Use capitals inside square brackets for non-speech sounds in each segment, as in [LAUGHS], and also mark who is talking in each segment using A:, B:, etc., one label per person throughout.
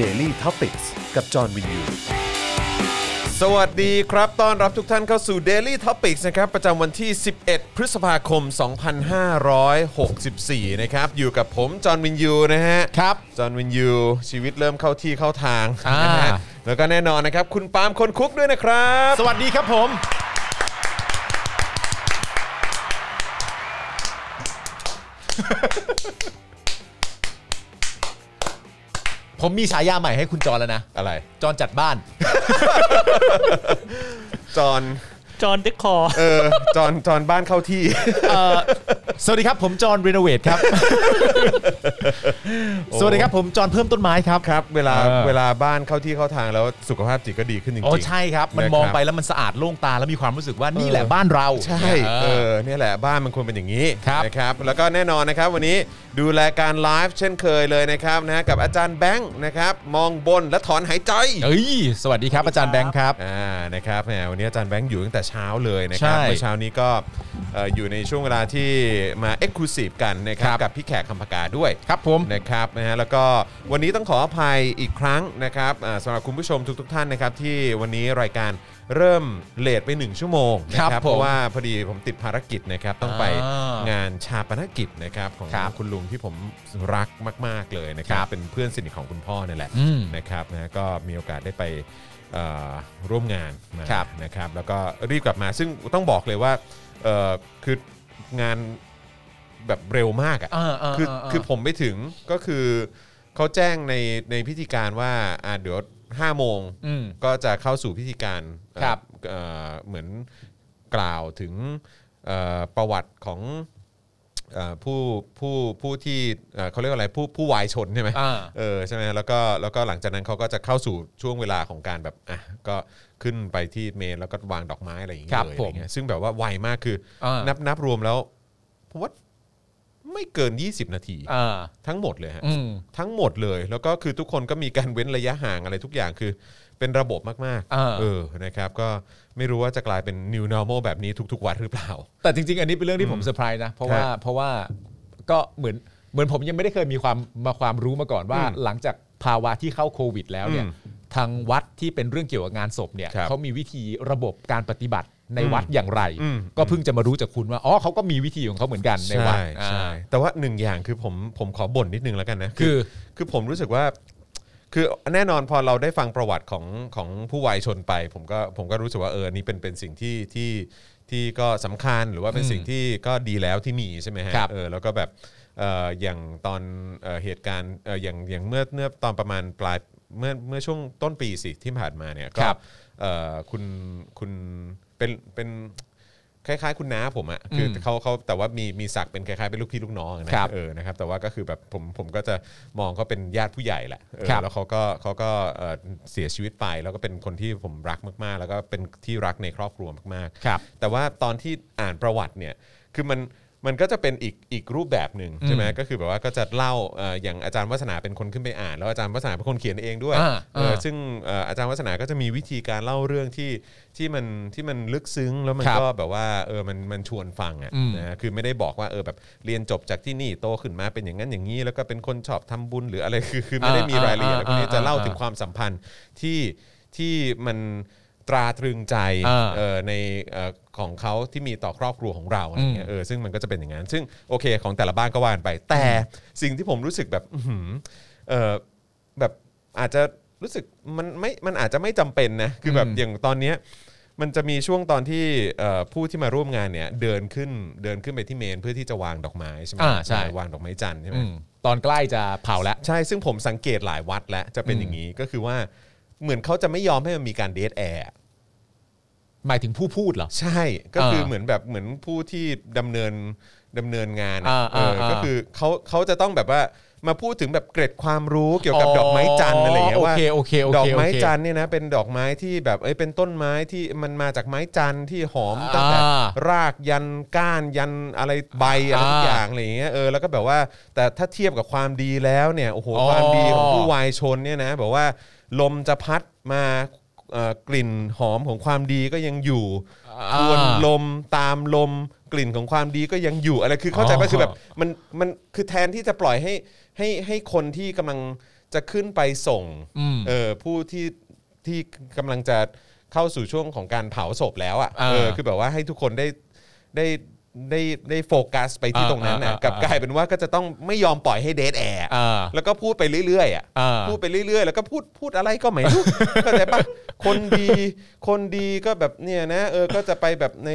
A: Daily t o p i c กกับจอห์นวินยู
B: สวัสดีครับ ต้อนรับทุกท่านเข้าสู่ Daily Topics นะครับ ประจำวันที่ 11 พฤษภาคม 2564 นะครับ อยู่กับผม จอห์นวินยู นะฮะ ครับ จอห์นวินยู ชีวิตเริ่มเข้าที่เข้าทาง
C: อ่าน
B: นะฮะแล้วก็แน่นอนนะครับ คุณปาล์มคนคุกด้วยนะครับ
C: สวัสดีครับผม ผมมีฉายาใหม่ให้คุณจอนแล้วนะ
B: อะไร
C: จอนจัดบ้าน
B: จอห์น
D: จอห์นเด็กคอร์
B: เออ จอห์นจอห์นบ้านเข้าที่
C: สวัสดีครับผมจอนรีโนเวทครับ สวัสดีครับผมจอนเพิ่มต้นไม้ครับ
B: ครับ เวลา
C: เออ
B: เวลาบ้านเข้าที่เข้าทางแล้วสุขภาพจิตก็ดีขึ้นจริงๆ
C: โอ้ใช่ครับ มัน
B: นะครับ
C: มองไปแล้วมันสะอาดโล่งตาแล้วมีความรู้สึกว่านี่แหละบ้านเรา
B: ใช่เอ
C: เออ
B: อเนี่ยแหละบ้านมันควรเป็นอย่างนี้
C: ครับ
B: นะครับแล้วก็แน่นอนนะครับวันนี้ดูแลการไลฟ์เช่นเคยเลยนะครับนะฮะกับอาจารย์แบงค์นะครับมองบนและถอนหายใจ
C: เอ้ยสวัสดีครับอาจารย์แบงค์ครับ
B: อ่านะครับแหมวันนี้อาจารย์แบงค์อยู่ตั้งแต่เช้าเลยนะครับ
C: ใช่
B: เมื่อเช้านี้ก็เอ่ออยู่ในช่วงเวลาที่มาเอ็กซ์คลูซีฟกันนะครับ
C: ครับ
B: กับพี่แขกคำพกาด้วย
C: ครับผม
B: นะครับนะฮะแล้วก็วันนี้ต้องขออภัยอีกครั้งนะครับอ่าสำหรับคุณผู้ชมทุกๆท่านนะครับที่วันนี้รายการเริ่มเลทไปหนึ่งชั่วโมงนะครับ
C: ผม
B: เพราะว่า ว่าพอดีผมติดภารกิจนะครับต้องไป
C: อ่าง
B: งานชาปนกิจนะครับของ
C: ครับ
B: คุณลุงที่ผมรักมาก ๆเลยนะครับ
C: ครับ
B: เป็นเพื่อนสนิทของคุณพ่อนี่แหละ
C: อืม
B: นะครับนะก็มีโอกาสได้ไปเอ่อร่วมงานมา
C: ครับ
B: นะครับแล้วก็รีบกลับมาซึ่งต้องบอกเลยว่าเอ่อคืองานแบบเร็วมาก
C: เออเออ
B: คือ
C: เออเออ
B: คือผมไปถึงก็คือเขาแจ้งในในพิธีการว่าอ่าเดี๋ยวห้าโมง
C: อืม
B: ก็จะเข้าสู่พิธีการเอ่อ
C: ครับ
B: เอ่อเหมือนกล่าวถึงเอ่อประวัติของเอ่อผู้ผู้ผู้ที่เอ่อเขาเรียกว่าอะไรผู้ผู้วายชนใช่ไหม
C: อ่า
B: เออใช่ไหมแล้วก็แล้วก็หลังจากนั้นเขาก็จะเข้าสู่ช่วงเวลาของการแบบอ่ะก็ขึ้นไปที่เมนแล้วก็วางดอกไม้อะไรอย่างเงี้ย
C: ครับ
B: เลย
C: ผ
B: อะ
C: ม
B: ไรเงี้ยซึ่งแบบว่าไวมากคือ
C: อ่านั
B: นับนับรวมแล้วผมว่าไม่เกิน 20 นาที
C: อ่า
B: ทั้งหมดเลยฮะ
C: อืม
B: ทั้งหมดเลย แล้วก็คือทุกคนก็มีการเว้นระยะห่างอะไรทุกอย่างคือเป็นระบบมาก
C: เออ
B: เออนะครับก็ไม่รู้ว่าจะกลายเป็น new normal แบบนี้ทุก ๆ วัดหรือเปล่า
C: แต่จริง ๆ อันนี้เป็นเรื่องที่ผมเซอร์ไพรส์นะ เพราะว่า
B: ครับ
C: เพราะว่าก็เหมือนเหมือนผมยังไม่ได้เคยมีความมาความรู้มาก่อนว่า
B: อืม
C: หลังจากภาวะที่เข้าโควิด แล้วเนี่ย
B: อืม
C: ทางวัดที่เป็นเรื่องเกี่ยวกับงานศพเนี่ย
B: ครับ
C: เขามีวิธีระบบการปฏิบัติใน
B: อืม
C: วัดอย่างไร
B: อืม
C: ก็เพิ่งจะมารู้จากคุณว่าอ๋อเขาก็มีวิธีของเขาเหมือนกันในวัด
B: ใช่
C: อ่า
B: แต่ว่าหนึ่งอย่างคือผมผมขอบ่นนิดนึงแล้วกันนะ
C: คือ
B: คือผมรู้สึกว่า คือแน่นอนพอเราได้ฟังประวัติของของผู้วายชนไป ผมก็ผมก็รู้สึกว่าเอออนนี่เป็นเป็นสิ่งที่ที่ที่ก็สำคัญหรือว่าเป็นสิ่งที่ก็ดีแล้วที่มีใช่ไหมฮะ
C: ครับ
B: เออแล้วก็แบบเอ่ออย่างตอนเอ่อเหตุการณ์เอ่ออย่างอย่างเมื่อเมื่อตอนประมาณปลายเมื่อเมื่อช่วงต้นปีสิที่ผ่านมาเนี่ยก็
C: ครับ
B: เอ่อคุณคุณเป็นเป็น คล้ายๆ คุณน้าผมอะคืออ
C: ม
B: เขาเขาแต่ว่ามีมีศักดิ์เป็นคล้ายๆเป็นลูกพี่ลูกน้องนะครับ เออนะครับแต่ว่าก็คือแบบผมผมก็จะมองเขาเป็นญาติผู้ใหญ่แหละเออ
C: ครับ
B: แล้วเขาก็เขาก็เอ่อเสียชีวิตไป แล้วก็เป็นคนที่ผมรักมากๆ แล้วก็เป็นที่รักในครอบครัวมากๆ
C: ครับ
B: แต่ว่าตอนที่อ่านประวัติเนี่ยคือมันมันก็จะเป็นอีกอีกรูปแบบหนึ่งใช่ไหมก็คือแบบว่าก็จะเล่าเอ่ออย่างอาจารย์วัฒนาเป็นคนขึ้นไปอ่าน แล้วอาจารย์วัฒนาเป็นคนเขียนเองด้วย
C: อ่า
B: เออ
C: อ่า
B: ซึ่งเอ่ออาจารย์วัฒนาก็จะมีวิธีการเล่าเรื่องที่ที่มันที่มันลึกซึ้งแล้วมัน
C: ครับ
B: ก็ แบบว่าเออมันมันชวนฟังอ่ะนะฮะคือไม่ได้บอกว่าเออแบบเรียนจบจากที่นี่โตขึ้นมาเป็นอย่างนั้นอย่างนี้ แล้วก็เป็นคนชอบทำบุญหรืออะไรคือคือไม่ได้
C: อ่าร
B: มีายละเอียดอะไรพวกนี้
C: อ่า
B: จะเล่า
C: อ่า
B: ถึงความสัมพันธ์ที่ที่มันตราตรึงใจ
C: อ่า
B: เออในเอ่อของเขาที่มีต่อครอบครัวของเราอะไรเงี้ยเออซึ่งมันก็จะเป็นอย่างนั้น ซึ่งโอเคของแต่ละบ้านก็ว่ากันไป แต่สิ่งที่ผมรู้สึกแบบอื้อหือเออแบบอาจจะรู้สึกมันไม่มันอาจจะไม่จำเป็นนะคือแบบ
C: อืม
B: อย่างตอนเนี้ย มันจะมีช่วงตอนที่เอ่อผู้ที่มาร่วมงานเนี่ย เดินขึ้นเดินขึ้นไปที่เมนเพื่อที่จะวางดอกไม้ใช่ไหม
C: อ่าใช่
B: วางดอกไม้จันทร์ใช่ไหม
C: อืมตอนใกล้จะเผาแล้ว
B: ใช่ซึ่งผมสังเกตหลายวัดแล้วจะเป็น
C: อืม
B: อย่างนี้ก็คือว่าเหมือนเขาจะไม่ยอมให้มันมีการเดทแอร์
C: หมายถึงผู้พูดเหรอ
B: ใช่ก็คืออา เหมือนแบบเหมือนผู้ที่ดำเนินดำเนินงาน
C: อ่า
B: เอออา ก็คือเขาเขาจะต้องแบบว่ามาพูดถึงแบบเกร็ดความรู้เกี่ยวกับ
C: อ๋อ
B: ดอกไม้จันทร์อะไรอย่างเงี้ยว่า
C: โอเคโอเคโอเค
B: ดอกไม้
C: โอเค
B: จันทร์เนี่ยนะเป็นดอกไม้ที่แบบเอ้ยเป็นต้นไม้ที่มันมาจากไม้จันทร์ที่หอมตั้งแต่
C: อ่า
B: รากยันก้านยันอะไรใบอะไรทุก
C: อ่า
B: อย่างอะไรอย่างเงี้ยเออแล้วก็แบบว่าแต่ถ้าเทียบกับความดีแล้วเนี่ยโอ้โห
C: อ๋อ
B: ความดีของผู้วายชนเนี่ยนะแบบว่าลมจะพัดมาเอ่อกลิ่นหอมของความดีก็ยังอยู่
C: อ่า
B: ทวนลมตามลมกลิ่นของความดีก็ยังอยู่อะไรคือเข้าใจ
C: อ๋
B: ป่ะ
C: อ
B: คือแบบมันมันคือแทนที่จะปล่อยให้ให้ให้คนที่กำลัง จะขึ้นไปส่ง
C: อืม
B: เออผู้ที่ที่กำลังจะเข้าสู่ช่วงของการเผาศพแล้ว
C: อ่า
B: อะ่ะเออคือแบบว่าให้ทุกคนได้ได้ได้ได้โฟกัสไปที่
C: อ่า
B: ตรงนั้นนะ
C: อ่าอ่าก ก
B: ลับกลายเป็นว่าก็จะต้องไม่ยอมปล่อยให้เดทแอร์
C: อ่า
B: แล้วก็พูดไปเรื่อยๆอ่ะ
C: อ่า
B: พูดไปเรื่อยๆ แล้วก็พูดพูดอะไรก็ไม่รู้ [LAUGHS] เข้าใจปะคนดีคนดีก็แบบเนี่ยนะเออก็จะไปแบบใน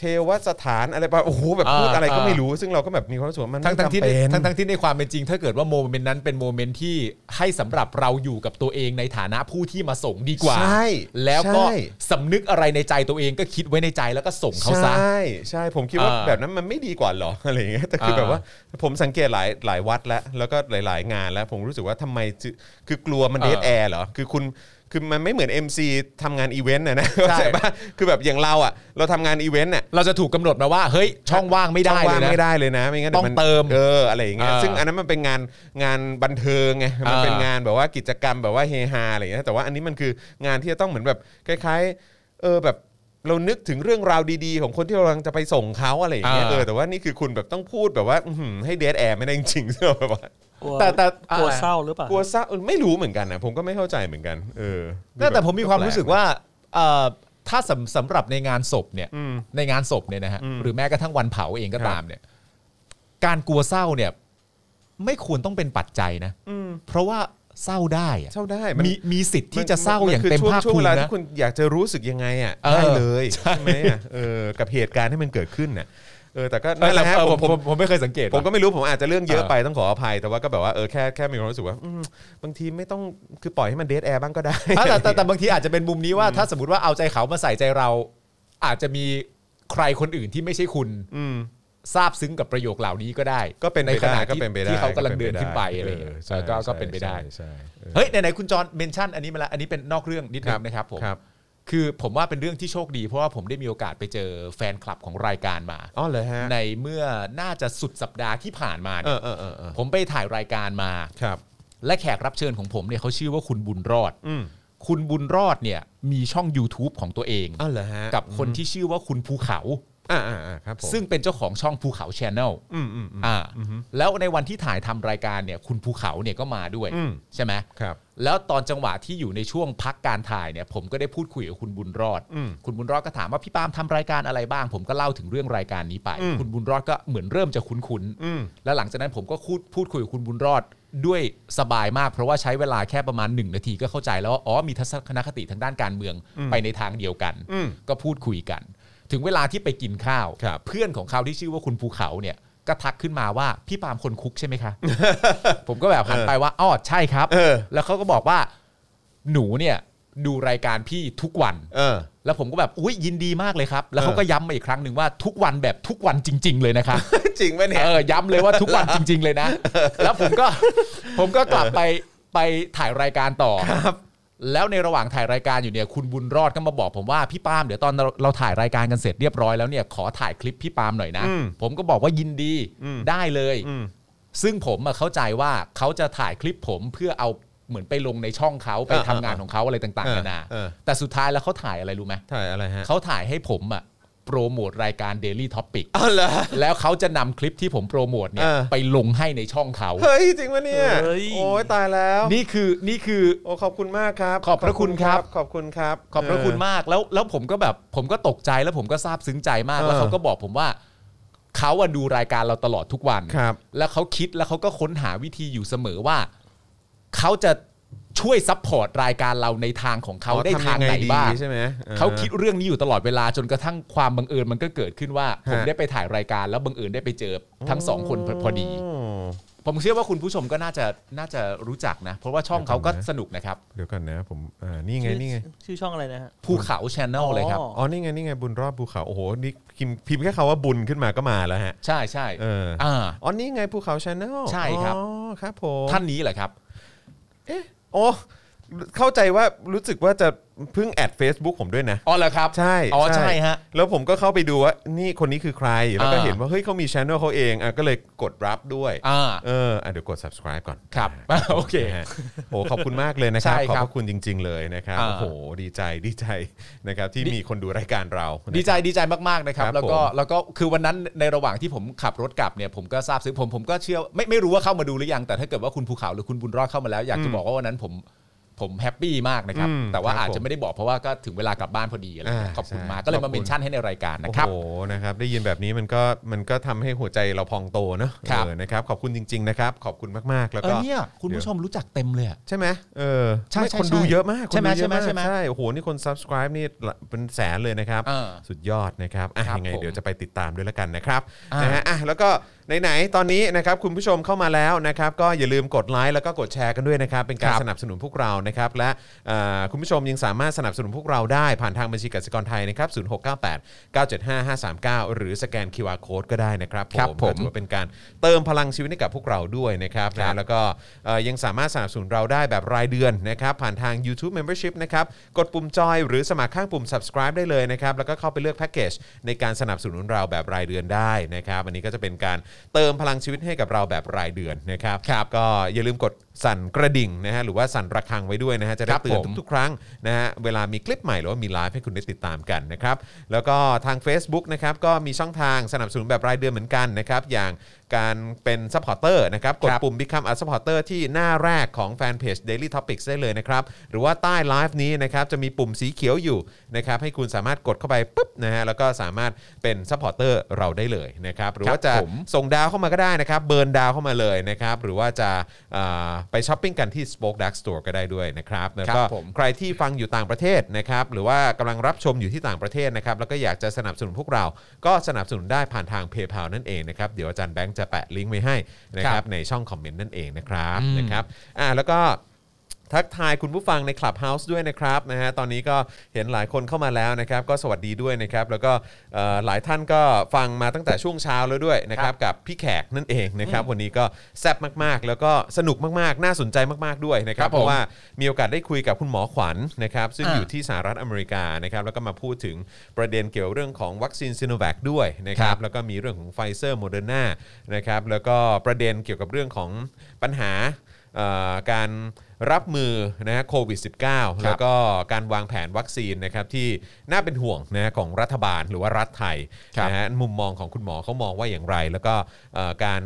B: เทวสถานอะไรปะโอ้โหแบบพูด
C: อ่า
B: อะไรก็
C: อ่า
B: ไม่รู้ ซึ่งเราก็แบบมีความรู้สึกว่ามัน
C: ทั้ง
B: ไม่
C: ทั้งที่
B: จำเป็น
C: ทั้งทั้งที่ในความเป็นจริง ถ้าเกิดว่าโมเมนต์นั้นเป็นโมเมนต์ที่ให้สำหรับเราอยู่กับตัวเองในฐานะผู้ที่มาส่งดีกว่า
B: ใช่
C: แล้วก็
B: ใช่
C: สำนึกอะไรในใจตัวเองก็คิดไว้ในใจแล้วก็ส่งเขาซะ
B: ใช่ใช่ผมคิดว่า
C: อ่า
B: แบบนั้นมันไม่ดีกว่าหรอ อะไรอย่างเงี้ยแต่คือ
C: อ่า
B: แบบว่าผมสังเกตหลายหลายวัดแล้วแล้วก็หลาย ๆ งานแล้ว ผมรู้สึกว่าทำไมจึคือกลัวมันเดท
C: อ่า
B: แอร์เหรอคือคุณคือมันไม่เหมือน MC ทำงานอีเวนต์นะนะ
C: ใช่
B: เข้าใจปะคือแบบอย่างเราอ่ะเราทำงานอีเวนต์น่ะ
C: เราจะถูกกำหนดมาว่า เฮ้ย ช่องว่างไม่ได้
B: ช่อง
C: เล
B: ว่าย ง
C: นะ
B: ไม่ได้เลยนะไม่งั้นดี๋ยว
C: ต้องเติม
B: นเอออะไรอย่างเงี้ย
C: เออ
B: ซึ่งอันนั้นมันเป็นงานงานบันเทิงไงมันเป็
C: เออง
B: นานแบบว่ากิจกรรมแบบว่าเฮฮาอะไรอย่างเงี้ยแต่ว่าอันนี้มันคืองานที่จะต้องเหมือนแบบคล้ายๆเออแบบเรานึกถึงเรื่องราวดีๆ ของคนที่เรากำลังจะไปส่งเขาอะไรอย่างเงี้ย
C: เอ
B: เอ
C: อ
B: อแต่ว่านี่คือคุณแบบต้องพูดแบบว่าอื้อหือให้เดทแอร์ไม่ได้จริงๆ [LAUGHS] ใช่ไหมแบบว่า
C: แต่แต่อ่า
D: กลัวเศร้าหรือเปล่าก
B: ลัวเศร้าเออไม่รู้เหมือนกันนะผมก็ไม่เข้าใจเหมือนกัน เออ
C: แต่แต่ผมมีความรู้สึก
B: แปล
C: ว่าเอ่อถ้าสำสำหรับในงานศพเนี่ยในงานศพเนี่ยนะฮะหรือแม้กระทั่งวันเผาเองก็ตามเนี่ย การกลัวเศร้าเนี่ย ไม่ควรต้องเป็นปัจจัยนะเพราะว่าเศร้าได้อะ
B: กเศร้าได้มัน
C: มีมีสิทธิ์ที่จะเศร้าอย่าง
B: นคื
C: เต็ม
B: ช่ว
C: ภาค
B: ช่วง
C: ภู
B: เว
C: มิ
B: ลา
C: นะ
B: ที่คุณอยากจะรู้สึกยังไงอ่ะ
C: เออ
B: ได้เลย
C: ใช่
B: ใช่ไหมอ่ะเออกับเหตุการณ์ที่มันเกิดขึ้นน่ะเออแต่ก็
C: เออ
B: นั่นแหละฮะ
C: เออ
B: ผ
C: ผม
B: ผ
C: มผม มผมไม่เคยสังเกต
B: ผมก็ไม่รู้ผมอาจจะเรื่องเยอะ
C: เออ
B: ไปต้องขออภัย แต่ว่าก็แบบว่าเออแค่แค่มีความรู้สึกว่าอืมบางทีไม่ต้องคือปล่อยให้มันเดทแอร์บ้างก็ได้
C: อ่ะแต่แต่แต่บางทีอาจจะเป็นมุมนี้ว่าถ้าสมมติว่าเอาใจเขามาใส่ใจเรา อาจจะมีใครคนอื่นที่ไม่ใช่คุณ
B: อืม
C: ทราบซึ้งกับประโยคเหล่านี้ก็ได้
B: ก็เป็นไป
C: ในขณะ
B: ได้ก็
C: ที่
B: เป็นไปได้
C: ที่เขากำลัง
B: ก็เป็นไป
C: เดินขึ้นไป
B: ได้
C: อะไรอย่างเงี้ย
B: เออใช่
C: เออก็ก็
B: ใช่
C: เป็นไปได้
B: ใช่ใช่เออ
C: เฮ้ยไหนๆคุณจอห์นเมนชั่นอันนี้มาแล้วอันนี้เป็นนอกเรื่องนิดนึงนะครับผม
B: ครับ
C: คือผมว่าเป็นเรื่องที่โชคดี เพราะว่าผมได้มีโอกาสไปเจอแฟนคลับของรายการมา
B: อ๋อเลยฮะ
C: ในเมื่อน่าจะสุดสัปดาห์ที่ผ่านมา
B: เอ
C: เนี่ย
B: อเออเออเออ
C: ผมไปถ่ายรายการมา
B: ครับ
C: และแขกรับเชิญของผมเนี่ยเขาชื่อว่าคุณบุญรอด
B: อืม
C: คุณบุญรอดเนี่ยมีช่อง YouTube ของตัวเอง
B: อ๋อเลยฮะ
C: กับคนที่ชื่อว่าคุณภูเขา
B: อ่าอ่าอ่าครับผม
C: ซึ่งเป็นเจ้าของช่องภูเขาชแนล
B: อืมอืมอืม
C: อ่าแล้วในวันที่ถ่ายทำรายการเนี่ยคุณภูเขาเนี่ยก็มาด้วย
B: อืม
C: ใช่ไหม
B: ครับ
C: แล้วตอนจังหวะที่อยู่ในช่วงพักการถ่ายเนี่ยผมก็ได้พูดคุยกับคุณบุญรอด
B: อืม
C: คุณบุญรอดก็ถามว่าพี่ปาล์มทำรายการอะไรบ้าง ผมก็เล่าถึงเรื่องรายการนี้ไป
B: อืม
C: คุณบุญรอดก็เหมือนเริ่มจะคุ้น
B: อืม
C: ๆ แล้วหลังจากนั้นผมก็พูดพูดคุยกับคุณบุญรอดด้วยสบายมาก เพราะว่าใช้เวลาแค่ประมาณ 1 นาทีก็เข้าใจแล้วว่าอ๋อมีทัศนคติทางด้านการเมืองไปในทางเดียวกัน
B: อืม
C: ก็พูดคุยกัน ถึงเวลาที่ไปกินข้าว
B: ครับ
C: เพื่อนของเขาที่ชื่อว่าคุณภูเขาเนี่ยก็ทักขึ้นมาว่าพี่ปาล์มคนคุกใช่ไหม
B: [LAUGHS]
C: คะ ผมก็แบบหันไปว่าอ้อใช่ครับ
B: เออ
C: แล้วเขาก็บอกว่าหนูเนี่ยดูรายการพี่ทุกวัน
B: เออ
C: แล้วผมก็แบบอุ้ยยินดีมากเลยครับ แล้วเขาก็ย้ำมาอีกครั้งหนึ่งว่าทุกวันแบบทุกวันจริง ๆ เลยนะครับ
B: จริงไหมเนี่ย
C: เออย้ำเลยว่าทุกวันจริง ๆ เลยนะ แล้วผมก็ผมก็กลับไปไปถ่ายรายการต่อแล้วในระหว่างถ่ายรายการอยู่เนี่ยคุณบุญรอดก็มาบอกผมว่าพี่ปาล์มเดี๋ยวตอนเราเราถ่ายรายการกันเสร็จเรียบร้อยแล้วเนี่ยขอถ่ายคลิปพี่ปาล์มหน่อยนะ
B: อืม
C: ผมก็บอกว่ายินดี
B: อืม
C: ได้เลย
B: อืม
C: ซึ่งผมอะเข้าใจว่าเขาจะถ่ายคลิปผมเพื่อเอาเหมือนไปลงในช่องเขาไป
B: เออ
C: ทำงานของเขาอะไรต่าง
B: เอ
C: ๆ
B: อ
C: นานา
B: เออ
C: แต่สุดท้ายแล้วเขาถ่ายอะไรรู้ไหม
B: ถ่ายอะไรฮะ
C: เขาถ่ายให้ผมอะโปรโมทรายการ Daily Topic
B: อ๋อเหรอ
C: แล้วเขาจะนำคลิปที่ผมโปรโมทเนี่ย
B: เออ
C: ไปลงให้ในช่องเขา
B: เฮ้ย จริงวะเนี่ย
D: เฮ้ย
B: โอ้ยตายแล้ว
C: นี่คือนี่คือ
B: โอ้ขอบคุณมากครับ
C: ขอบพระคุณครับ
B: ขอบคุณครับ
C: ขอบพระคุณมากแล้วแล้วผมก็แบบผมก็ตกใจแล้วผมก็ซาบซึ้งใจมากแล้วเขาก็บอกผมว่าเขาอะดูรายการเราตลอดทุกวัน
B: ครับ
C: แล้วเขาคิดแล้วเขาก็ค้นหาวิธีอยู่เสมอว่า เขาจะช่วยซัพพอร์ตรายการเราในทางของเขา
B: อ๋อ
C: ได้
B: ทำ
C: ทาง
B: ยัง
C: ไห
B: ไง
C: น
B: ดี
C: บ้าง
B: ใช่ไหมเออ
C: เขาคิดเรื่องนี้อยู่ตลอดเวลาจนกระทั่งความบังเอิญมันก็เกิดขึ้นว่า ผม
B: ฮะ
C: ได้ไปถ่ายรายการแล้วบังเอิญได้ไปเจอทั้งสองคนพอพอดี
B: โอ้
C: ผมเชื่อว่าคุณผู้ชมก็น่าจะน่าจะรู้จักนะ เพราะว่าช่องเขาก็สนุกนะครับ
B: เดี๋ยวก่อนนะผมอ่านี่ไงนี่ไง
D: ชื่อชื่อช่องอะไรนะฮะ
C: ภูเขาชแนลเลยครับ
D: อ๋ออ๋
B: อ๋อนี่ไงนี่ไงบุญรอบภูเขาโอ้โหนี่พิมพ์พิมพ์แค่คำว่าบุญขึ้นมาก็มาแล้วฮะ
C: ใช่ใช่
B: เออ
C: อ่า
B: อ๋อนี่ไงภูเขาชาแนล
C: ใช่ครับ
B: อ๋อครับผม
C: ท่านนี้แหละครับ
B: โอ้ เข้าใจว่ารู้สึกว่าจะเพิ่งแอด Facebook ผมด้วยนะ
C: อ๋อเหรอครับ
B: ใช่
C: อ๋อใช่ฮะ
B: แล้วผมก็เข้าไปดูว่านี่คนนี้คือใคร แล้วก็
C: อ่า
B: เห็นว่าเฮ้ยเขามีช anel เขาเองอ่ะก็เลยกดรับด้วย
C: อ่า
B: เอออ่ะเดี๋ยวกด subscribe ก่อน
C: ครับโอเค
B: นะฮะโอ้ขอบคุณมากเลยนะครับ
C: ใช่
B: ขอบ
C: ครั
B: พ
C: บ
B: ระคุณจริง ๆ เลยนะครับ
C: อ่า
B: โอ้โหดีใจดีใจนะครับที่มีคนดูรายการเรา
C: ดีใจดีใจมากๆนะครับ
B: ครับ
C: แล้วก็
B: ผม
C: แล้วก็คือวันนั้นในระหว่างที่ผมขับรถกลับเนี่ยผมก็ทราบซึ้งผมผมก็เชื่อไม่ไม่รู้ว่าเข้ามาดูหรือยังแต่ถ้าเกิดว่าคุณภูเขาหรือคุณบุญรอดเข้ามาแล้วอยากจะบอกว่าวันนั้นผมผมแฮปปี้มากนะครับ
B: อืม
C: แต่ว่า
B: ครับ
C: อาจจะไม่ได้บอกเพราะว่าก็ถึงเวลากลับบ้านพอดีอะไรอย่างเงี้ย
B: อ่า
C: ขอบคุณ
B: ใช่
C: มากก็เล
B: ข
C: ย
B: อบคุณ
C: มาเมนชั่นให้ในรายการนะครับ
B: โอ้โหนะครับ ได้ยินแบบนี้มันก็มันก็ทำให้หัวใจเราพองโตเนอะ
C: ครับ
B: เออนะครับ ขอบคุณจริง ๆ นะครับ ขอบคุณมากๆ แล้ว
C: เอ
B: ก็
C: อเนี่ยคุณผู้ชมรู้จักเต็มเลยอะ
B: ใช่ไหมเออ
C: ใช่
B: ไม่
C: ใช่
B: คนดู
C: ใช่
B: เยอะมากคน
C: ใช่ไหม
B: ดูเยอะาก
C: ใช่ไหมใช่ไหม
B: ใช่ โอ้โห นี่คน subscribe นี่ละเป็นแสนเลยนะครับ
C: เออ
B: สุดยอดนะครับ อ่ะ
C: ครับ
B: ยังไง
C: ผม
B: เดี๋ยวจะไปติดตามด้วยละกันนะครับ
C: อ่าน
B: นะฮะ อ่ะ แล้วก็ไหนๆ ตอนนี้นะครับ คุณผู้ชมเข้ามาแล้วนะครับ ก็อย่าลืมกดไลค์แล้วก็กดแชร์กันด้วยนะครับ เป็นการสนับสนุนพวกเรา นะครับ และเอ่อคุณผู้ชมยังสามารถสนับสนุนพวกเราได้ผ่านทางบัญชีกสิกรไทยนะครับศูนย์หกเก้าแปดเก้าเจ็ดห้าห้าสามเก้าหรือสแกน QR Code ก็ได้นะครับ
C: ครับ
B: ก็
C: ผม
B: ถือว่า เป็นการเติมพลังชีวิตให้กับพวกเราด้วยนะครับ
C: ครับ
B: นะแล้วก็เอ่อยังสามารถสนับสนุนเราได้แบบรายเดือนนะครับ ผ่านทาง YouTube Membership นะครับ กดปุ่มจอยหรือสมัครข้างปุ่ม subscribe ได้เลยนะครับ แล้วก็เข้าไปเลือกแพ็กเกจในการสนับสนุนเราแบบรายเดือนได้นะครับ อันนี้ก็จะเป็นการเติมพลังชีวิตให้กับเราแบบรายเดือนนะครับ
C: ครับ
B: ก็อย่าลืมกดสั่นกระดิ่งนะฮะหรือว่าสั่นระฆังไว้ด้วยนะฮะจะได้
C: ครับ
B: เตือน
C: ผม
B: ทุกๆ ครั้งนะฮะเวลามีคลิปใหม่หรือว่ามีไลฟ์ให้คุณได้ติดตามกันนะครับแล้วก็ทาง Facebook นะครับก็มีช่องทางสนับสนุนแบบรายเดือนเหมือนกันนะครับอย่างการเป็นซัพพอร์เตอร์นะครับกดปุ่ม Become a supporter ที่หน้าแรกของแฟนเพจ Daily Topics ได้เลยนะครับหรือว่าใต้ไลฟ์นี้นะครับจะมีปุ่มสีเขียวอยู่นะครับให้คุณสามารถกดเข้าไปปุ๊บนะฮะแล้วก็สามารถเป็นซัพพอร์เตอร์เราได้เลยนะครับหรือว่าจะ
C: ครับผม
B: ส่งดาวเข้ามาก็ได้นะครับ เบิร์นดาวเข้ามาเลยนะครับ หรือว่าจะเอ่อไปช้อปปิ้งกันที่ Spoke Dark Store ก็ได้ด้วยนะครับแล้วก็
C: ครับผม
B: ใครที่ฟังอยู่ต่างประเทศนะครับ หรือว่ากำลังรับชมอยู่ที่ต่างประเทศนะครับ แล้วก็อยากจะสนับสนุนพวกเรา ก็สนับสนุนได้ผ่านทาง PayPal นั่นเองนะครับ เดี๋ยวอาจารย์แบงค์จะแปะลิงก์ไว้ให้นะค
C: ค
B: รั
C: รั
B: บบ ในช่องคอมเมนต์นั่นเองนะครับนะครับอ่าแล้วก็ ทักทายคุณผู้ฟังใน Clubhouse ด้วยนะครับนะฮะตอนนี้ก็เห็นหลายคนเข้ามาแล้วนะครับ ก็สวัสดีด้วยนะครับ แล้วก็เอ่อหลายท่านก็ฟังมาตั้งแต่ช่วงเช้าแล้วด้วยนะครับ กับพี่แขกนั่นเองนะครับ วันนี้ก็แซ่บมากๆ แล้วก็สนุกมากๆ น่าสนใจมากๆด้วยนะครับ
C: ครับผม
B: เพราะว่ามีโอกาสได้คุยกับคุณหมอขวัญนะครับ ซึ่ง
C: อ่า
B: อยู่ที่สหรัฐอเมริกานะครับ แล้วก็มาพูดถึงประเด็นเกี่ยวเรื่องของวัคซีนซิโนแวคด้วยนะครั
C: ครับ บ
B: แล้วก็มีเรื่องของไฟเซอร์โมเดอร์นานะครับแล้วก็ประเด็นเกี่ยวกับเรื่องของปัญหาเอ่อการรับมือนะฮะโควิด -19 แล้วก็การวางแผนวัคซีนนะครับที่น่าเป็นห่วงนะของรัฐบาลหรือว่ารัฐไทย
C: ครับ
B: นะฮะมุมมองของคุณหมอเขามองว่าอย่างไร แล้วก็เอ่อการ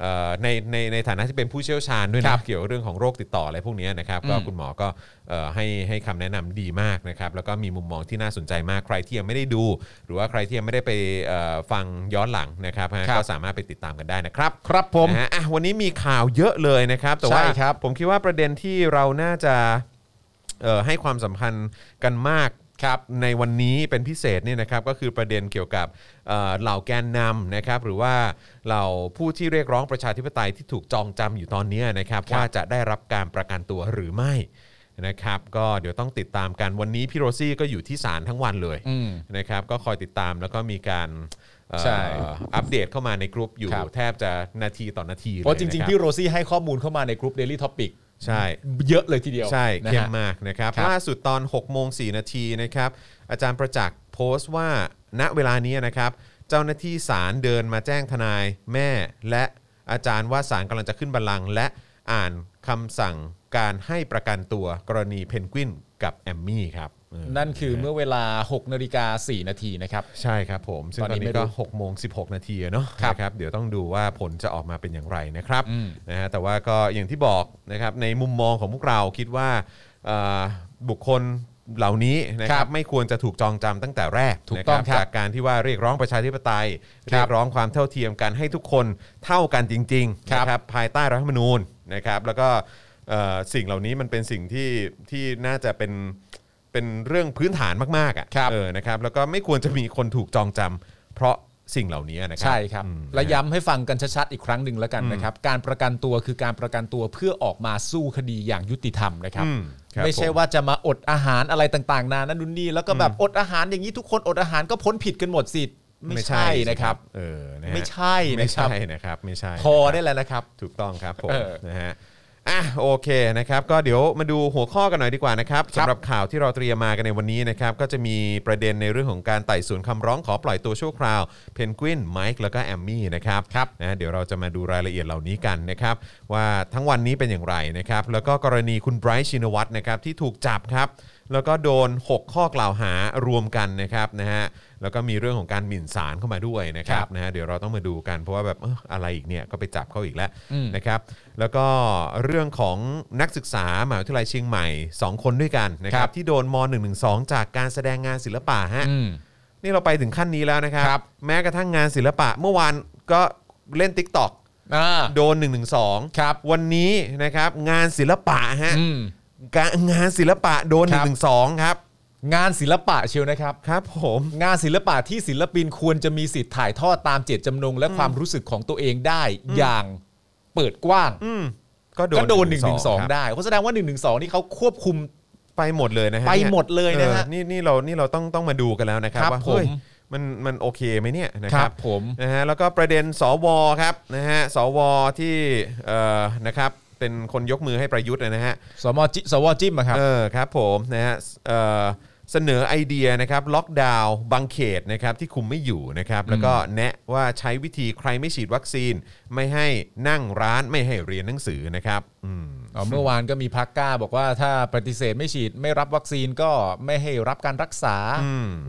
B: เอ่อในในในฐานะที่เป็นผู้เชี่ยวชาญด้วย
C: ครั
B: นะ
C: บ
B: เกี่ยวกับเรื่องของโรคติดต่ออะไรพวกเนี้ยนะครับก็
C: อืม
B: คุณหมอก็เอ่อให้ให้คำแนะนำดีมากนะครับแล้วก็มีมุมมองที่น่าสนใจมากใครที่ยังไม่ได้ดู หรือว่าใครที่ยังไม่ได้ไปเอ่อฟังย้อนหลังนะครับฮะ
C: ครับ
B: ก็สามารถไปติดตามกันได้นะครับ
C: ครับผม
B: นะฮะอ่ะวันนี้มีข่าวเยอะเลยนะครับ แต่ว่า
C: ใช่ครับ
B: ผมคิดว่าประเด็นที่เราน่าจะเอ่อให้ความสำคัญกันมากครับในวันนี้เป็นพิเศษเนี่ยนะครับก็คือประเด็นเกี่ยวกับเอ่อเหล่าแกนนำนะครับ หรือว่าเหล่าผู้ที่เรียกร้องประชาธิปไตยที่ถูกจองจำอยู่ตอนเนี้ยนะครับ
C: ครับ
B: ว่าจะได้รับการประกันตัวหรือไม่นะครับ ก็เดี๋ยวต้องติดตามกันวันนี้พี่โรซี่ก็อยู่ที่ศาลทั้งวันเลย
C: อืม
B: นะครับก็คอยติดตามแล้วก็มีการเอ่อ
C: ใช่
B: อัปเดตเข้ามาในกลุ่มอยู่
C: ครับ
B: แทบจะนาทีต่อนาที
C: เพราะจริงๆพี่โรซี่ให้ข้อมูลเข้ามาในกลุ่ม Daily Topic
B: ใช่
C: เยอะเลยทีเดียว
B: ใช่
C: นะ
B: เข้ม
C: ฮะ
B: มากนะครับ
C: ครับ
B: ล่าสุดตอน6กโมงสนาทีนะครับ อาจารย์ประจักษ์โพสต์ว่าณเวลานี้นะครับ เจ้าหน้าที่ศาลเดินมาแจ้งทนายแม่ และอาจารย์ว่าศาลกำลังจะขึ้นบัลลังก์และอ่านคำสั่งการให้ประกันตัวกรณีเพนกวินกับแอมมี่ครับเออ
C: นั่นคือเมื่อเวลา 6นาฬิกา4นาทีนะครับ
B: ใช่ครับผมซึ่งต
C: ต
B: อ
C: อน น
B: นี้
C: นี้ไม่รู้
B: ก็6โมง16 นาทีอะเนาะ
C: ครับ
B: นะครับเดี๋ยวต้องดูว่าผลจะออกมาเป็นอย่างไรนะครับ
C: อืม
B: นะฮะแต่ว่าก็อย่างที่บอกนะครับในมุมมองของพวกเราคิดว่าเอ่อบุคคลเหล่านี้นะค
C: ครั
B: รับบ ไม่ควรจะถูกจองจำตั้งแต่แรก
C: ถูกต้อง
B: นะครับ จากการที่ว่าเรียกร้องประชาธิปไตย
C: ครับ
B: เรียกร้องความเท่าเทียมกันให้ทุกคนเท่ากันจริงๆ
C: ครับ
B: นะครับภายใต้รัฐธรรมนูญนะครับแล้วก็เอ่อสิ่งเหล่านี้มันเป็นสิ่งที่ที่น่าจะเป็น เป็นเรื่องพื้นฐานมากๆ
C: ครั
B: อะ่ะ
C: บ
B: เออนะครับแล้วก็ไม่ควรจะมีคนถูกจองจำเพราะสิ่งเหล่านี้นะครั
C: ใช่ครับ
B: อืม
C: และย้ำให้ฟังกันชัดๆอีกครั้งหนึ่งแล้วกันนะครับ การประกันตัวคือการประกันตัวเพื่อออกมาสู้คดีอย่างยุติธรรมนะครับ
B: อืมครับ
C: ไม่ใช่
B: ผม
C: ว่าจะมาอดอาหารอะไรต่างๆ นานั่นนู่นนี่แล้วก็แบบอดอาหารอย่างนี้ทุกคนอดอาหารก็พ้นผิดกันหมดสิไม่ใช่นะครับ
B: เออนะฮะ
C: ไม่ใช่
B: ไม่
C: นะครับ
B: ใช่นะครับไม่ใช่
C: พอได้แล้วนะครับ
B: ถูกต้องครับผม
C: เออ
B: นะฮะ อ่ะโอเคนะครับก็เดี๋ยวมาดูหัวข้อกันหน่อยดีกว่านะครับสำหรับข่าวที่เราเตรียมมากันในวันนี้นะครับก็จะมีประเด็นในเรื่องของการไต่สวนคำร้องขอปล่อยตัวชั่วคราวเพนกวินไมค์แล้วก็แอมมี่นะครับครับนะเดี๋ยวเราจะมาดูรายละเอียดเหล่านี้กันนะครับว่าทั้งวันนี้เป็นอย่างไรนะครับแล้วก็กรณีคุณไบรท์ชินวัตรนะครับที่ถูกจับครับ แล้วก็โดน 6 ข้อกล่าวหารวมกันนะครับนะฮะแล้วก็มีเรื่องของการหมิ่นศาลเข้ามาด้วยนะครับนะฮะเดี๋ยวเราต้องมาดูกันเพราะว่าแบบเอ้ออะไรอีกเนี่ยก็ไปจับเขาอีกแล้วนะครับ แล้วก็เรื่องของนักศึกษามหาวิทยาลัยเชียงใหม่ 2 คนด้วยกันนะค
C: ค
B: รั
C: รั
B: บบ ที่โดนม .112 จากการแสดงงานศิลปะฮะ
C: อืม
B: นี่เราไปถึงขั้นนี้แล้วนะครับ
C: ครับ
B: แม้กระทั่งงานศิลปะเมื่อวานก็เล่น t ิ k t o k
C: อ่า
B: โดน1นึ
C: ครับ
B: วันนี้นะครับงานศิลปะฮะ
C: อืม
B: การงานศิลปะโดน1
C: ครับ
B: นึครับ
C: งานศิลปะเชียวนะครับ
B: ครับผม
C: งานศิลปะที่ศิลปินควรจะมีสิทธิ์ถ่ายทอดตามเจตจำนง และความรู้สึกของตัวเองได้อย่างเปิดกว้าง
B: อืมก็โดน
C: ก็โดน1นึ
B: ครับ
C: ได้เพราะแสดงว่า1นึนี่เขาควบคุม
B: ไปหมดเลยนะฮะ
C: ไปหมดเลยนะฮะ
B: ออนี่นี่เรานี่เราต้องต้องมาดูกันแล้วนะครับ
C: ครับ
B: ว่าเฮ้ย
C: ผม
B: มันมันโอเคไหมเนี่ยนะครับ
C: ผม
B: นะฮะแล้วก็ประเด็นสวครับนะฮะสวที่เอ่อนะครับเป็นคนยกมือให้ประยุทธ์นะฮะ
C: สมจิสวจิ้มอะครับ
B: เออครับผมนะฮะเอ่อเสนอไอเดียนะครับล็อกดาวน์บางเขตนะครับที่คุมไม่อยู่นะครับแล้วก็แนะว่าใช้วิธีใครไม่ฉีดวัคซีน ไม่ให้นั่งร้านไม่ให้เรียนหนังสือนะครับอืม
C: อ๋อเมื่อวานก็มีพักกล้าบอกว่าถ้าปฏิเสธไม่ฉีดไม่รับวัคซีนก็ไม่ให้รับการรักษา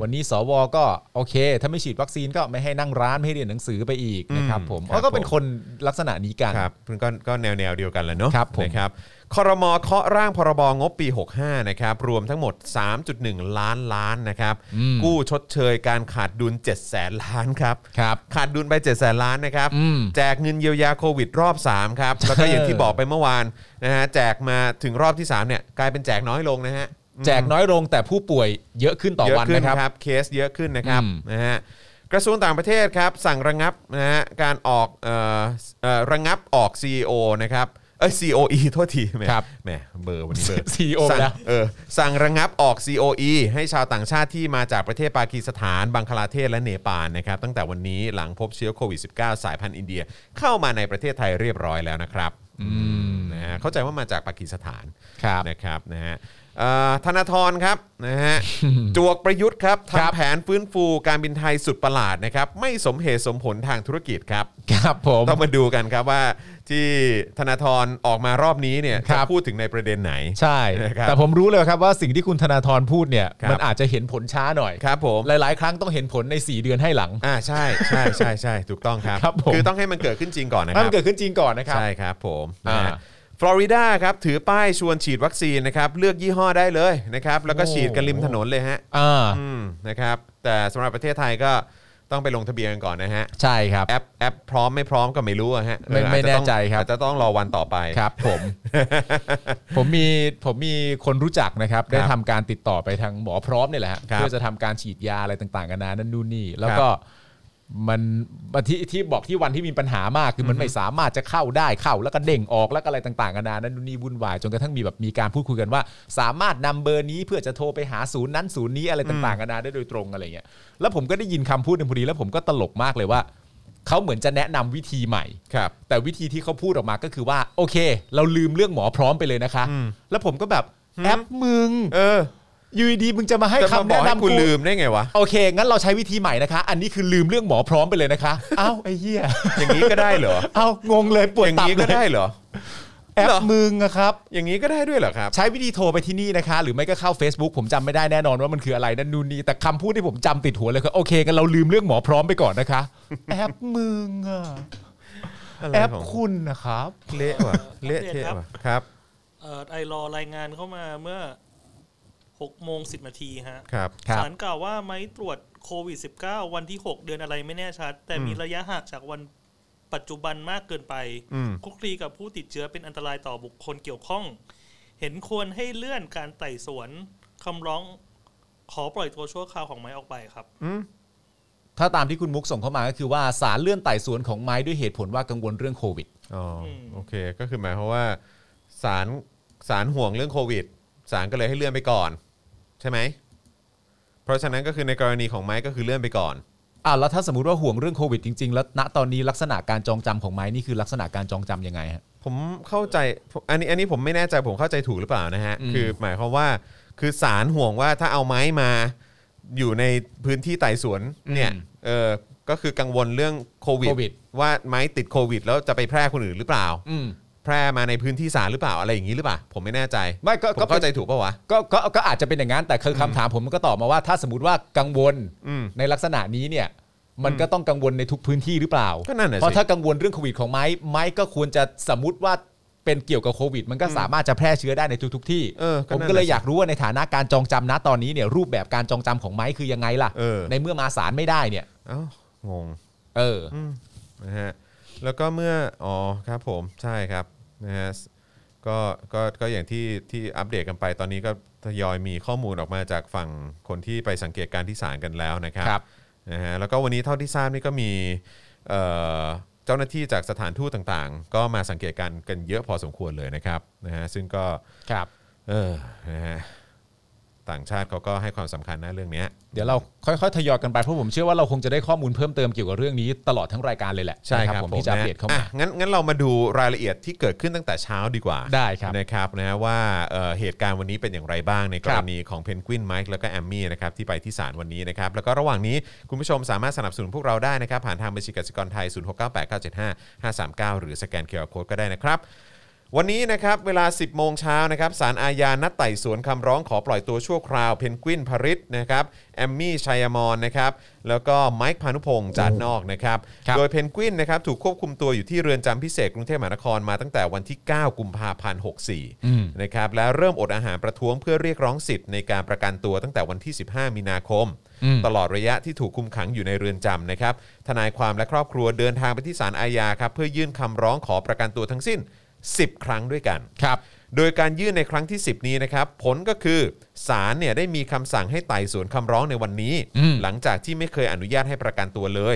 C: วันนี้สวก็โอเค ถ้าไม่ฉีดวัคซีนก็ไม่ให้นั่งร้านไม่ให้เรียนหนังสือไปอีกนะครับผมอ๋อก็เป็นคนลักษณะนี้กัน
B: ครับเพื่อนก็ก็แนวแนวเดียวกันแหล้วเนาะ
C: ครับผม
B: นะครับครมเคาะร่างพรบงบปี 65นะครับรวมทั้งหมด 3.1 ล้านล้านนะครับ
C: อืม
B: กู้ชดเชยการขาดดุล 7 0 0แสนล้านครับ
C: ครับ
B: ขาดดุลไป 7 0 0แสนล้านนะครับ
C: อืม
B: แจกเงินเยียวยาโควิดรอบ 3 ครับ แล้วก็อย่างที่บอกไปเมื่อวานนะฮะแจกมาถึงรอบที่ 3 เนี่ย กลายเป็นแจกน้อยลงนะฮะ
C: แจกน้อยลงแต่ผู้ป่วยเยอะขึ้นต่อ
B: เยอะ
C: วัน
B: ขึ้น
C: นะครับ
B: ครับเคสเยอะขึ้นนะครับ
C: อืม
B: นะฮะกระทรวงต่างประเทศครับ สั่งระงับนะฮะการออกเอ่อเอ่อระงับออก CEO นะครับเอ้ย COE โทษทีแหม
C: ครับ
B: แหมเบอร์วันนี้เบ
C: [LAUGHS]
B: อร์
C: CEO
B: สั่ง
C: แล้ว
B: เออสั่งระงับออก COE ให้ชาวต่างชาติที่มาจากประเทศปากีสถาน บังคลาเทศและเนปาลนะครับ ตั้งแต่วันนี้หลังพบเชื้อโควิด -19 สายพันธุ์อินเดียเข้ามาในประเทศไทยเรียบร้อยแล้วนะครับนะฮะเข้าใจว่ามาจากปากีสถาน
C: ครับ
B: นะครับนะฮะเอ่อธนาธรครับนะ
C: [LAUGHS]
B: ฮะ จวกประยุทธ์ครับ
C: ครับ
B: ทำแผนฟื้นฟูการบินไทยสุดประหลาดนะครับ ไม่สมเหตุสมผลทางธุรกิจครับ
C: ครับผม
B: ต้องมาดูกันครับว่าที่ธนาธรออกมารอบนี้เนี่ย
C: ครั
B: จะ
C: บ
B: พูดถึงในประเด็นไหน
C: ใช่
B: นะครับ
C: แต่ผมรู้เลยครับว่าสิ่งที่คุณธนาธรพูดเนี่ย
B: ครับ
C: มันอาจจะเห็นผลช้าหน่อย
B: ครับผม
C: หลาย ๆ ครั้งต้องเห็นผลใน 4 เดือนให้หลัง
B: อ่าใช่ใช่ใช่ใช่ถูกต้องครับ
C: ครับผม
B: อต้องให้มันเกิดขึ้นจริงก่อนนะค
C: ถ้า
B: รั
C: มัน
B: บ
C: เกิดขึ้นจริงก่อนนะครับ
B: ใช่ครับผม
C: อ่า
B: นะฮะฟลอริดาครับถือป้ายชวนฉีดวัคซีนนะครับเลือกยี่ห้อได้เลยนะครับแล้วก็
C: โอ้
B: ฉีดกันริมถนนเลยฮะ
C: อ่า
B: อืมนะครับแต่สำหรับประเทศไทยก็ต้องไปลงทะเบียนกันก่อนนะฮะ
C: ใช่ครับ
B: แอปแอปพร้อมไม่พร้อมก็ไม่รู้อะฮะ
C: ไม่
B: เออ
C: ไม่แน่
B: อาะต้อง
C: ใจครับ
B: อาจจะต้องรอวันต่อไป
C: ครับผม [LAUGHS] ผมมีผมมีคนรู้จักนะครับ ได้ทำการติดต่อไปทางหมอพร้อมเนี่ยแหละฮะ
B: ครับ
C: เพื่อจะทำการฉีดยาอะไรต่างๆกันานานั่นนู่นนี่ แล้วก็มันที่ที่บอกที่วันที่มีปัญหามากคือมันไม่สามารถจะเข้าได้เข้าแล้วก็เด้งออกแล้วก็อะไรต่างๆกันานานั่นนู่นนี่วุ่นวายจนกระทั่งมีแบบมีการพูดคุยกันว่า สามารถนำเบอร์นี้เพื่อจะโทรไปหาศูนย์นั้นศูนย์นี้อะไรต่างๆกันานาได้โดยตรงอะไรเงี้ยแล้วผมก็ได้ยินคำพูดหนึ่งพอดีแล้วผมก็ตลกมากเลยว่าเขาเหมือนจะแนะนำวิธีใหม่
B: ครับ
C: แต่วิธีที่เขาพูดออกมาก็คือว่า โอเค เราลืมเรื่องหมอพร้อมไปเลยนะคะ แล้วผมก็แบบแอปมึง
B: เออ
C: ยูดีๆมึงจะมาให้
B: จะมา
C: คำ
B: บอ
C: แนะ
B: กให้
C: นำ
B: คุณ
C: กู
B: ลืมได้ไงวะ
C: โอเค งั้นเราใช้วิธีใหม่นะคะ อันนี้คือลืมเรื่องหมอพร้อมไปเลยนะคะ
B: [LAUGHS]
C: เอ้าไอ้เหี้ย
B: อย่างนี้ก็ได้เหรอ
C: เอ้างง [LAUGHS] เลยป
B: อ
C: วด
B: ย่าง
C: ตับ
B: นี้
C: เล
B: ก็ได้
C: ย
B: เหรอ
C: แอ
B: เหร
C: ป
B: อ
C: มึงอะครับ
B: อย่างนี้ก็ได้ด้วยเหรอครับ
C: ใช้วิธีโทรไปที่นี่นะคะ หรือไม่ก็เข้า Facebook ผมจำไม่ได้แน่นอนว่ามันคืออะไรนั่นนู่นนี่แต่คำพูดที่ผมจำติดหัวเลยคือโอเคกันเราลืมเรื่องหมอพร้อมไปก่อน
B: [LAUGHS]
C: นะคะ แอปมึงอะ
B: อะไร
C: แอป
B: ของ
C: คุณนะครับ
B: เละว่ะเละเทะว่ะครับ
D: เอ่อไอรอรายงานเข้ามาเมื่อ6โมง10 นาทีฮะ
B: ครับ
C: ครับ
D: สารกล่าวว่าไม้ตรวจโควิด -19 วันที่ 6 เดือนอะไรไม่แน่ชัด แต่มีระยะห่างจากวันปัจจุบันมากเกินไป
B: อืม
D: คลุกคลีกับผู้ติดเชื้อเป็นอันตรายต่อบุคคลเกี่ยวข้อง เห็นควรให้เลื่อนการไต่สวนคำร้องขอปล่อยตัวชั่วคราวของไม้ออกไปครับ
C: ถ้าตามที่คุณมุกส่งเข้ามาก็คือว่าสารเลื่อนไต่สวนของไม้ด้วยเหตุผลว่ากังวลเรื่องโควิด
B: อ๋ออ
D: ม
B: โอเคก็คือหมายความว่าสารสารห่วงเรื่องโควิดสารก็เลยให้เลื่อนไปก่อน ใช่ไหม เพราะฉะนั้นก็คือในกรณีของไม้ก็คือเลื่อนไปก่อน
C: อ่าแล้วถ้าสมมติว่าห่วงเรื่องโควิดจริงๆ แล้วณตอนนี้ลักษณะการจองจำของไม้นี่คือลักษณะการจองจำยังไงฮะ
B: ผมเข้าใจอันนี้อันนี้ผมไม่แน่ใจผมเข้าใจถูกหรือเปล่านะฮะ
C: อืม
B: คือหมายความว่าคือศาลห่วงว่าถ้าเอาไม้มาอยู่ในพื้นที่ไต่สวนเนี่ยเออก็คือกังวลเรื่องโควิด
C: โควิด
B: ว่าไม้ติดโควิด แล้วจะไปแพร่คนอื่นหรือเปล่า
C: อืม
B: แพร่มาในพื้นที่ศาลหรือเปล่าอะไรอย่างนี้หรือเปล่า ผมไม่แน่ใจ
C: ไม่ก็
B: ผ
C: ก็
B: ม
C: เป็น
B: เข้าใจถูกปะวะ
C: ก็ก็ก็อาจจะเป็นอย่างนั้นแต่คือคำถามผมมันก็ตอบมาว่า ถ้าสมมติว่ากังวล
B: อืม
C: ในลักษณะนี้เนี่ย มันก็ต้องกังวลในทุกพื้นที่หรือเปล่า
B: ก็นั่นน่ะสิ
C: เพราะถ้ากังวลเรื่องโควิดของไม้ไม้ก็ควรจะสมมติว่าเป็นเกี่ยวกับโควิด มันก็สามารถจะแพร่เชื้อได้ในทุก ๆ ที่
B: เออ
C: ผม
B: นั่น
C: ก็เลย
B: น่ะสิ
C: อยากรู้ว่าในฐานะการจองจำนะตอนนี้เนี่ยรูปแบบการจองจำของไม้คือยังไงล่ะ
B: เออ
C: ในเมื่อมาศาลไม่ได้เนี่ย
B: เอ้างง
C: เอออ
B: นะฮะแล้วก็เมื่ออ๋อครับผมใช่ครับนะฮะก็ก็ก็อย่างที่ที่อัปเดตกันไปตอนนี้ก็ทยอยมีข้อมูลออกมาจากฝั่งคนที่ไปสังเกตการณ์ที่ศาลกันแล้วนะครับ
C: ครับ
B: นะฮะแล้วก็วันนี้เท่าที่ทราบนี่ก็มีเอ่อเจ้าหน้าที่จากสถานทูตต่างๆ ก็มาสังเกตการณ์กันเยอะพอสมควรเลยนะครับนะฮะซึ่งก็
C: ครับ
B: เออนะฮะต่างชาติเขาก็ให้ความสำคัญนะเรื่องเนี้ย
C: เดี๋ยวเราค่อยๆทยอยกันไปเพราะผมเชื่อว่าเราคงจะได้ข้อมูลเพิ่มเติมเกี่ยวกับเรื่องนี้ตลอดทั้งรายการเลยแหละ
B: ใช่ครับ
C: นะผมที่จะอัปเดตเข้ามา
B: อ่ะงั้นงั้นเรามาดูรายละเอียดที่เกิดขึ้นตั้งแต่เช้าดีกว่า
C: ได้ครับ
B: นะครับนะว่าเอ่อเหตุการณ์วันนี้เป็นอย่างไรบ้างในก
C: ค
B: ร
C: รับ
B: ณีของเพนกวินไมค์แล้วก็แอมมี่นะครับที่ไปที่ศาลวันนี้นะครับแล้วก็ระหว่างนี้คุณผู้ชมสามารถสนับสนุนพวกเราได้นะครับ ผ่านทางบัญชีกสิกรไทย 0698975539 หรือสแกนเคอร์โคก็ได้นะครับ วันนี้นะครับเวลา 10 โมงเช้านะครับสารอาญานัดไต่สวนคำร้องขอปล่อยตัวชั่วคราวเพนกวินพริษนะครับแอมมี่ชัยมอนนะครับแล้วก็ไมค์พานุพงศ์จาดนอกนะครับ
C: ครับ
B: โดยเพนกวินนะครับถูกควบคุมตัวอยู่ที่เรือนจำพิเศษกรุงเทพมหานครมาตั้งแต่วันที่ 9 กุมภาพันธ์
C: อืม
B: 64 นะครับและเริ่มอดอาหารประท้วงเพื่อเรียกร้องสิทธิ์ในการประกันตัวตั้งแต่วันที่ 15 มีนาคม
C: อืม
B: ตลอดระยะที่ถูกคุมขังอยู่ในเรือนจำนะครับทนายความและครอบครัวเดินทางไปที่ศาลอาญาครับเพื่อยื่นคำร้องขอประกันตัวทั้งสิ้น 10 ครั้งด้วยกัน
C: ครับ
B: โดยการยื่นในครั้งที่ 10 นี้นะครับ ผลก็คือศาลเนี่ยได้มีคำสั่งให้ไต่สวนคำร้องในวันนี้
C: อืม
B: หลังจากที่ไม่เคยอนุญาตให้ประกันตัวเลย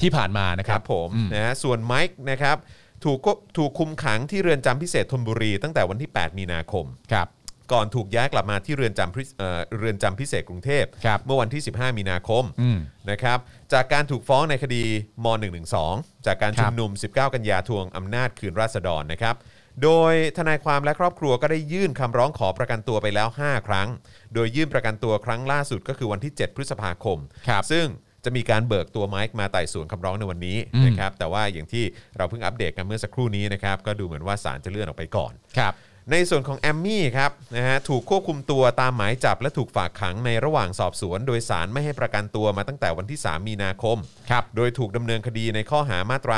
C: ที่ผ่านมานะ
B: ค
C: ครั
B: รับ บผม
C: อืม
B: นะฮะส่วนไมค์นะครับถูกก็ถูกคุมขังที่เรือนจำพิเศษธนบุรีตั้งแต่วันที่ 8 มีนาคม
C: ครับ
B: ก่อนถูกย้ายกลับมาที่เรือนจำพิเอ่อเรือนจำพิเศษกรุงเทพ
C: ครับ
B: เมื่อวันที่ 15 มีนาคม
C: อืม
B: นะครับจากการถูกฟ้องในคดีม .112 จากการ
C: ครั
B: ชุ
C: บ
B: มนุม 19 กันยาทวงอำนาจคืนราษฎรนะครับโดยทนายความและครอบครัวก็ได้ยื่นคำร้องขอประกันตัวไปแล้ว 5 ครั้ง โดยยื่นประกันตัวครั้งล่าสุดก็คือวันที่ 7 พฤษภาคม
C: ครับ
B: ซึ่งจะมีการเบิกตัวไมค์มาไต่สวนคำร้องในวันนี้
C: อืม
B: นะครับแต่ว่าอย่างที่เราเพิ่งอัปเดตกันเมื่อสักครู่นี้นะครับก็ดูเหมือนว่าศาลจะเลื่อนออกไปก่อน
C: ครับ
B: ในส่วนของแอมมี่ครับนะฮะถูกควบคุมตัวตามหมายจับและถูกฝากขังในระหว่างสอบสวน โดยสารไม่ให้ประกันตัวมาตั้งแต่วันที่ 3 มีนาคม
C: ครับ
B: โดยถูกดำเนินคดีในข้อหามาตรา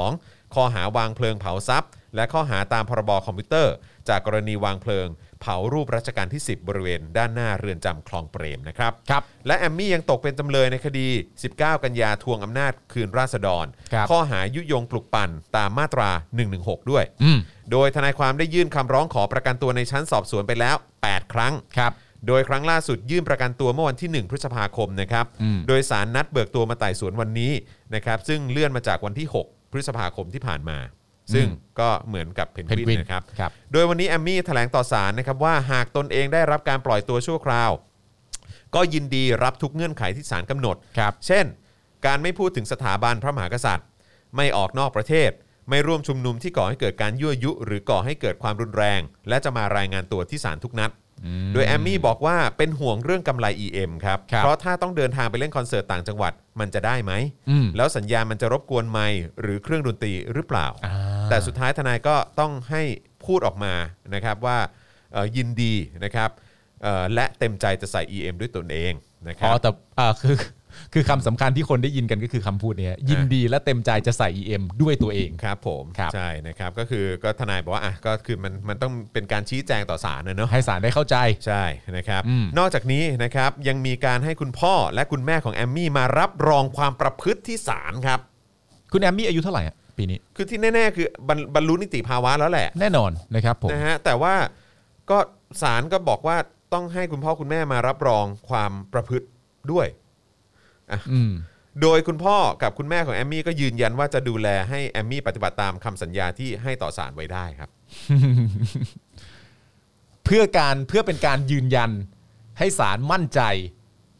B: 112 ข้อหาวางเพลิงเผาทรัพย์ และข้อหาตามพรบคอมพิวเตอร์ จากกรณีวางเพลิง เผารูปรัชกาลที่ 10 บริเวณด้านหน้าเรือนจำคลองเปรมนะครับ
C: ครับ
B: และแอมมี่ยังตกเป็นจำเลยในคดี 19 กันยาทวงอำนาจคืนราษฎร
C: ครับ
B: ข้อหายุยงปลุกปั่นตามมาตรา 116 ด้วย
C: อืม
B: โดยทนายความได้ยื่นคำร้องขอประกันตัวในชั้นสอบสวนไปแล้ว 8 ครั้ง
C: ครับ
B: โดยครั้งล่าสุดยื่นประกันตัวเมื่อวันที่ 1 พฤษภาคมนะครับ
C: อืม
B: โดยสารนัดเบิกตัวมาไต่สวนวันนี้นะครับ ซึ่งเลื่อนมาจากวันที่ 6 พฤษภาคมที่ผ่านมา ซึ่งก็เหมือนกับเพน
C: เพ
B: ก
C: น
B: วิ
C: วิ
B: น
C: น
B: นะครับ
C: ครับ
B: โดยวันนี้แอมมี่แถลงต่อศาลนะครับว่าหากตนเองได้รับการปล่อยตัวชั่วคราว ก็ยินดีรับทุกเงื่อนไขที่ศาลกำหนด
C: ครับ
B: เช่น การไม่พูดถึงสถาบันพระมหากษัตริย์ ไม่ออกนอกประเทศ ไม่ร่วมชุมนุมที่ก่อให้เกิดการยั่วยุ หรือก่อให้เกิดความรุนแรง และจะมารายงานตัวที่ศาลทุกนัด โดยแอมมี่บอกว่าเป็นห่วงเรื่องกำไร EM ครับ
C: ครับ
B: เพราะถ้าต้องเดินทางไปเล่นคอนเสิร์ตต่างจังหวัดมันจะได้ไหม
C: อืม
B: แล้วสัญญาณมันจะรบกวนไมค์หรือเครื่องดนตรีหรือเปล่า
C: อ่า
B: แต่สุดท้ายทนายก็ต้องให้พูดออกมานะครับว่าเอ่อยินดีนะครับเอ่อและเต็มใจจะใส่ EM ด้วยตนเองนะค
C: อ๋
B: รั
C: อบ แต่อ่าคือคือคำสำคัญที่คนได้ยินกันก็คือคำพูดเนี้ยยินดีและเต็มใจจะใส่ EM ด้วยตัวเอง
B: ครับผม
C: ครับ
B: ใช่นะครับก็คือก็ทนายบอกว่าอ่ะก็คือมันมันต้องเป็นการชี้แจงต่อศาลนะเนาะ
C: ให้สารได้เข้าใจ
B: ใช่นะครับ
C: อืม
B: นอกจากนี้นะครับยังมีการให้คุณพ่อและคุณแม่ของแอมมี่มารับรองความประพฤติที่ศาลครับ
C: คุณแอมมี่อายุเท่าไหร่อะปีนี้
B: คือที่แน่ ๆ คือบรรบรรลุนิติภาวะแล้วแหละ
C: แน่นอนนะครับผม
B: นะฮะแต่ว่าก็ศาลก็บอกว่าต้องให้คุณพ่อคุณแม่มารับรองความประพฤติด้วย
C: อืม
B: โดยคุณพ่อกับคุณแม่ของแอมมี่ก็ยืนยันว่าจะดูแลให้แอมมี่ปฏิบัติตามคำสัญญาที่ให้ต่อศาลไว้ได้ครับ
C: เพื่อการเพื่อเป็นการยืนยันให้ศาลมั่นใจ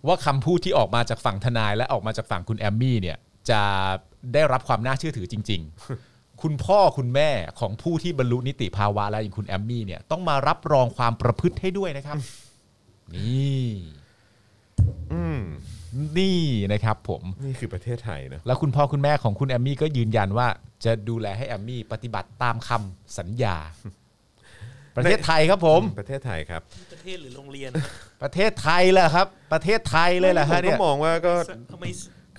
C: ว่าคำพูดที่ออกมาจากฝั่งทนายและออกมาจากฝั่งคุณแอมมี่เนี่ยจะได้รับความน่าเชื่อถือจริง ๆ คุณพ่อคุณแม่ของผู้ที่บรรลุนิติภาวะแล้วอย่างคุณแอมมี่เนี่ยต้องมารับรองความประพฤติให้ด้วยนะครับ นี่
B: อืม
C: นี่นะครับผม
B: นี่คือประเทศไทยนะ
C: แล้วคุณพ่อคุณแม่ของคุณแอมมี่ก็ยืนยันว่า จะดูแลให้แอมมี่ปฏิบัติตามคำสัญญา ประเทศไทยครับผม
B: ประเทศไทยครับ
D: ประเทศหรือโรงเรียน
C: ประเทศไทยแหละครับ ประเทศไทยเลยแหละ
B: ผ
C: ฮะ
B: ม
C: เนี่ย
B: ก็มองว่าก็
D: ทำไม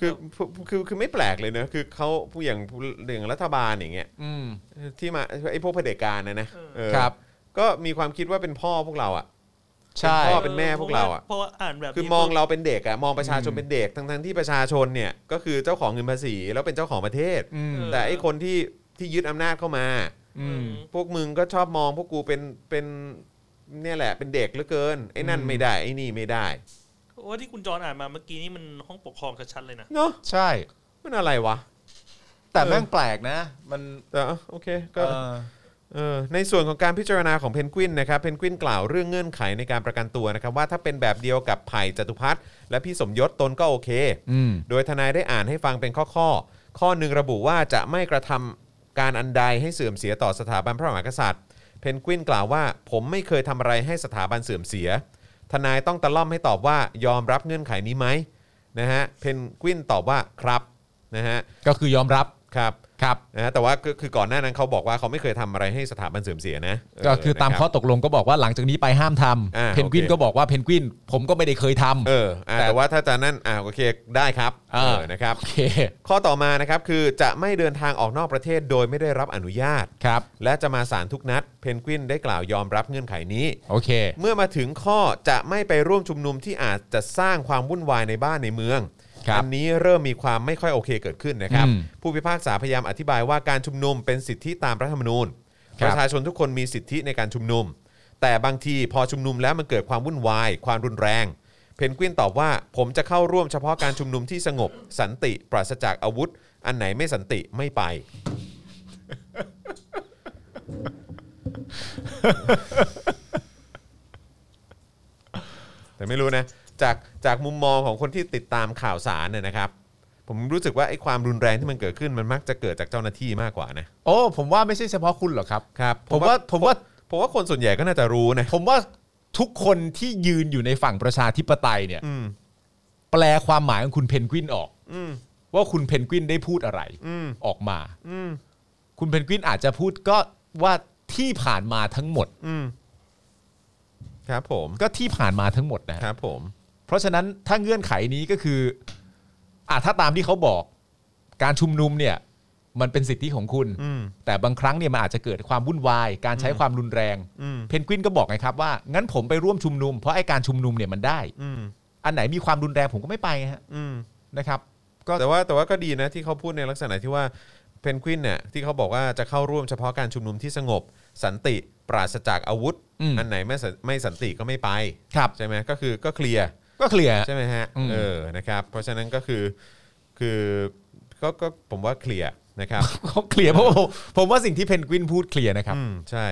B: คือคือคือคือไม่แปลกเลยเนอะคือเขาผู้อย่างผู้อย่างรัฐบาลอย่างเงี้ย
C: อืม
B: ที่มาไอ้พวกเผด็จการนะนะเออ
C: ครับ
B: ก็มีความคิดว่าเป็นพ่อพวกเราอ่ะ
C: ใช่
B: พ่อเป็นแม่พวกเราอะ
D: เพราะว่าอ่านแบบนี้
B: คือมองเราเป็นเด็กอะมองประชาชนเป็นเด็กทั้งทั้งๆที่ประชาชนเนี่ยก็คือเจ้าของเงินภาษีแล้วเป็นเจ้าของประเทศ
C: อืม
B: แต่ไอ้คนที่ที่ยึดอำนาจเข้ามา
C: อืม
B: พวกมึงก็ชอบมองพวกกูเป็นเป็นเนี่ยแหละเป็นเด็กเหลือเกินไอ้นั่น
C: อืม
B: ไม่ได้ไอ้นี่ไม่ได้
D: ว่าที่คุณจรอ่านมาเมื่อกี้นี่มันห้องปกครองชัดๆเลยนะ
B: เนาะ
C: ใช่
B: มันอะไรวะ
C: แต่แม่งแปลกนะ มัน
B: แต่อ่ะโอเคก็
C: เอ่อ
B: เออในส่วนของการพิจารณาของเพนกวินนะครับเพนกวินกล่าวเรื่องเงื่อนไขในการประกันตัวนะครับว่าถ้าเป็นแบบเดียวกับไผ่จตุพัฒน์และพี่สมยศตนก็โอเค
C: อืม
B: โดยทนายได้อ่านให้ฟังเป็นข้อข้อๆข้อหนึ่งระบุว่าจะไม่กระทำการอันใดให้เสื่อมเสียต่อสถาบันพระมหากษัตริย์เพนกวินกล่าวว่า ผมไม่เคยทำอะไรให้สถาบันเสื่อมเสีย ทนายต้องตะล่อมให้ตอบว่ายอมรับเงื่อนไขนี้ไหมนะฮะเพนกวินตอบว่าครับนะฮะ
C: ก็คือยอมรับ
B: ครับ
C: ครับ
B: นะฮะแต่ว่าคือคือก่อนหน้านั้นเขาบอกว่าเขาไม่เคยทำอะไรให้สถาบันเสื่อมเสียนะเ
C: ก็คือตาม
B: นะ
C: ข้
B: รั
C: อบ ตกลงก็บอกว่าหลังจากนี้ไปห้ามท
B: อ่า
C: ำเพนกวิน
B: โอเค
C: ก็บอกว่าเพนกวิน ผมก็ไม่ได้เคยท
B: เอออ่ะ
C: แต่
B: แต่ว่าถ้าจะนั่นอ่าโอเคได้ครับ
C: อ่า
B: เออนะครับ
C: ำโอเค
B: ข้อต่อมานะครับคือจะไม่เดินทางออกนอกประเทศโดยไม่ได้รับอนุญาต
C: ครับ
B: และจะมาศาลทุกนัดเพนกวินได้กล่าวยอมรับเงื่อนไขนี้
C: โอเค
B: เมื่อมาถึงข้อจะไม่ไปร่วมชุมนุมที่อาจจะสร้างความวุ่นวายในบ้านในเมือง
C: ครับ
B: อันี้เริ่มมีความไม่ค่อยโอเคเกิดขึ้นนะครับ
C: อืม
B: ผู้พิพากษาพยายามอธิบายว่าการชุมนุมเป็นสิทธิตามรัฐธรรมนูญ
C: ครั
B: ป
C: บ
B: ระชาชนทุกคนมีสิทธิในการชุมนุม แต่บางทีพอชุมนุมแล้วมันเกิดความวุ่นวาย ความรุนแรง เพนกวินตอบว่าผมจะเข้าร่วมเฉพาะการชุมนุมที่สงบ สันติ ปราศจากอาวุธ อันไหนไม่สันติไม่ไป [LAUGHS] แต่ไม่รู้นะ จากจากมุมมองของคนที่ติดตามข่าวสารเนี่ยนะครับ ผมรู้สึกว่าไอ้ความรุนแรงที่มันเกิดขึ้นมันมักจะเกิดจากเจ้าหน้าที่มากกว่านะ
C: โอ้ผมว่าไม่ใช่เฉพาะคุณหรอกครับ
B: ครับ
C: ผมว่าผมว่า
B: ผมว่าคนส่วนใหญ่ก็น่าจะรู้นะ
C: ผมว่าทุกคนที่ยืนอยู่ในฝั่งประชาธิปไตยเนี่ย
B: อืม
C: แปลความหมายของคุณเพนกวินออก
B: อืม
C: ว่าคุณเพนกวินได้พูดอะไร
B: อืม
C: ออกมา
B: อืม
C: คุณเพนกวินอาจจะพูดก็ว่าที่ผ่านมาทั้งหมด
B: อืม ครับผม
C: ก็ที่ผ่านมาทั้งหมดนะฮะ
B: ครับผม
C: เพราะฉะนั้นถ้าเงื่อนไขนี้ก็คืออ่ะถ้าตามที่เขาบอก การชุมนุมเนี่ย มันเป็นสิทธิของคุณ
B: อืม
C: แต่บางครั้งเนี่ยมันอาจจะเกิดความวุ่นวาย การใช้ความรุนแรง
B: อืม
C: เพนกวินก็บอกไงครับว่า งั้นผมไปร่วมชุมนุม เพราะไอ้การชุมนุมเนี่ยมันได้
B: อืม
C: อันไหนมีความรุนแรงผมก็ไม่ไปฮะ
B: อืม
C: นะครับ ก็
B: แต่ว่าแต่ว่าก็ดีนะที่เขาพูดในลักษณะที่ว่าเพนกวินเนี่ยที่เขาบอกว่าจะเข้าร่วมเฉพาะการชุมนุมที่สงบ สันติปราศจากอาวุธ
C: อืม
B: นไหนไม่สันไม่สันติก็ไม่ไป
C: ครับ
B: ใช่ไหมก็คือก็เคลียร์
C: ก็เคลียร์
B: ใช่ไหมฮะ
C: อืม
B: เออนะครับ เพราะฉะนั้นก็คือคือก็ก็ผมว่าเคลียร์นะครับ
C: ก็เคลียร์เพราะว่าผมผมว่าสิ่งที่เพนกวินพูดเคลียร์นะครับ
B: อืมใช่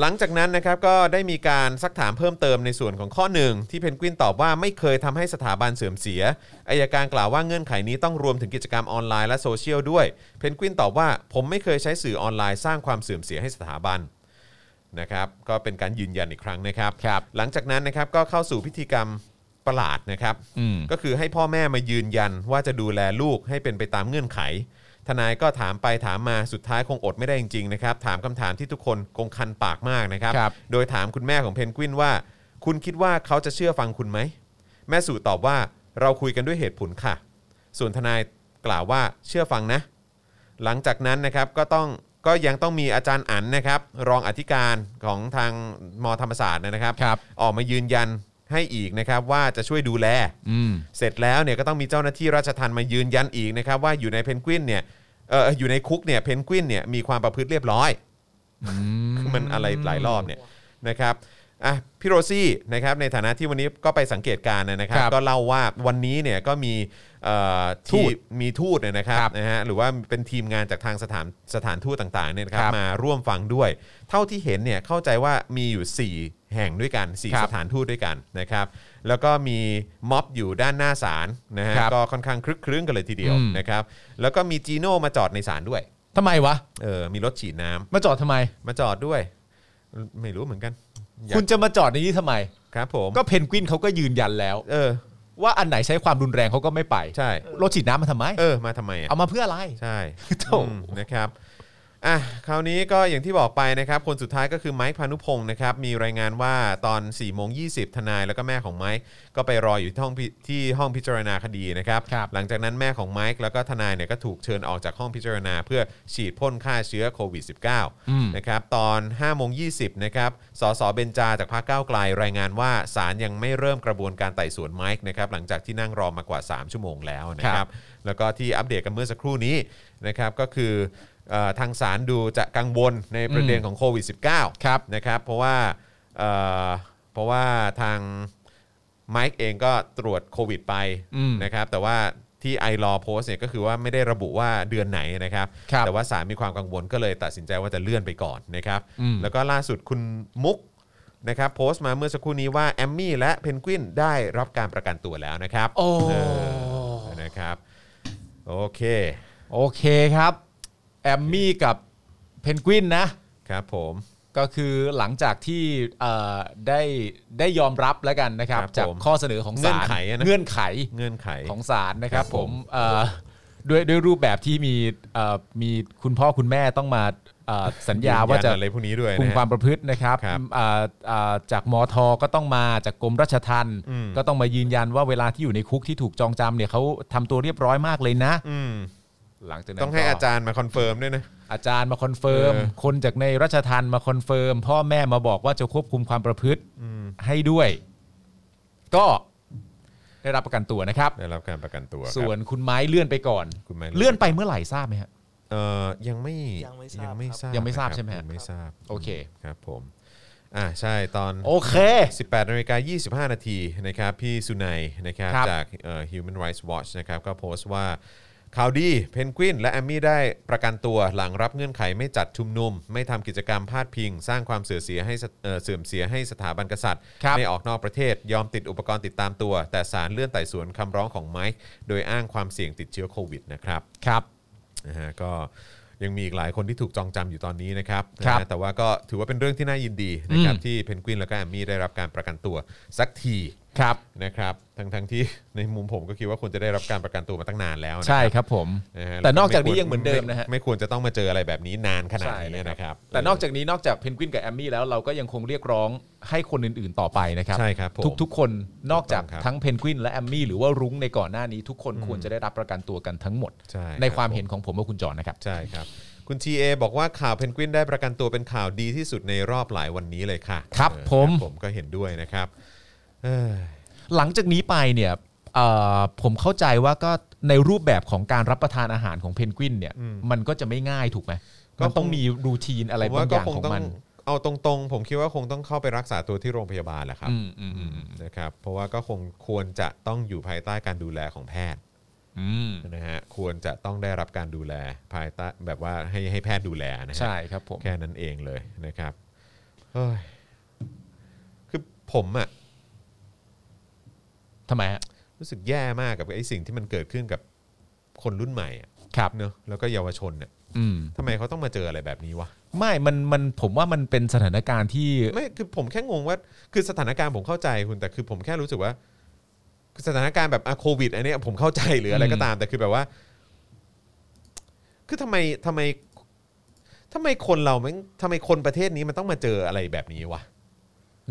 B: หลังจากนั้นนะครับก็ได้มีการซักถามเพิ่มเติมในส่วนของข้อหนึ่งที่เพนกวินตอบว่าไม่เคยทำให้สถาบันเสื่อมเสียอายการกล่าวว่าเงื่อนไขนี้ต้องรวมถึงกิจกรรมออนไลน์และโซเชียลด้วยเพนกวินตอบว่าผมไม่เคยใช้สื่อออนไลน์สร้างความเสื่อมเสียให้สถาบันนะครับก็เป็นการยืนยันอีกครั้งนะครับ
C: ครับ
B: หลังจากนั้นนะครับก็เข้าสู่พิธีกรรมประหลาดนะครับ
C: อืม
B: ก็คือให้พ่อแม่มายืนยันว่าจะดูแลลูกให้เป็นไปตามเงื่อนไข ทนายก็ถามไปถามมาสุดท้ายคงอดไม่ได้จริงๆนะครับ ถามคำถามที่ทุกคนคงคันปากมากนะครับ
C: ครับ
B: โดยถามคุณแม่ของเพนกวินว่า คุณคิดว่าเขาจะเชื่อฟังคุณไหม แม่สู่ตอบว่าเราคุยกันด้วยเหตุผลค่ะ ส่วนทนายกล่าวว่าเชื่อฟังนะ หลังจากนั้นนะครับก็ต้องก็ยังต้องมีอาจารย์อั๋นนะครับ รองอธิการของทางมธรรมศาสตร์นะครับ
C: ครับ
B: ออกมายืนยันให้อีกนะครับว่าจะช่วยดูแล
C: อืม
B: เสร็จแล้วเนี่ยก็ต้องมีเจ้าหน้าที่ราชทันมายืนยันอีกนะครับ ว่าอยู่ในเพนกวินเนี่ยเอออยู่ในคุกเนี่ยเพนกวินเนี่ยมีความประพฤติเรียบร้อย [LAUGHS] คือมันอะไรหลายรอบเนี่ยนะครับอ่ะพี่โรซี่นะครับในฐานะที่วันนี้ก็ไปสังเกตการณ์นะครับ
C: ครับ
B: ก็เล่าว่าวันนี้เนี่ยก็มีเอ่อที่
C: ทูต
B: มีทูตเนี่ยนะครับ
C: ครับ
B: นะฮะหรือว่าเป็นทีมงานจากทางสถานสถานทูตต่างๆเนี่ยนะครับ
C: ครับ
B: มาร่วมฟังด้วย เท่าที่เห็นเนี่ยเข้าใจว่ามีอยู่ 4 แห่งด้วยกันสี่
C: ค
B: สถา
C: รับ
B: น สถานทูตด้วยกันนะครับ แล้วก็มีม็อบอยู่ด้านหน้าศาลนะฮะ
C: ครับ
B: ก็ค่อนข้างคลึกครื้นกันเลยทีเดียว
C: อืม
B: นะครับ แล้วก็มีจีโน่มาจอดในศาลด้วย
C: ทำไมวะ
B: เออมีรถฉีดน้ำ
C: มาจอดทำไม
B: มาจอดด้วย ไม่รู้เหมือนกันอยาก
C: คุณจะมาจอดในนี้ทำไม
B: ครับผม
C: ก็เพนกวินเขาก็ยืนยันแล้ว
B: เออ
C: ว่าอันไหนใช้ความรุนแรงเขาก็ไม่ไป
B: ใช่
C: รถฉีดน้ำมาทำไม
B: เออมาทำไมอ่ะ
C: เอามาเพื่ออะไร
B: ใช่อืมนะครับอ่ะคราวนี้ก็อย่างที่บอกไปนะครับ คนสุดท้ายก็คือไมค์พานุพงศ์นะครับ มีรายงานว่าตอน4ี่โมงยีทนายแล้วก็แม่ของไมค์ก็ไปรออยู่ที่ห้องพิที่ห้องพิจารณาคดีนะครับ
C: ครับ
B: หลังจากนั้นแม่ของไมค์แล้วก็ทนายเนี่ยก็ถูกเชิญออกจากห้องพิจารณา เพื่อฉีดพ่นฆ่าเชื้อโควิด -19 นะครับตอน5้าโมงยีนะครับสสเบญจาจากพรรคก้าวไกลรายงานว่าศาลยังไม่เริ่มกระบวนการไต่สวนไมค์นะครับหลังจากที่นั่งรอมากว่า 3 ชั่วโมงแล้วนะครับ แล้วก็ที่อัปเดตกันเมื่อสักครู่นี้นะครับก็คือเอ่อทางศาลดูจะกังวลในประเด็นของโควิด -19
C: ครับ
B: นะครับเพราะว่าเอ่อเพราะว่าทางไมค์เองก็ตรวจโควิดไป
C: อืม
B: นะครับแต่ว่าที่ไอรอโพสเนี่ยก็คือว่าไม่ได้ระบุว่าเดือนไหนนะครับ
C: ครับ
B: แต่ว่าสารมีความกังวลก็เลยตัดสินใจว่าจะเลื่อนไปก่อนนะครับ
C: อืม
B: แล้วก็ล่าสุดคุณมุกนะครับโพสต์มาเมื่อสักครู่นี้ว่าแอมมี่และเพนกวินได้รับการประกันตัวแล้วนะครับ
C: โอ้
B: เออนะครับโอเค
C: โอเคครับ แอมมี่กับเพนกวินนะ
B: ครับผม
C: ก็คือหลังจากที่เอ่อได้ได้ยอมรับแล้วกันนะครับ จากข้อเสนอของศาลเงื่อนไข
B: เงื่อนไข
C: ของศาลนะค
B: ค
C: รั
B: รับ บ
C: ผ
B: ผม ม
C: เอ่อด้วยด้วยรูปแบบที่มีเอ่อมีคุณพ่อคุณแม่ต้องมาเอ่อสัญญาว่าจะ
B: นอะไรพวกนี้ด้วย
C: คุม
B: นะ
C: ควา
B: ฮะ
C: มประพฤตินะครับ
B: ครับ
C: เอ่อเอ่อจากมอทอก็ต้องมาจากกรมราชทัณฑ์
B: อืม
C: ก็ต้องมายืนยันว่าเวลาที่อยู่ในคุกที่ถูกจองจำเนี่ยเขาทำตัวเรียบร้อยมากเลยนะ
B: อืม
C: หลังจากนั้น
B: ต้องให้
C: ก็
B: อาจารย์มาคอนเฟิร์มด้วยนะ
C: อาจารย์มาคอนเฟิร์ม
B: เออ
C: คนจากในราชทัณฑ์มาคอนเฟิร์มพ่อแม่มาบอกว่าจะควบคุมความประพฤติให้ด้วย ก็ได้รับประกันตัวนะครับ
B: ได้รับการประกันตัวครับ
C: ส่วนคุณไม้เลื่อนไปก่อน
B: คุณไม้เลื่อน
C: เลื่อนไปเมื่อไหร่ทราบไหมฮะ
B: เอ่อยังไม่
D: ยังไม่ทราบ
C: ยังไม่ทราบใช่ไหม
B: นะค
C: ฮะ
B: ยังไม่ทราบ
C: โอเค
B: ครับผมอ่าใช่ตอน
C: โอเค
B: 18นาฬิกา25 นาทีนะครับพี่สุนัยนะครับ
C: ครับ
B: จากเอ่อ Human Rights Watch นะครับก็โพสต์ว่าข่าวดีเพนกวินและแอมมี่ได้ประกันตัวหลังรับเงื่อนไขไม่จัดชุมนุม ไม่ทำกิจกรรมพาดพิง สร้างความเสื่อมเสียให้สเอ่อเสื่อมเสียให้สถาบันกษัตริย์
C: ครับ
B: ไม่ออกนอกประเทศยอมติดอุปกรณ์ติดตามตัว แต่ศาลเลื่อนไต่สวนคำร้องของไมค์โดยอ้างความเสี่ยงติดเชื้อโควิดนะครับ
C: ครับ
B: นะฮะก็ยังมีอีกหลายคนที่ถูกจองจำอยู่ตอนนี้นะครับ
C: ครับ
B: นะฮะแต่ว่าก็ถือว่าเป็นเรื่องที่น่ายินดีนะครับ
C: อืม
B: ที่เพนกวินแล้วก็แอมมี่ได้รับการประกันตัวสักที
C: ครับ
B: นะครับทั้งทั้งๆที่ ในมุมผมก็คิดว่าควรจะได้รับการประกันตัวมาตั้งนานแล้วนะ
C: ใช่ครับผม
B: นะฮะ
C: แต่นอกจาก
B: ล้ว
C: นี้ยังเหมือนเดิมนะฮะ
B: ไไม่ควรจะต้องมาเจออะไรแบบนี้นานขนาดนี้นะครับ
C: แต่นอกจากนี้นอกจากเพนกวินกับแอมมี่แล้วเราก็ยังคงเรียกร้องให้คนอื่นๆต่อไปนะครับ
B: ใช่ครับผม
C: ทุกๆคนนอกจาก
B: ถูกต้องครับ
C: ทั้งเพนกวินและแอมมี่หรือว่ารุ้งในก่อนหน้านี้ทุกคนควรจะได้รับประกันตัวกันทั้งหมด
B: ใช่ครับ
C: ความเห็นของผมว่าคุณจอนนะครับ
B: ใช่ครับ คุณ TA บอกว่าข่าวเพนกวินได้ประกันตัวเป็นข่าวดีที่สุดในรอบหลายวันนี้เลยค่ะ
C: ครับ
B: เออ
C: ผม
B: ผมก็เห็นด้วยนะครับเออ
C: หลังจากนี้ไปเนี่ยเอ่อผมเข้าใจว่าก็ในรูปแบบของการรับประทานอาหารของเพนกวินเนี่ย มันก็จะไม่ง่ายถูกไหม
B: ก็
C: มัน
B: คง
C: ต้องมีรูทีนอะไร
B: ผม
C: บา
B: ว่าง
C: อ
B: ก็
C: ย่าง
B: คง
C: ของ
B: ต้อง
C: มัน
B: เอาตรงๆ ผมคิดว่าคงต้องเข้าไปรักษาตัวที่โรงพยาบาลแหละครับ
C: อืมอืมอืมอืม
B: นะครับ เพราะว่าก็คงควรจะต้องอยู่ภายใต้การดูแลของแพทย์
C: อืม
B: นะฮะควรจะต้องได้รับการดูแลภายใต้แบบว่าให้ให้แพทย์ดูแลนะฮะ
C: ใช่ครับผม
B: แค่นั้นเองเลยนะครับเฮ้ยคือผมอะ
C: ทำไมฮะ
B: รู้สึกแย่มากกับไอ้สิ่งที่มันเกิดขึ้นกับคนรุ่นใหม่อะ
C: ครับ
B: เนอะแล้วก็เยาวชนเนี่ย
C: อืม
B: ทำไมเขาต้องมาเจออะไรแบบนี้วะ
C: ไม่ มัน มัน ผมว่ามันเป็นสถานการณ์ที่
B: ไม่คือผมแค่งงว่าคือสถานการณ์ผมเข้าใจคุณแต่คือผมแค่รู้สึกว่าคือสถานการณ์แบบอะโควิดอันเนี้ยผมเข้าใจหรืออะไร
C: อืม
B: ก็ตาม แต่คือแบบว่า คือทำไมทำไมทำไมคนเราแม่งทำไมคนประเทศนี้มันต้องมาเจออะไรแบบนี้วะ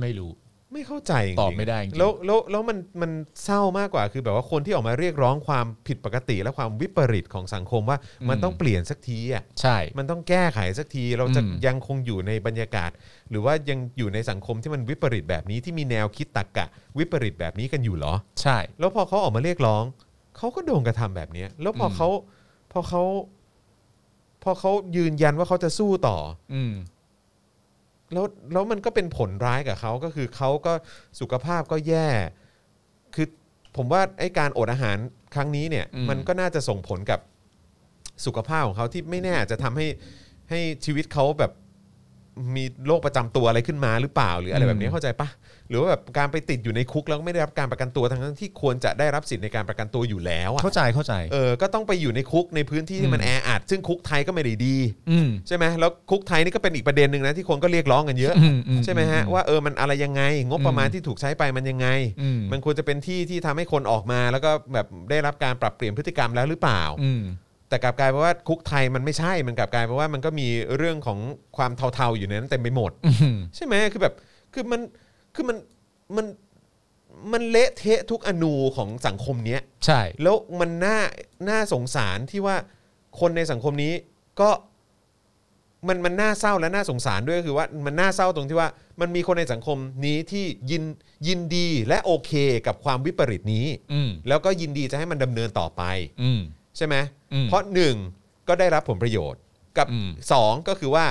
C: ไม่รู้
B: ไม่เข้าใจจริงๆ
C: ตอบไม่ได้จริงๆ
B: แล้วแล้วแล้วมันมันเศร้ามากกว่า คือแบบว่าคนที่ออกมาเรียกร้องความผิดปกติ และความวิปริตของสังคมว่า มันต้องเปลี่ยนสักทีอ่ะ
C: ใช่
B: มันต้องแก้ไขสักทีเราจะ
C: อืม
B: ยังคงอยู่ในบรรยากาศ หรือว่ายังอยู่ในสังคมที่มันวิปริตแบบนี้ที่มีแนวคิดตรรกะ วิปริตแบบนี้กันอยู่เหรอ
C: ใช่
B: แล้วพอเขาออกมาเรียกร้อง เขาก็โดนกระทำแบบเนี้ยแล้วพออ
C: ม
B: เขาพอเขาพอเขายืนยันว่าเขาจะสู้ต่อ
C: อืม
B: แล้วแล้วมันก็เป็นผลร้ายกับเขาก็คือเขาก็สุขภาพก็แย่ คือผมว่าไอ้การอดอาหารครั้งนี้เนี่ย
C: อืม
B: มันก็น่าจะส่งผลกับสุขภาพของเขาที่ไม่แน่อาจจะทำให้ให้ชีวิตเขาแบบ มีโรคประจำตัวอะไรขึ้นมาหรือเปล่าหรืออะไรแบบนี้เข้าใจปะหรือว่าแบบการไปติดอยู่ในคุกแล้วไม่ได้รับการประกันตัวทั้งๆที่ควรจะได้รับสิทธิ์ในการประกันตัวอยู่แล้วอะ
C: เข้าใจเข้าใจ
B: เออ ก็ต้องไปอยู่ในคุกในพื้นที่ที่มัน
C: อืม
B: แออัด ซึ่งคุกไทยก็ไม่ได้ดี
C: อืม
B: ใช่ไหมแล้วคุกไทยนี่ก็เป็นอีกประเด็นหนึ่งนะที่คนก็เรียกร้องกันเยอะ
C: อืมอืม
B: ใช่ไหมฮะ
C: อืม
B: ว่าเออมันอะไรยังไง งบประมาณ
C: อืม
B: ที่ถูกใช้ไปมันยังไง
C: อืม
B: มันควรจะเป็นที่ที่ทำให้คนออกมา แล้วก็แบบได้รับการปรับเปลี่ยนพฤติกรรมแล้วหรือเปล่า
C: อืม
B: แต่กลับกลายเป็นว่าคุกไทยมันไม่ใช่มันกลับกลายเป็นว่ามันก็มีเรื่องของความเทาๆอยู่ในนั้นเต็มไปหมด
C: อืม
B: ใช่ไหมคือแบบ คือมัน คือมัน มัน มันเละเทะทุกอนูของสังคมเนี้ย
C: ใช่
B: แล้วมันน่าน่าสงสารที่ว่าคนในสังคมนี้ก็มันมันน่าเศร้าและน่าสงสารด้วยก็คือว่ามันน่าเศร้าตรงที่ว่า มันมีคนในสังคมนี้ที่ยินยินดีและโอเคกับความวิปริตนี้
C: อืม
B: แล้วก็ยินดีจะให้มันดำเนินต่อไป
C: อืม
B: ใช่ไหม
C: อืม
B: เพราะหนึ่งก็ได้รับผลประโยชน์กับ
C: อืม
B: สองก็คือว่า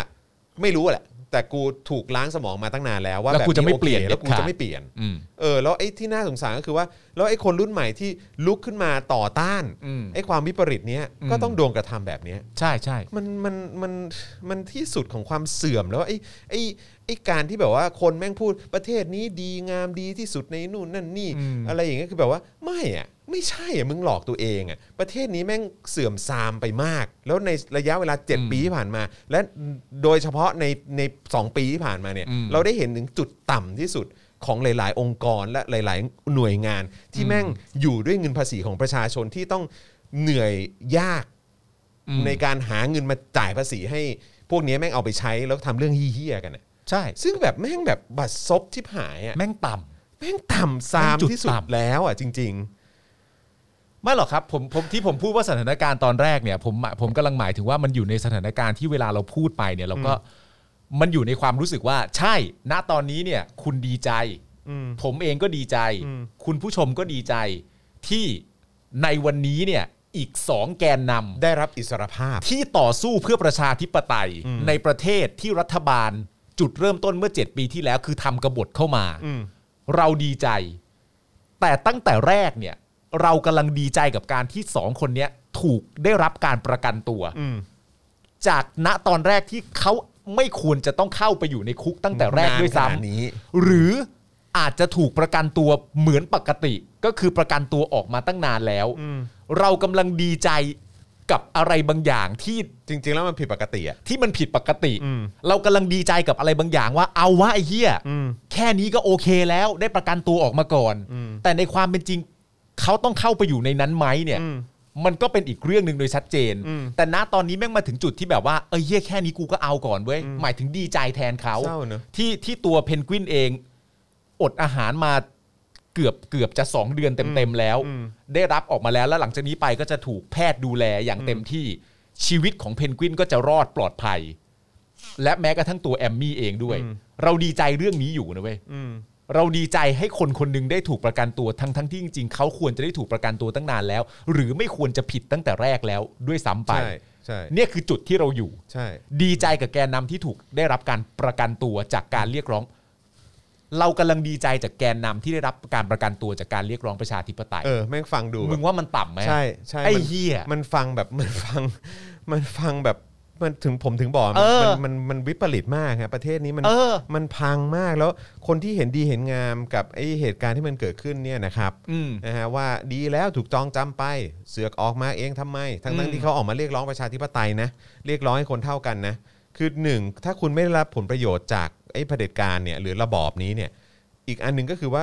B: ไม่รู้แหละ แต่กูถูกล้างสมองมาตั้งนานแล้วว่า
C: แล้ว
B: แบบ
C: กูจะไม่
B: โอค
C: เปลี่ยน
B: แล้วกู
C: เด็ดขาด
B: จะไม่เปลี่ยน
C: อืม
B: เออแล้วไอ้ที่น่าสงสารก็คือว่าแล้วไอ้คนรุ่นใหม่ที่ลุกขึ้นมาต่อต้าน
C: อืม
B: ไอ้ความวิปริตเนี้ย
C: อืม
B: ก็ต้องโดนกระทำแบบเนี้ย
C: ใช่ใช่
B: มันมันมันมันที่สุดของความเสื่อมแล้วไอ้ไอ้ไอ้การที่แบบว่าคนแม่งพูดประเทศนี้ดีงามดีที่สุดในนู่นนั่นนี่
C: อืม
B: อะไรอย่างเงี้ยคือแบบว่าไม่อะไม่ใช่อะมึงหลอกตัวเองอะประเทศนี้แม่งเสื่อมทรามไปมาก แล้วในระยะเวลา 7 ปีที่ผ่านมา และโดยเฉพาะในในสองปีที่ผ่านมาเนี่ย
C: อืม
B: เราได้เห็นถึงจุดต่ำที่สุดของหลาย ๆ องค์กรและหลาย ๆ หน่วยงานที่แม่งอยู่ด้วยเงินภาษีของประชาชนที่ต้องเหนื่อยยาก
C: อืม
B: ในการหาเงินมาจ่ายภาษีให้พวกเนี้ยแม่งเอาไปใช้แล้วทำเรื่องเฮี้ยๆกันอะ
C: ใช่
B: ซึ่งแบบแม่งแบบบัตรซบที่หายอะ
C: แม่งต่ำ
B: แม่งต่ำซาม
C: แม่งจุด
B: ที่สุด
C: ต่ำ
B: แล้วอ่ะจริง
C: ไม่หรอกครับผมผมที่ผมพูดว่าสถานการณ์ตอนแรกเนี่ยผมผมกำลังหมายถึงว่ามันอยู่ในสถานการณ์ที่เวลาเราพูดไปเนี่ยเราก็มันอยู่ในความรู้สึกว่า ใช่ ณตอนนี้เนี่ย คุณดีใจ
B: ๆ อืม
C: ผมเองก็ดีใจ
B: อืม
C: คุณผู้ชมก็ดีใจที่ในวันนี้เนี่ยอีกสองแกนนำ
B: ได้รับอิสรภาพ
C: ที่ต่อสู้เพื่อประชาธิปไตยในประเทศที่รัฐบาลจุดเริ่มต้นเมื่อ 7 ปีที่แล้วคือทำกบฏเข้ามา
B: อืม
C: เราดีใจ แต่ตั้งแต่แรกเนี่ย เรากำลังดีใจกับการที่สองคนเนี้ยถูกได้รับการประกันตัว
B: อืม
C: จากณตอนแรกที่เขาไม่ควรจะต้องเข้าไปอยู่ในคุกตั้งแต่แรกด้วยซ้
B: นานขนาดนี้
C: ำหรืออาจจะถูกประกันตัวเหมือนปกติ ก็คือประกันตัวออกมาตั้งนานแล้ว
B: อืม
C: เรากำลังดีใจกับอะไรบางอย่างที่
B: จริง ๆ แล้วมันผิดปกติอ่ะ
C: ที่มันผิดปกติ
B: อืม
C: เรากำลังดีใจกับอะไรบางอย่างว่าเอาวะไอ้เหี้ย
B: อืม
C: แค่นี้ก็โอเคแล้วได้ประกันตัวออกมาก่อน
B: อืม
C: แต่ในความเป็นจริง เขาต้องเข้าไปอยู่ในนั้นไหมเนี่ย
B: อืม
C: มันก็เป็นอีกเรื่องหนึ่งโดยชัดเจน
B: อืม
C: แต่ณตอนนี้แม่งมาถึงจุดที่แบบว่าเอ้ยเหี้ยแค่นี้กูก็เอาก่อนเว้ย
B: อืม
C: หมายถึงดีใจแทนเขา
B: เศร้าเนอะ
C: ที่ที่ตัวเพนกวินเอง อดอาหารมาเกือบเกือบจะสองเดือนเต็มๆแล้ว
B: อืม
C: ได้รับออกมาแล้วแล้วหลังจากนี้ไปก็จะถูกแพทย์ดูแลอย่างเต็มที่ชีวิตของเพนกวินก็จะรอดปลอดภัย และแม้กระทั่งตัวแอมมี่เองด้วย
B: อืม
C: เราดีใจเรื่องนี้อยู่นะเว้ย
B: อืม
C: เราดีใจให้คนคนหนึงได้ถูกประกันตัวทั้งทั้งที่จริงๆเขาควรจะได้ถูกประกันตัวตั้งนานแล้ว หรือไม่ควรจะผิดตั้งแต่แรกแล้วด้วยซ้ำไป
B: ใช่ ใช่
C: เนี่ยคือจุดที่เราอยู่
B: ใช่
C: ดีใจกับแกนนำที่ถูกได้รับการประกันตัวจากการเรียกร้อง เรากำลังดีใจจากแกนนำที่ได้รับการประกันตัวจากการเรียกร้องประชาธิปไตย
B: เออ แม่งฟังดู
C: มึงว่ามันต่ำไหม
B: ใช่ใช่
C: ไอ้
B: มัน
C: เหี้ย
B: มันฟังแบบ [LAUGHS] มันฟัง มันฟังแบบ มันถึงผมถึงบอก
C: เออ
B: มันมันมันมันวิปริตมากฮะประเทศนี้มัน
C: เออ
B: มันพังมากแล้วคนที่เห็นดีเห็นงามกับไอเหตุการณ์ที่มันเกิดขึ้นเนี่ยนะครับ
C: อืม
B: นะฮะว่าดีแล้วถูกจองจำไปเสือกออกมาเองทำไม ทั้ง
C: อื
B: ทั้
C: ม
B: งที่เขาออกมาเรียกร้องประชาธิปไตยนะเรียกร้องให้คนเท่ากันนะคือหนึ่งถ้าคุณไม่ได้รับผลประโยชน์จากไอ้เผด็จการเนี่ยหรือระบอบนี้เนี่ยอีกอันหนึ่งก็คือว่า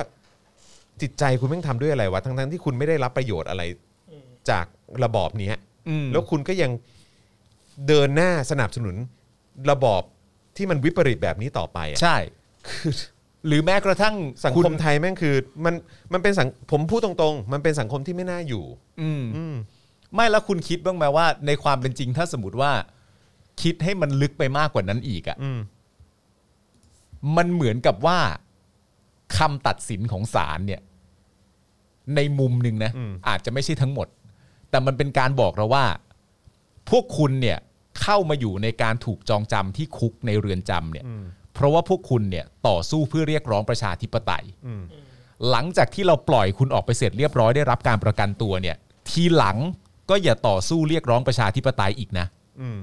B: จิตใจคุณแม่งทำด้วยอะไรวะทั้งทั้งที่คุณไม่ได้รับประโยชน์อะไร
D: อืม
B: จากระบอบเนี้ย
C: อืม
B: แล้วคุณก็ยังเดินหน้าสนับสนุนระบอบที่มันวิปริตแบบนี้ต่อไปอะ
C: ใช่ หรือแม้กระทั่ง
B: สัง
C: คุ
B: ค
C: ณ
B: มไทยแม่งคือมันมันเป็นสังผมพูดตรงๆ มันเป็นสังคมที่ไม่น่าอยู่
C: อืม
B: อืม
C: ไม่แล้วคุณคิดบ้างไหมว่า ในความเป็นจริงถ้าสมมติว่า คิดให้มันลึกไปมากกว่านั้นอีกอะ่ะ
B: อืม
C: มันเหมือนกับว่าคำตัดสินของศาลเนี่ย ในมุมหนึ่งนะ
B: อืม
C: อาจจะไม่ใช่ทั้งหมด แต่มันเป็นการบอกเราว่า พวกคุณเนี่ย เข้ามาอยู่ในการถูกจองจำที่คุกในเรือนจำเนี่ย
B: อืม
C: เพราะว่าพวกคุณเนี่ย ต่อสู้เพื่อเรียกร้องประชาธิปไตย
B: อืม
C: หลังจากที่เราปล่อยคุณออกไปเสร็จเรียบร้อยได้รับการประกันตัวเนี่ย ทีหลังก็อย่าต่อสู้เรียกร้องประชาธิปไตยอีกนะ
B: อืม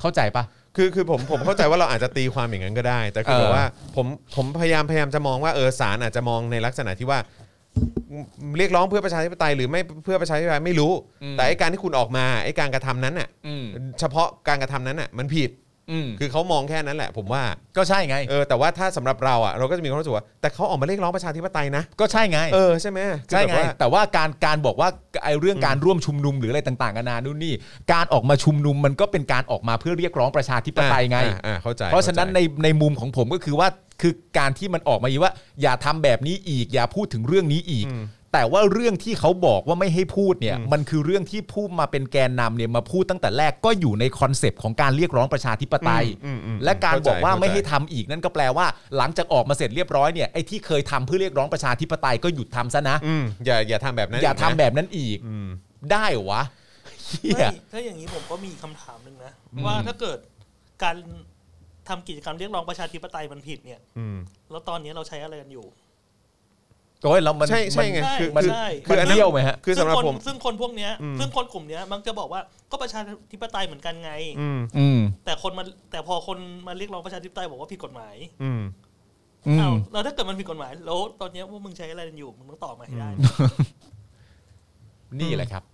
C: เข้าใจปะ
B: คือคือผมผมเข้าใจว่าเราอาจจะตีความอย่างนั้นก็ได้ แต่คือ
C: เออ
B: แบบว่าผมผมพยายามพยายามจะมองว่าเออสารอาจจะมองในลักษณะที่ว่า เรียกร้องเพื่อประชาธิปไตยหรือไม่เพื่อประชาธิปไตยไม่รู้
C: อืม
B: แต่ไอการที่คุณออกมาไอการกระทำนั้นน่ะ
C: อืม
B: เฉพาะการกระทำนั้นน่ะมันผิด
C: อืม
B: คือเขามองแค่นั้นแหละ ผมว่า
C: ก็ใช่ไง
B: เออแต่ว่าถ้าสำหรับเราอ่ะเราก็จะมีความรู้สึกว่าแต่เขาออกมาเรียกร้องประชาธิปไตยนะ
C: ก็ใช่ไง
B: เออใช่ไหมคือ
C: ใช่
B: แบบ
C: ไง
B: ว่า
C: แต่ว่าการการบอกว่าไอ้เรื่องการร่วมชุมนุมหรืออะไรต่างๆกันานานู่นนี่ การออกมาชุมนุมมันก็เป็นการออกมาเพื่อเรียกร้องประชาธิปไตยไง
B: อ่าอ่าเข้าใจ
C: เพราะฉะนั้น
B: ข้
C: ใน
B: ใจ
C: ในมุมของผมก็คือว่าคือการที่มันออกมาอยู่ว่า อย่าทำแบบนี้อีก อย่าพูดถึงเรื่องนี้อีก แต่ว่าเรื่องที่เขาบอกว่าไม่ให้พูดเนี่ย มันคือเรื่องที่ผู้มาเป็นแกนนำเนี่ยมาพูดตั้งแต่แรกก็อยู่ในคอนเซปต์ของการเรียกร้องประชาธิปไตย
B: อืมอืม
C: และการบอกว่า
B: เข้จ
C: ไม่ให้
B: เข้จ
C: ทำอีกนั่นก็แปลว่า หลังจากออกมาเสร็จเรียบร้อยเนี่ยไอ้ที่เคยทำเพื่อเรียกร้องประชาธิปไตยก็หยุดทำซะนะ
B: อืมอย่าอย่าทำแบบนั้น
C: อย่าทำ
B: กนะ
C: แบบนั้นอีก
B: อืม
C: ได้เหรอวะเหี้ย
D: ไม่ถ้าอย่างนี้ผมก็มีคำถามหนึ่งนะ ว่าถ้าเกิดการทำกิจกรรมเรียกร้องประชาธิปไตยมันผิดเนี่ย
B: อืม
D: แล้วตอนนี้เราใช้อะไรกันอยู่
C: โอ้ยเรามัน
B: ใช่ใช่ไง
D: ใช่
B: คือ
C: มัน
B: คือ
D: ใช่
B: คืออัน
C: มัน
B: นั้น
C: เที่ยวไหมฮะ
B: คือสำหรับ
D: ซึ่งน
B: ผม
D: ซึ่งคนพวกเนี้ย
B: อืม
D: ซึ่งคนกลุ่มเนี้ยมักจะบอกว่าก็ประชาธิปไตยเหมือนกันไง
B: อืม
C: อืม
D: แต่คนมันแต่พอคนมาเรียกร้องประชาธิปไตยบอกว่าผิดกฎหมาย
B: อืม
C: อื
D: อ้าว
C: ม
D: แล้วถ้าเกิดมันผิดกฎหมายแล้วตอนเนี้ยพวกมึงใช้อะไรกันอยู่มึงต้องตอบมาให้ได้
C: นี่แหละครับ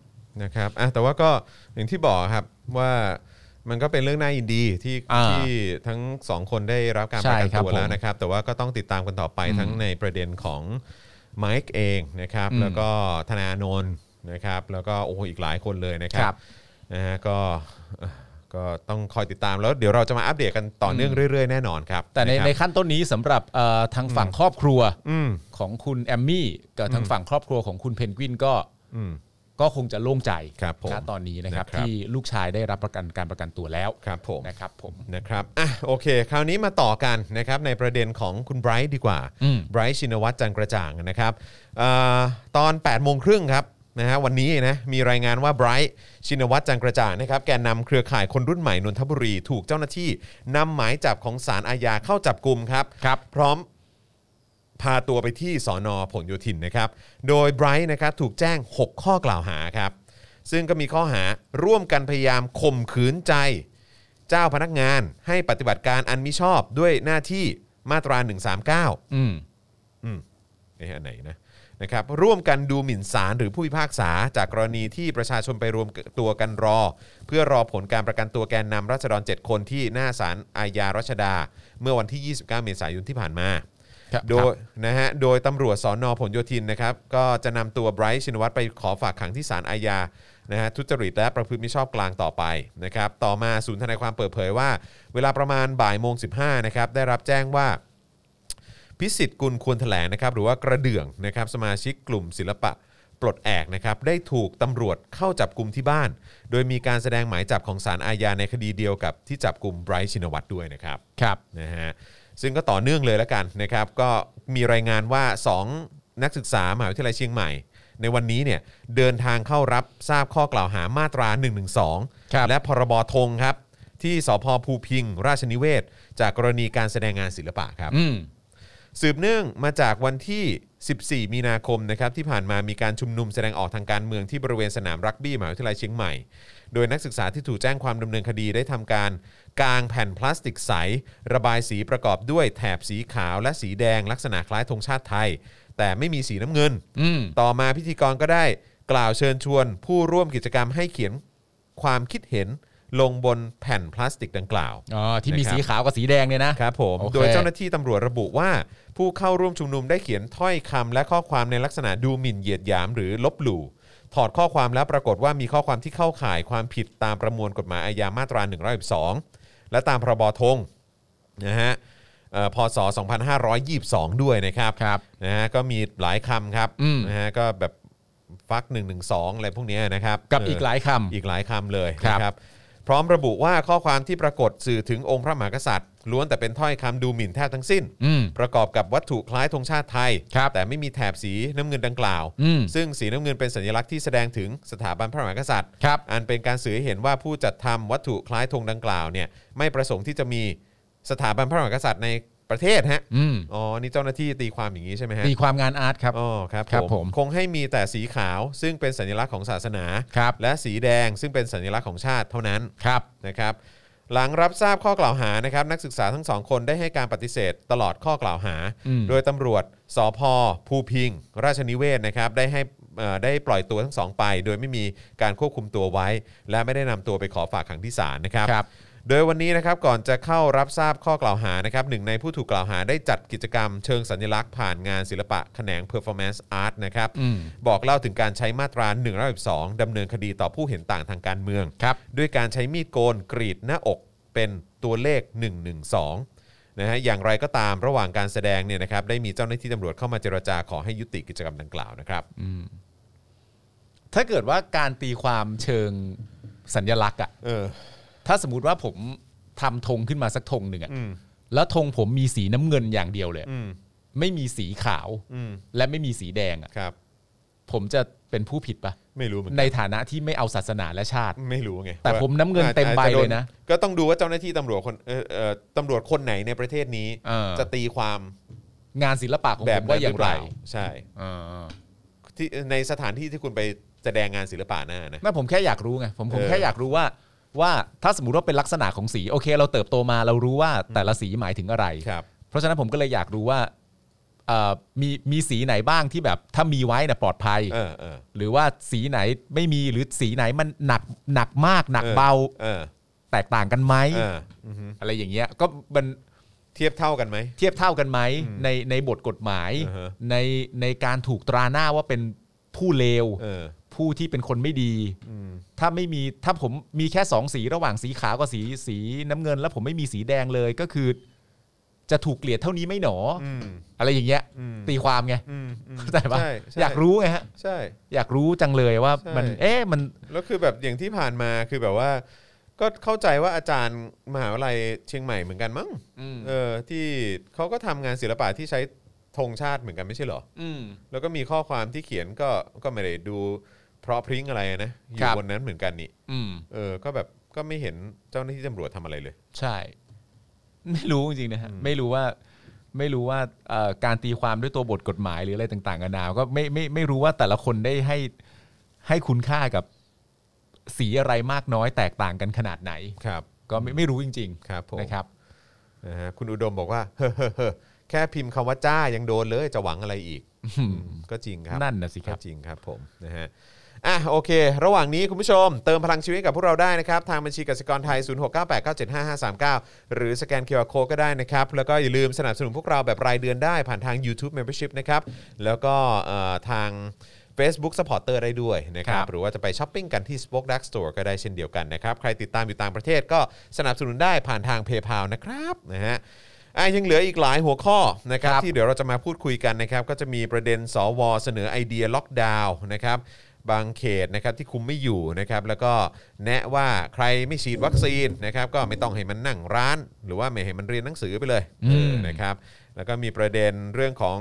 B: นะครับอ่ะแต่ว่าก็อย่างที่บอกครับว่ามันก็เป็นเรื่องน่ายินดีที่
C: อ่า
B: ที่ทั้งสองคนได้รับการ
C: ใช่
B: ประกัน
C: ครับ
B: ตัวแล้วนะครับ แต่ว่าก็ต้องติดตามกันต่อไป
C: อืม
B: ทั้งในประเด็นของไมค์เองนะครับ
C: อืม
B: แล้วก็ธนาโนนท์นะครับ แล้วก็โอ้โหอีกหลายคนเลยนะครั
C: ครับ บ
B: นะฮะก็เอ่อก็ต้องคอยติดตามแล้วเดี๋ยวเราจะมาอัปเดตกันต่อเนื่องเรื่อยๆแน่นอนครับ
C: แต่ในะครับ ในขั้นต้นนี้สำหรับเอ่อทางฝั่งครอบครัว
B: อืม
C: ของคุณแอมมี่กับทางฝั่งครอบครัวของคุณเพนกวินก็
B: อืม
C: ก็คงจะโล่งใจ
B: ครับผม
C: ณตอนนี้นะครับ
B: นะครับ
C: ที่ลูกชายได้รับประกันการประกันตัวแล้ว
B: ครับผม
C: นะครับผม
B: นะครับ อ่ะ โอเค คราวนี้มาต่อกันนะครับในประเด็นของคุณไบรท์ดีกว่า
C: อืม
B: ไบรท์ชินวัตรจันทร์กระจ่างนะครับเออตอน8ปดโมงครึ่งครับนะฮะวันนี้นะมีรายงานว่าไบรท์ชินวัตรจันทร์กระจ่างนะครับแกนนำเครือข่ายคนรุ่นใหม่นนทบุรี ถูกเจ้าหน้าที่นำหมายจับของสารอาญาเข้าจับกลุ่มครับ
C: ครับ
B: พร้อมพาตัวไปที่สอนอผลโยธินนะครับ โดยไบรท์นะครับถูกแจ้ง 6 ข้อกล่าวหาครับ ซึ่งก็มีข้อหาร่วมกันพยายามข่มขืนใจ เจ้าพนักงานให้ปฏิบัติการอันมิชอบด้วยหน้าที่มาตรา 139
C: อืม
B: เอ๊ะอันไหนนะนะครับร่วมกันดูหมิ่นศาลหรือผู้พิพากษา จากกรณีที่ประชาชนไปรวมตัวกันรอ เพื่อรอผลการประกันตัวแกนนำราษฎร 7 คนที่หน้าศาลอาญารัชดา เมื่อวันที่ 29 เมษายนที่ผ่านมา
C: ครับ
B: โดยนะฮะโดยตำรวจสอนอผลโยธินนะครับก็จะนำตัวไบรท์ชินวัตรไปขอฝากขังที่ศาลอาญานะฮะทุจริตและประพฤติมิชอบกลางต่อไปนะครับต่อมาศูนย์ทนายความเปิดเผยว่า เวลาประมาณบ่ายโมง15นะครับได้รับแจ้งว่า พิสิทธิ์กุลควรแถลงนะครับหรือว่ากระเดื่องนะครับสมาชิกกลุ่มศิลปะปลดแอกนะครับได้ถูกตำรวจเข้าจับกลุ่มที่บ้าน โดยมีการแสดงหมายจับของสารอาญาในคดีเดียวกับที่จับกลุ่มไบรท์ชินวัตรด้วยนะครับ
C: ครับ
B: นะฮะซึ่งก็ต่อเนื่องเลยละกันนะครับ ก็มีรายงานว่า 2 นักศึกษามหาวิทยาลัยเชียงใหม่ ในวันนี้เนี่ยเดินทางเข้ารับทราบข้อกล่าวหามาตรา 1 1
C: ครับ
B: 2 และพรบธงครับ ที่สพภูพิง ราชนิเวศ จากกรณีการแสดงงานศิลปะครับ
C: อืม
B: สืบเนื่องมาจากวันที่ 14 มีนาคมนะครับที่ผ่านมามีการชุมนุมแสดงออกทางการเมืองที่บริเวณสนามรักบี้มหาวิทยาลัยเชียงใหม่ โดยนักศึกษาที่ถูกแจ้งความดำเนินคดีได้ทำการกางแผ่นพลาสติกใส ระบายสีประกอบด้วยแถบสีขาวและสีแดงลักษณะคล้ายธงชาติไทย แต่ไม่มีสีน้ำเงิน
C: อืม
B: ต่อมาพิธีกรก็ได้กล่าวเชิญชวน ผู้ร่วมกิจกรรมให้เขียนความคิดเห็นลงบนแผ่นพลาสติกดังกล่าว
C: อ๋อ ที่มี
B: นะครับ
C: สีขาวกับสีแดงเนี่ยนะ
B: ครับผม
C: โอเค
B: โดยเจ้าหน้าที่ตำรวจระบุว่า ผู้เข้าร่วมชุมนุมได้เขียนถ้อยคำและข้อความในลักษณะดูหมิ่นเหยียดหยามหรือลบหลู่ถอดข้อความแล้วปรากฏว่ามีข้อความที่เข้าข่ายความผิดตามประมวลกฎหมายอาญามาตรา112 และตามพรบธงนะฮะเอ่อพศ 2522 ด้วยนะครับ
C: ครับ
B: นะฮะก็มีหลายคำครับ
C: อืม
B: นะฮะก็แบบฟัก 112 อะไรพวกเนี้ยนะครับ
C: กับ
B: เ
C: อีกหลายค
B: อีกหลายคำเลย
C: ครับ
B: นะครับ พร้อมระบุว่าข้อความที่ปรากฏสื่อถึงองค์พระมหากษัตริย์ ล้วนแต่เป็นถ้อยคำดูหมิ่นแทบทั้งสิ้น
C: ำอืม
B: ประกอบกับวัตถุคล้ายธงชาติไทย
C: ครับ
B: แต่ไม่มีแถบสีน้ำเงินดังกล่าว
C: อืม
B: ซึ่งสีน้ำเงินเป็นสัญลักษณ์ที่แสดงถึงสถาบันพระมหากษัตริย์
C: ครับ
B: อันเป็นการสื่อให้เห็นว่าผู้จัดทำวัตถุคล้ายธงดังกล่าวเนี่ยไม่ประสงค์ที่จะมีสถาบันพระมหากษัตริย์ในประเทศฮะ
C: อืม
B: อ๋อนี่เจ้าหน้าที่ตีความอย่างนี้ใช่ไหมฮะ
C: ตีความงานอาร์ตครับ
B: อ๋อครับ
C: ครับผม
B: คงให้มีแต่สีขาว ซึ่งเป็นสัญลักษณ์ของศาสนา
C: ครับ
B: และสีแดงซึ่งเป็นสัญลักษณ์ของชาติเท่านั้น
C: ครับ
B: นะครับ หลังรับทราบข้อกล่าวหานะครับนักศึกษาทั้งสองคนได้ให้การปฏิเสธตลอดข้อกล่าวหา
C: อืม
B: โดยตำรวจสพภูพิง ราชนิเวศน์นะครับได้ให้เอ่อได้ปล่อยตัวทั้งสองไป โดยไม่มีการควบคุมตัวไว้ และไม่ได้นำตัวไปขอฝากขังที่ศาลนะครับ
C: ครับ
B: โดยวันนี้นะครับก่อนจะเข้ารับทราบข้อกล่าวหานะครับหนึ่งในผู้ถูกกล่าวหาได้จัดกิจกรรมเชิงสัญลักษณ์ผ่านงานศิลปะแขนง performance art นะครับ
C: อืม
B: บอกเล่าถึงการใช้มาตรา1นึดำเนินคดีต่อผู้เห็นต่างทางการเมือง
C: ครับ
B: ด้วยการใช้มีดโกนกรีดหน้าอกเป็นตัวเลข 112นะฮะอย่างไรก็ตามระหว่างการแสดงเนี่ยนะครับได้มีเจ้าหน้าที่ตำรวจเข้ามาเจรจาขอให้ยุติกิจกรรมดังกล่าวนะครับ
C: ถ้าเกิดว่าการตีความเชิงสัญญลักษณ์อะ
B: เออ
C: ถ้าสมมติว่าผมทำธงขึ้นมาสักธงหนึ่งอะ
B: อืม
C: แล้วธงผมมีสีน้ำเงินอย่างเดียวเลย
B: อืม
C: ไม่มีสีขาว
B: อืม
C: และไม่มีสีแดงอะ
B: ครับ
C: ผมจะเป็นผู้ผิดปะ
B: ไม่รู้เหมือนกัน
C: ในฐานะที่ไม่เอาศาสนาและชาติ
B: ไม่รู้ไง
C: แต่
B: ว่า
C: ผมน้ำเงินเต็มใบ
B: อาจจโด
C: เลยนะ
B: ก็ต้องดูว่าเจ้าหน้าที่ตำรวจคนเออเออตำรวจคนไหนในประเทศนี้
C: เออ
B: จะตีความ
C: งานศิลปะของ
B: แบ
C: ผ
B: บ
C: ม
B: นั้
C: ว่าน อ
B: ห
C: ย่า
B: รื
C: ง
B: อเป
C: ไร
B: ล่าใช่
C: เออ
B: ที่ในสถานที่ที่คุณไปแสดงงานศิลปะหน้านะ
C: ไม่ผมแค่อยากรู้ไงผมผม
B: เออ
C: แค่อยากรู้ว่า ว่าถ้าสมมติว่าเป็นลักษณะของสีโอเค เราเติบโตมาเรารู้ว่าแต่ละสีหมายถึงอะไร
B: ครับ
C: เพราะฉะนั้นผมก็เลยอยากรู้ว่าเอ่อมีมีสีไหนบ้างที่แบบถ้ามีไว้นะปลอดภัย
B: เออเออ
C: หรือว่าสีไหนไม่มีหรือสีไหนมันหนักหนักมากหนักเบา
B: เออ
C: แตกต่างกันไหม
B: เอออือฮึ
C: อะไรอย่างเงี้ยก็มัน
B: เทียบเท่ากันไหม
C: เทียบเท่ากันไหมในในบทกฎหมาย
B: อือฮะ
C: ในในการถูกตราหน้าว่าเป็นผู้เลว
B: เออ
C: ผู้ที่เป็นคนไม่ดี
B: อืม
C: ถ้าไม่มีถ้าผมมีแค่สองสีระหว่างสีขาวกับสีสีน้ำเงิน แล้วผมไม่มีสีแดงเลยก็คือ จะถูกเกลียดเท่านี้ไหม่หนอ
B: อืม
C: อะไรอย่างเงี้ย
B: อืม
C: ตีความไง
B: อืมอืม
C: เข้าใจปะ
B: ใช่ใช่
C: อยากรู้ไงฮะ
B: ใช่
C: อยากรู้จังเลยว่า มัน
B: ใช่
C: เอ๊ะมัน
B: แล้วคือแบบอย่างที่ผ่านมาคือแบบว่า ก็เข้าใจว่าอาจารย์มหาวิทยาลัยเชียงใหม่เหมือนกันมั้งเออที่เขาก็ทำงานศิลปะที่ใช้ธงชาติเหมือนกันไม่ใช่เหรอ แล้วก็มีข้อความที่เขียนก็ก็ไม่ได้ดูเพราะพริ้งอะไรนะอ
C: ครั
B: ยู่
C: บ
B: บนนั้นเหมือนกันนี่
C: อืม
B: เออก็แบบก็ไม่เห็นเจ้าหน้าที่ตำรวจทำอะไรเลย
C: ใช่ [LAUGHS] ไม่รู้จริงๆนะฮะไม่รู้ว่า ไม่รู้ว่าเอ่อการตีความด้วยตัวบทกฎหมายหรืออะไรต่างๆกันานาก็ไม่ไม่ไม่รู้ว่าแต่ละคนได้ให้ให้คุณค่ากับสีอะไรมากน้อยแตกต่างกันขนาดไหน
B: ครับ
C: ก็ไม่ไม่รู้จริง
B: ครับผม
C: ๆนะครับ
B: นะฮะคุณอุดมบอกว่า [LAUGHS] เฮ้อเฮ้อเฮ้อแค่พิมพ์คำว่าจ้ายังโดนเลยจะหวังอะไรอีกอืมก็จริงครับ
C: นั่นนะสิครับ
B: ก็จริงครับผมนะฮะอ่ะโอเค ระหว่างนี้คุณผู้ชม เติมพลังชีวิตให้กับพวกเราได้นะครับ ทางบัญชีกสิกรไทย 0698975539 หรือสแกน QR Code ก็ได้นะครับ แล้วก็อย่าลืมสนับสนุนพวกเราแบบรายเดือนได้ผ่านทาง YouTube Membership นะครับ แล้วก็เอ่อทาง Facebook Supporter ได้ด้วยนะครับ
C: ครับ
B: หรือว่าจะไปช้อปปิ้งกันที่ Spoke Dark Store ก็ได้เช่นเดียวกันนะครับ ใครติดตามอยู่ต่างประเทศก็สนับสนุนได้ผ่านทาง PayPal นะครับนะฮะอ่ะยังเหลืออีกหลายหัวข้อนะครับที่เดี๋ยวเราจะมาพูดคุยกันนะครับ ก็จะมีประเด็นสวเสนอไอเดียล็อกดาวน์นะครับบางเขตนะครับที่คุมไม่อยู่นะครับแล้วก็แนะว่าใครไม่ฉีดวัคซีนนะครับก็ไม่ต้องให้มันนั่งร้าน หรือว่าไม่ให้มันเรียนหนังสือไปเลยเออนะครับแล้วก็มีประเด็นเรื่องของ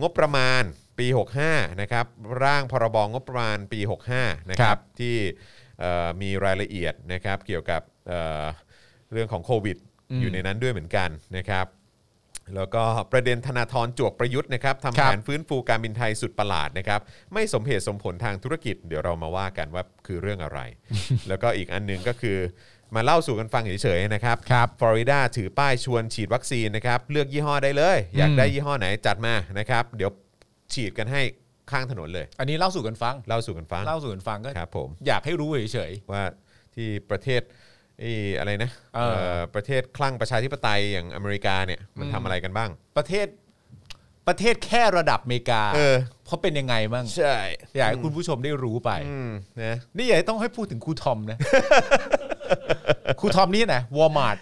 B: งบประมาณปี 65 นะครับ ร่างพรบงบประมาณปี 65 นะค
C: ครั
B: รับ
C: บ
B: ที่เอ่อมีรายละเอียดนะครับ เกี่ยวกับเอ่อเรื่องของโควิด อยู่ในนั้นด้วยเหมือนกันนะครับ แล้วก็ประเด็นธนาธรจวกประยุทธ์นะครับทำแผนฟื้นฟูการบินไทยสุดประหลาดนะครับ ไม่สมเหตุสมผลทางธุรกิจ เดี๋ยวเรามาว่ากันว่าคือเรื่อง
C: [LAUGHS]
B: อะไร แล้วก็อีกอันหนึงก็คือมาเล่าสู่กันฟังเฉยๆนะครับ
C: ครับ
B: ฟลอริดาถือป้ายชวนฉีดวัคซีนนะครับ เลือกยี่ห้อได้เลย อยากได้ยี่ห้อไหนจัดมานะครับ เดี๋ยวฉีดกันให้ข้างถนนเลย
C: อันนี้เล่าสู่กันฟัง
B: เล่าสู่กันฟัง
C: เล่าสู่กันฟังก็
B: ครับผม
C: อยากให้รู้เฉย
B: ว่าที่ประเทศไอ้อะไรนะ
C: เออ
B: เอ่อประเทศคลั่งประชาธิปไตยอย่างอเมริกาเนี่ยมันทำอะไรกันบ้าง
C: ๆประเทศประเทศแค่ระดับอเมริกา
B: เออ
C: เขาเป็นยังไงบ้าง
B: ใช่
C: อยากให้คุณผู้ชมได้รู้ไป
B: อืมนะ
C: นี่อย่าต้องให้พูดถึงครูทอมนะ [LAUGHS] ครูทอมนี่นะวอร์มาร์ท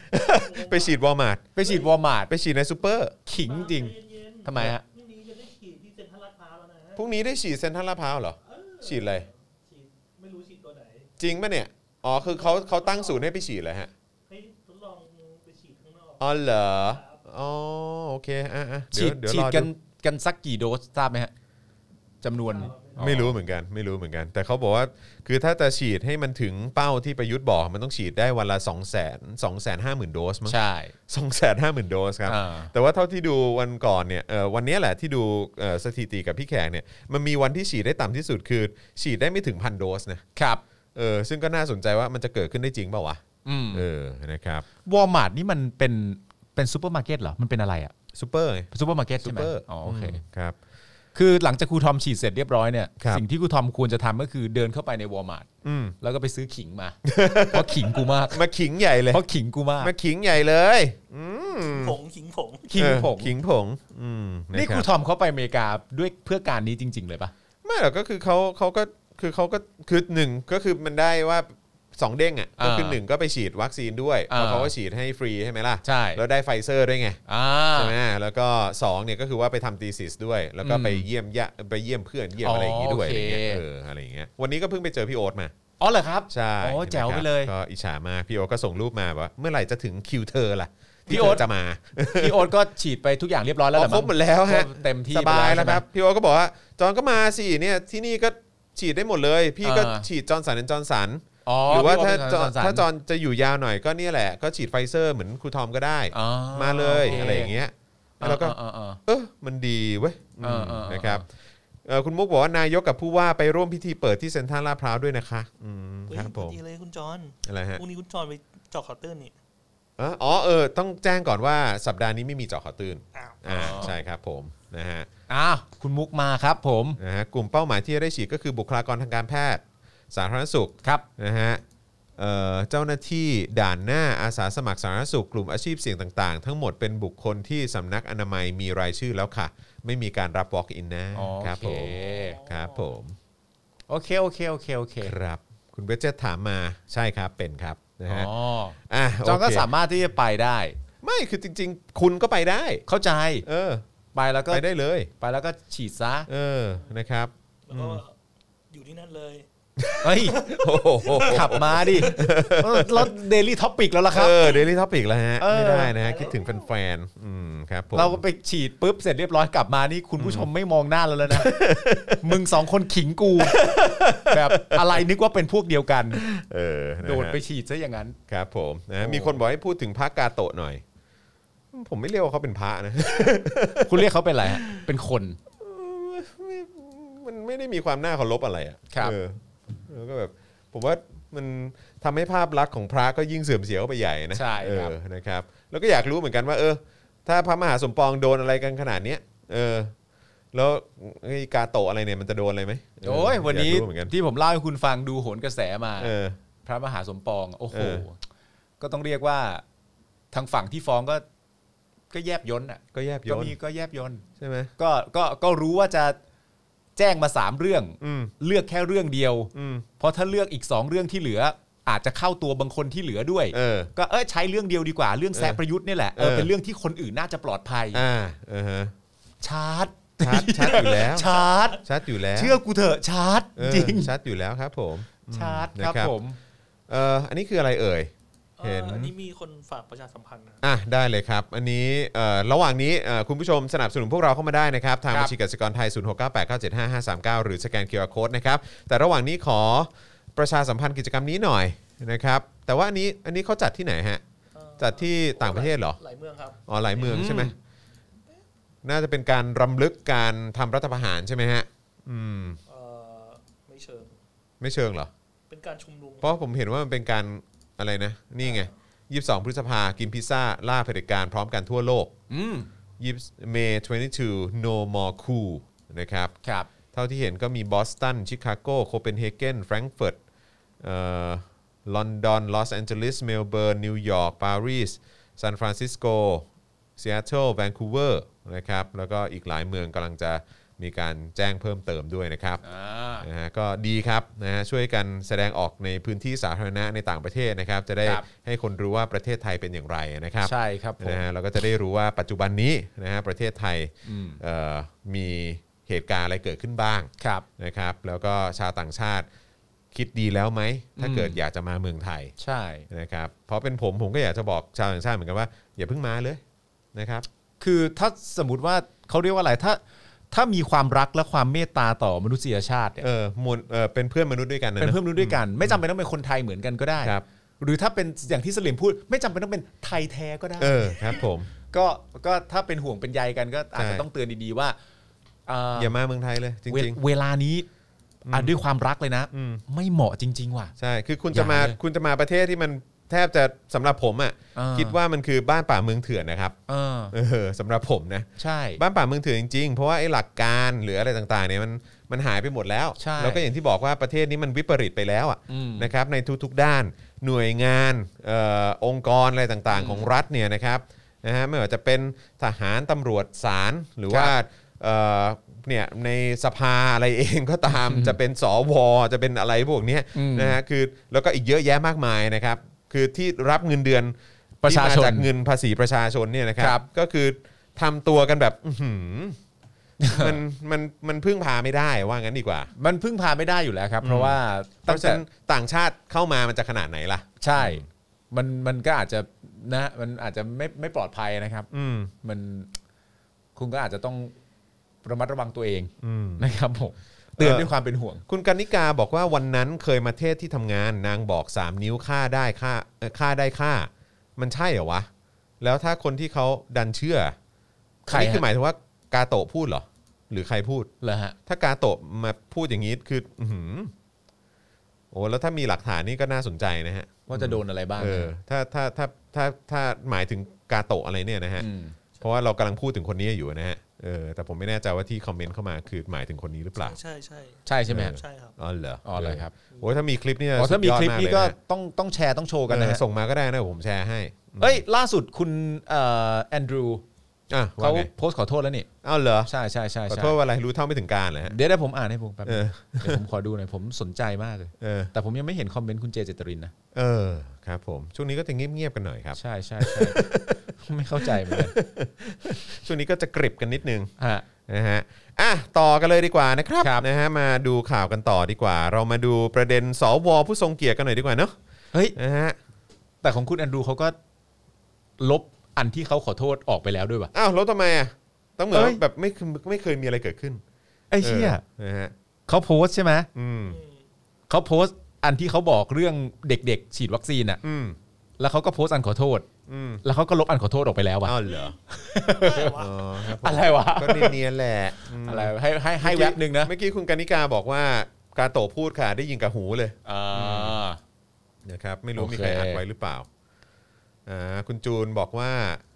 B: ไปฉีดวอลมาร์ท
C: ไปฉีดวอร์มาร์ท
B: ไปฉีดในซูเปอร์
C: ขิงจริงทำไมฮะ
D: พรุ่งนี้จะได้ฉีดที่เซ็นทรัลลาดพร้าวแล้วนะ
B: พรุ่งนี้ได้ฉีดเซ็นทรัลลาดพร้าวเหรอ ฉีดอะไร
D: ฉีดไม่รู้ฉีดตัวไหน
B: จริงปะเนี่ยอ๋อคือเขาเขาตั้งศูนย์ให้ไปฉีดเลยฮะ
D: ให้ทดลองไปฉีดข้างนอก
B: อ๋อเหรออ๋อโอเคอ่ะอ่ะเดี๋ย
C: ฉี
B: ว
C: ด
B: เดี๋ยว
C: ฉี
B: ร
C: ด
B: อ
C: กันกันสักกี่โดสทราบไหมฮะจำนวน
B: ไม่รู้เหมือนกันไม่รู้เหมือนกัน แต่เขาบอกว่าคือถ้าจะฉีดให้มันถึงเป้าที่ประยุทธ์บอกมันต้องฉีดได้วันละ 2 0 0 0 0 2 5 0 0 0 0 โดสมั้ง
C: ใช่
B: สองแสนห้าหมื่นโดสครับ
C: อ่า
B: แต่ว่าเท่าที่ดูวันก่อนเนี่ยเอ่อวันเนี้ยแหละที่ดูเอ่อสถิติกับพี่แขกเนี่ยมันมีวันที่ฉีดได้ต่ำที่สุดคือ ฉีดได้ไม่ถึงพันโดสนะครับ เออซึ่งก็น่าสนใจว่ามันจะเกิดขึ้นได้จริงเปล่าวะ
C: อืม
B: เออนะครับ
C: วอลมาร์ทนี่มันเป็นเป็นซูเปอร์มาร์เก็ตเหรอมันเป็นอะไรอะ
B: ซูเปอร์ไง
C: ซูเปอร์มาร์เก็ต
B: ซู
C: ใช่ไหม
B: เปอร์
C: อ๋อโอเค
B: ครับ
C: คือหลังจากครูทอมฉีดเสร็จเรียบร้อยเนี่ย
B: ครับ
C: สิ่งที่ครูทอมควรจะทำก็คือเดินเข้าไปในวอลมาร์ท
B: อืม
C: แล้วก็ไปซื้อขิงมา เพราะขิงกูมาก
B: [LAUGHS] มาขิงใหญ่เลย
C: เพราะขิงกูมาก
B: มาขิงใหญ่เลยอืม
D: ผงขิงผง
C: ขิง
B: เออ
C: ผง
B: ขิงผงอืมะ
C: นี่ค
B: บ
C: รูทอมเขาไปอเมริกาด้วยเพื่อการนี้จริง ๆ เลยปะ
B: ไม่หรอกก็คือเขาเขาก็คือเขาก็คือหนึ่งก็คือมันได้ว่าสองเด้งอ่ะ
C: อ่า
B: ก็คือหนึ่งก็ไปฉีดวัคซีนด้วยเพ
C: อ่า
B: ราะเขาก็ฉีดให้ฟรีใช่ไหมล่ะ
C: ใช่
B: แล้วได้ไฟเซอร์ด้วยไง
C: อ่า
B: ใช่ไหมแล้วก็สองเนี่ยก็คือว่าไปทำ thesis ด้วย แล้วก็
C: อืม
B: ไปเยี่ยมญาไปเยี่ยมเพื่อนเยี่ยม
C: อ๋ออ
B: อะไรอย่างงี้ด้วยอะไรเงี้ย
C: โอเค
B: เอออะไรอย่างเงี้ยวันนี้ก็เพิ่งไปเจอพี่โอ๊ตมา
C: อ๋อเหรอครับ
B: ใช่
C: โอ้แจ๋ว
B: นะค
C: ไป
B: รับ
C: เลย
B: ก็อิจฉามากพี่โอ๊ตก็ส่งรูปมาว่าเมื่อไหร่จะถึงคิวเธอล่ะที่
C: พี่โอ๊ต
B: เธจะมา
C: พี่โอ๊ตก็ฉีดไปทุกอย่างเรียบร้อยแล้วเหรอ
B: ครบหมดแล้วฮะ
C: เต็มที่
B: สบาย
C: ไป
B: แล้วครับ
C: ใช่ไห
B: พี่โอ๊ตก็บอกว่าจอนก็มาสิเนี่ยที่นี่ก็ฉีดได้หมดเลย พี่ก็
C: เออ
B: ฉีดจอร์นสันและจอร์นสัน
C: มอ๋อ
B: หรือว่าถ้าจ
C: พี่โต
B: อ
C: เป็น
B: ถ้าจอนจะอยู่ยาวหน่อยก็เนี่ยแหละ ก็ฉีดไฟเซอร์เหมือนครูทอมก็ได้
C: อ๋อ
B: มาเลย
C: โค
B: อะไรอย่างเงี้ยแล้วก็
C: อ่าอ่าอ่า
B: เออมันดีเว้ย
C: เออเออเออ
B: นะครับเอ่อคุณมุกบอกว่านายกกับผู้ว่าไปร่วมพิธีเปิดที่เซ็นทรัลลาดพร้าวด้วยนะคะอืม
D: เฮ้ย
B: ครับผม
D: ดีเลยคุณจอน
B: อะไรฮะ
D: พรุ่งนี้คุณจอนไปเจาะเคาน์เตอร์นี่
B: เอ้ออ๋อเออต้องแจ้งก่อนว่าสัปดาห์นี้ไม่มีเจาะข่าวตื่น
D: อ้าว
B: อ่าใช่ครับผมนะฮะ
C: อ้าวคุณมุกมาครับผม
B: นะฮะกลุ่มเป้าหมายที่จะได้ฉีดก็คือบุคลากรทางการแพทย์ สาธารณสุข
C: ครับ
B: นะฮะเอ่อเจ้าหน้าที่ด่านหน้าอาสาสมัครสาธารณสุข กลุ่มอาชีพเสี่ยงต่างๆ ทั้งหมดเป็นบุคคลที่สำนักอนามัยมีรายชื่อแล้วค่ะ ไม่มีการรับ walk in นะ
C: โอ
B: ครับ
C: เค
B: ผมครับผม
C: โอเค โอเค โอเค โอเค
B: ครับ คุณเวชเจตถามมาใช่ครับเป็นครับนะ
C: อ๋
B: ฮะ
C: อ
B: อ่ะ
C: จองก็
B: โเค
C: สามารถที่จะไปได้
B: ไม่คือจริง ๆ คุณก็ไปได้
C: เข้าใจ
B: เออ
C: ไปแล้วก็
B: ไปได้เลย
C: ไปแล้วก็ฉีดซะ
B: เออนะครับ
D: แล้วก็อยู่ที่นั่นเลย
C: เฮ้ย
B: โอ้โห
C: ขับมาดิเราเดลี่ท็อปิกแล้วล่ะครับ
B: เออเดลี่ท็อปิกแล้วฮะ
C: เออ
B: ไม่ได้นะฮะ คิดถึงแฟนๆอืมครับผม
C: เราไปฉีดปุ๊บเสร็จเรียบร้อยกลับมานี่คุณผู้ชมไม่มองหน้าเราแล้วนะ [LAUGHS] มึงสองคนขิงกู แบบอะไรนึกว่าเป็นพวกเดียวกัน
B: เออนะฮะ
C: โดดไปฉีดซะอย่างนั้น
B: ครับผมนะฮะ
C: โอ้
B: มีคนบอกให้พูดถึงพระกาโตะหน่อย ผมไม่เรียกว่าเขาเป็นพระนะ [LAUGHS]
C: คุณเรียกเขาเป็นอะไรฮะเป็นคน
B: มันไม่ได้มีความน่าเคารพอะไรอ่ะ
C: ครับ
B: เออแล้วก็แบบ ผมว่ามันทำให้ภาพลักษณ์ของพระก็ยิ่งเสื่อมเสียเข้าไปใหญ่นะ
C: ใช่ครับ
B: เออนะครับ แล้วก็อยากรู้เหมือนกันว่า เออ ถ้าพระมหาสมปองโดนอะไรกันขนาดเนี้ยเออ แล้วไอ้กาโตะอะไรเนี่ยมันจะโดนอะไรไหมเ
C: โอ้ยวันนี้
B: อยากรู้เหมือนกัน
C: ที่ผมเล่าให้คุณฟังดูโหนกระแสมา
B: เออ
C: พระมหาสมปอง โอ้โห
B: เออ
C: ก็ต้องเรียกว่า ทางฝั่งที่ฟ้องก็ ก็แยบยนต์อ่ะ
B: ก็แยบย
C: ก็
B: น
C: มีก็แยบยนต์
B: ใช่ไหม
C: ก็ก็ก็รู้ว่าจะแจ้งมาสามเรื่อง
B: อืม
C: เลือกแค่เรื่องเดียว
B: อืม
C: เพราะถ้าเลือกอีกสองเรื่องที่เหลือ อาจจะเข้าตัวบางคนที่เหลือด้วย
B: เออ
C: ก็เออใช้เรื่องเดียวดีกว่าเรื่องแซะประยุทธ์เนี่ยแหละเอ
B: เอ
C: อ
B: อ
C: เป็นเรื่องที่คนอื่นน่าจะปลอดภัย
B: อ่าเออฮะ
C: ชาร์จ [LAUGHS]
B: ชาร์จชาร์จอยู่แล้ว
C: ชาร์จ
B: ชาร์จอยู่แล้ว
C: เชื่อกูเถอะชาร์จ
B: เออ
C: จริง
B: ชาร์จอยู่แล้วครับผมอืม
C: ชาร์จ
B: นะครับ
C: ผม
B: เอ่ออันนี้คืออะไรเอ่ย
D: เอ
B: เห็
D: อน อันนี้มีคนฝากประชาสัมพันธ์นะ
B: อ่ะได้เลยครับ อันนี้เอ่อระหว่างนี้เอ่อคุณผู้ชมสนับสนุนพวกเราเข้ามาได้นะครับ ทาง
C: ครับ
B: บัญชีกสิกรไทย 0698975539 หรือสแกน QR Code นะครับ แต่ระหว่างนี้ขอประชาสัมพันธ์กิจกรรมนี้หน่อยนะครับแต่ว่าอันนี้อันนี้เขาจัดที่ไหนฮะ
D: เอ่อ
B: จัดที่ต่างประเทศเหรอ
D: หลายเมืองครับ
B: อ๋อหลายเมือง
C: อืม
B: ใช่ไหมน่าจะเป็นการรำลึกการทำรัฐประหารใช่ไหมฮะ อืม
D: เออไม่เชิง
B: ไม่เชิงเหรอ
D: เป็นการชุมนุม
B: เพราะผมเห็นว่ามันเป็นการอะไรนะ นี่ไง 22 พฤษภากินพิซซ่า ล่าเผด็จการพร้อมกันทั่วโลก
C: อืม
B: 20 May 22 No More Cool นะครับ
C: ครับ
B: เท่าที่เห็นก็มีบอสตัน ชิคาโก โคเปนเฮเกน แฟรงก์เฟิร์ตลอนดอน ลอสแอนเจลิส เมลเบิร์น นิวยอร์ก ปารีส ซานฟรานซิสโกซีแอตเทิลแวนคูเวอร์นะครับ แล้วก็อีกหลายเมืองกำลังจะมีการแจ้งเพิ่มเติมด้วยนะครับ นะฮะก็ดีครับนะฮะช่วยกันแสดงออกในพื้นที่สาธารณะในต่างประเทศนะครับ จะได้
C: ครับ
B: ให้คนรู้ว่าประเทศไทยเป็นอย่างไรนะครับ
C: ใช่ครับผม
B: นะฮะเราก็จะได้รู้ว่าปัจจุบันนี้นะฮะประเทศไทย
C: อืม
B: เอ่อมีเหตุการณ์อะไรเกิดขึ้นบ้าง
C: ครับ
B: นะครับ แล้วก็ชาวต่างชาติคิดดีแล้วไหม ถ้า
C: อืม
B: เกิดอยากจะมาเมืองไทย
C: ใช่
B: นะครับเพราะเป็นผมผมก็อยากจะบอกชาวต่างชาติเหมือนกันว่า อย่าเพิ่งมาเลยนะครับ
C: คือถ้าสมมติว่าเขาเรียกว่าอะไรถ้า ถ้ามีความรักและความเมตตาต่อมนุษยชาติเนี่ย
B: เออมวลเออเป็นเพื่อนมนุษย์ด้วยกันะะ
C: เป็นเพื่อนมนุษย์ด้วยกัน ไม่จำเป็นต้องเป็นคนไทยเหมือนกันก็ได้
B: ครับ
C: หรือถ้าเป็นอย่างที่สลิมพูด ไม่จำเป็นต้องเป็นไทยแท้ก็ได้
B: เออครับผม
C: ก็ก็ถ้าเป็นห่วงเป็นใยกันก็อาจจะ
B: ใช่
C: ต้องเตือนดีๆว่าเอ่อ
B: อย่ามาเมืองไทยเลยจ
C: เว
B: ริง
C: เวลานี้อ่ะด้วยความรักเลยนะ
B: อืม
C: ไม่เหมาะจริง ๆ ว่ะ
B: ใช่ คือคุณ
C: อ
B: จะ
C: ย่า
B: มา
C: เลย
B: คุณจะมาประเทศที่มัน แทบจะสำหรับผมอ่ะ
C: อ่า
B: คิดว่ามันคือบ้านป่าเมืองเถื่อนนะครับ
C: เออ
B: เออสำหรับผมนะ
C: ใช่
B: บ้านป่าเมืองเถื่อนจริงๆ เพราะว่าไอ้หลักการหรืออะไรต่างๆเนี่ยมันมันหายไปหมดแล้ว
C: ใช่
B: แล้วก็อย่างที่บอกว่าประเทศนี้มันวิปริตไปแล้วอะ
C: อืม
B: นะครับในทุกๆด้านหน่วยงานเออองค์กรอะไรต่างๆ ของรัฐเนี่ยนะครับนะฮะไม่ว่าจะเป็นทหารตำรวจศาลหรือว่าเอ่อเนี่ยในสภาอะไรเองก็ตามจะเป็นสวจะเป็นอะไรพวกเนี้ย
C: อืม
B: นะฮะคือแล้วก็อีกเยอะแยะมากมายนะครับคือที่รับเงินเดือน
C: ประชาชน
B: ที่มจากเงินภาษีประชาชนเนี่ยนะครั นะค
C: ครั
B: รับบ ก็คือทำตัวกันแบบอื้อหือมันมันมันพึ่งพาไม่ได้ว่างั้นดีกว่า
C: มันพึ่งพาไม่ได้อยู่แล้วครับ เพราะว่า
B: เพ
C: ตั้ง
B: ราะฉะ
C: แต่
B: นั้นต่างชาติเข้ามามันจะขนาดไหนล่ะ
C: ใช่ มันมันก็อาจจะนะมันอาจจะไม่ไม่ปลอดภัยนะครับ
B: อืม
C: มันคุณก็อาจจะต้องระมัดระวังตัวเอง
B: อืม
C: นะครับผมเตือน
B: เออ
C: ด้วยความเป็นห่วง
B: คุณกันนิกาบอกว่าวันนั้นเคยมาเทศที่ทำงาน นางบอก 3 นิ้วค่าได้ค่าเอ่อค่าได้ค่า มันใช่เหรอวะ แล้วถ้าคนที่เขาดันเชื่อ
C: ใครฮะ
B: อันนี่คือหมายถึงว่ากาโตะพูดเหรอ หรือใครพูด
C: เหรอฮะ
B: ถ้ากาโตะมาพูดอย่างนี้คืออื้อหือโอ้แล้วถ้ามีหลักฐานนี่ก็น่าสนใจนะฮะ
C: ว่าจะโดนอะไรบ้าง
B: เออถ้าถ้าถ้าถ้าถ้าหมายถึงกาโตะอะไรเนี่ยนะฮะ
C: ม
B: เพราะว่าเรากำลังพูดถึงคนนี้อยู่นะฮะเออแต่ผมไม่แน่ใจว่าที่คอมเมนต์เข้ามาคือหมายถึงคนนี้หรือเปล่า
D: ใช่ใช่
C: ใช่ใช่ไหมฮะ
D: ใช่ครับ
B: อ๋อเหรอ
C: อ๋อเหรอครับ
B: โอ้ยถ้ามีคลิปเนี่ย
C: อ๋อถ้ามีคลิปนี้ก็
B: สุดยอดมา
C: ต้องต้องแชร์ต้องโชว์
B: เลยนะ
C: กันนะฮะ
B: เออส่งมาก็ได้นะเดี๋ยวผมแชร์ให้
C: เอ้ย ล่าสุดคุณเอ่อแอนดรู
B: อ่ะว่า
C: เขา
B: ไง
C: โพสต์ขอโทษแล้วนี่
B: อ้าวเหรอ
C: ใช่ใช่ใช่
B: ขอ
C: ใช่
B: โทษว่าอะไรรู้เท่าไม่ถึงการเหรอฮะ
C: เดี๋ยวได้ผมอ่านให้ผมแป๊บนึง
B: เออ
C: เดี๋ยวผมขอดูหน่อยผมสนใจมากเลย
B: เออ
C: แต่ผมยังไม่เห็นคอมเมนต์คุณเจเจตรินนะ
B: เออครับผมช่วงนี้ก็จะเงียบๆกันหน่อยครับ
C: ใช่ใช่ [LAUGHS] ใช่ ไม่เข้าใจเหมือนกัน
B: ช่วงนี้ก็จะกริบกันนิดนึง
C: ฮะ
B: นะฮะ อ่ะ ต่อกันเลยดีกว่านะครับ
C: ครับ
B: นะฮะ มาดูข่าวกันต่อดีกว่า เรามาดูประเด็นสวผู้ทรงเกียรติกันหน่อยดีกว่าเนาะ
C: เฮ้ย
B: นะฮะ
C: แต่ของคุณแอนดรูเขาก็ลบอันที่เขาขอโทษออกไปแล้วด้วยว่ะ
B: อ้าวแล้วทำไมอ่ะ ต้องเหมือน
C: เอ้ย
B: แบบไม่เคยไม่เคยมีอะไรเกิดขึ้น
C: ไอ้เชี่ย
B: ออนะฮะ
C: เขาโพสต์ใช่ไหม
B: อืม
C: เขาโพสต์อันที่เขาบอกเรื่องเด็กๆ ฉีดวัคซีนอ่ะ
B: อืม
C: แล้วเขาก็โพสต์อันขอโทษ
B: อืม
C: แล้วเขาก็ลบอันขอโทษออกไปแล้วว่ะ
B: อ้าวเหรอ
D: ได้วะ
B: อ๋ [LAUGHS] อครับผม
C: อะไรวะ
B: ก็เนียนๆแหละม
C: อะไรให้ให้ให้
B: เมื่อกี้
C: แวบหนึ่งนะ
B: เมื่อกี้คุณกานิกาบอกว่า กาโตะพูดค่ะ ได้ยินกับหูเลย
C: อ่า
B: นะครับไม่รู้
C: โอเค
B: มีใครอัดไว้หรือเปล่าอ่าคุณจูนบอกว่า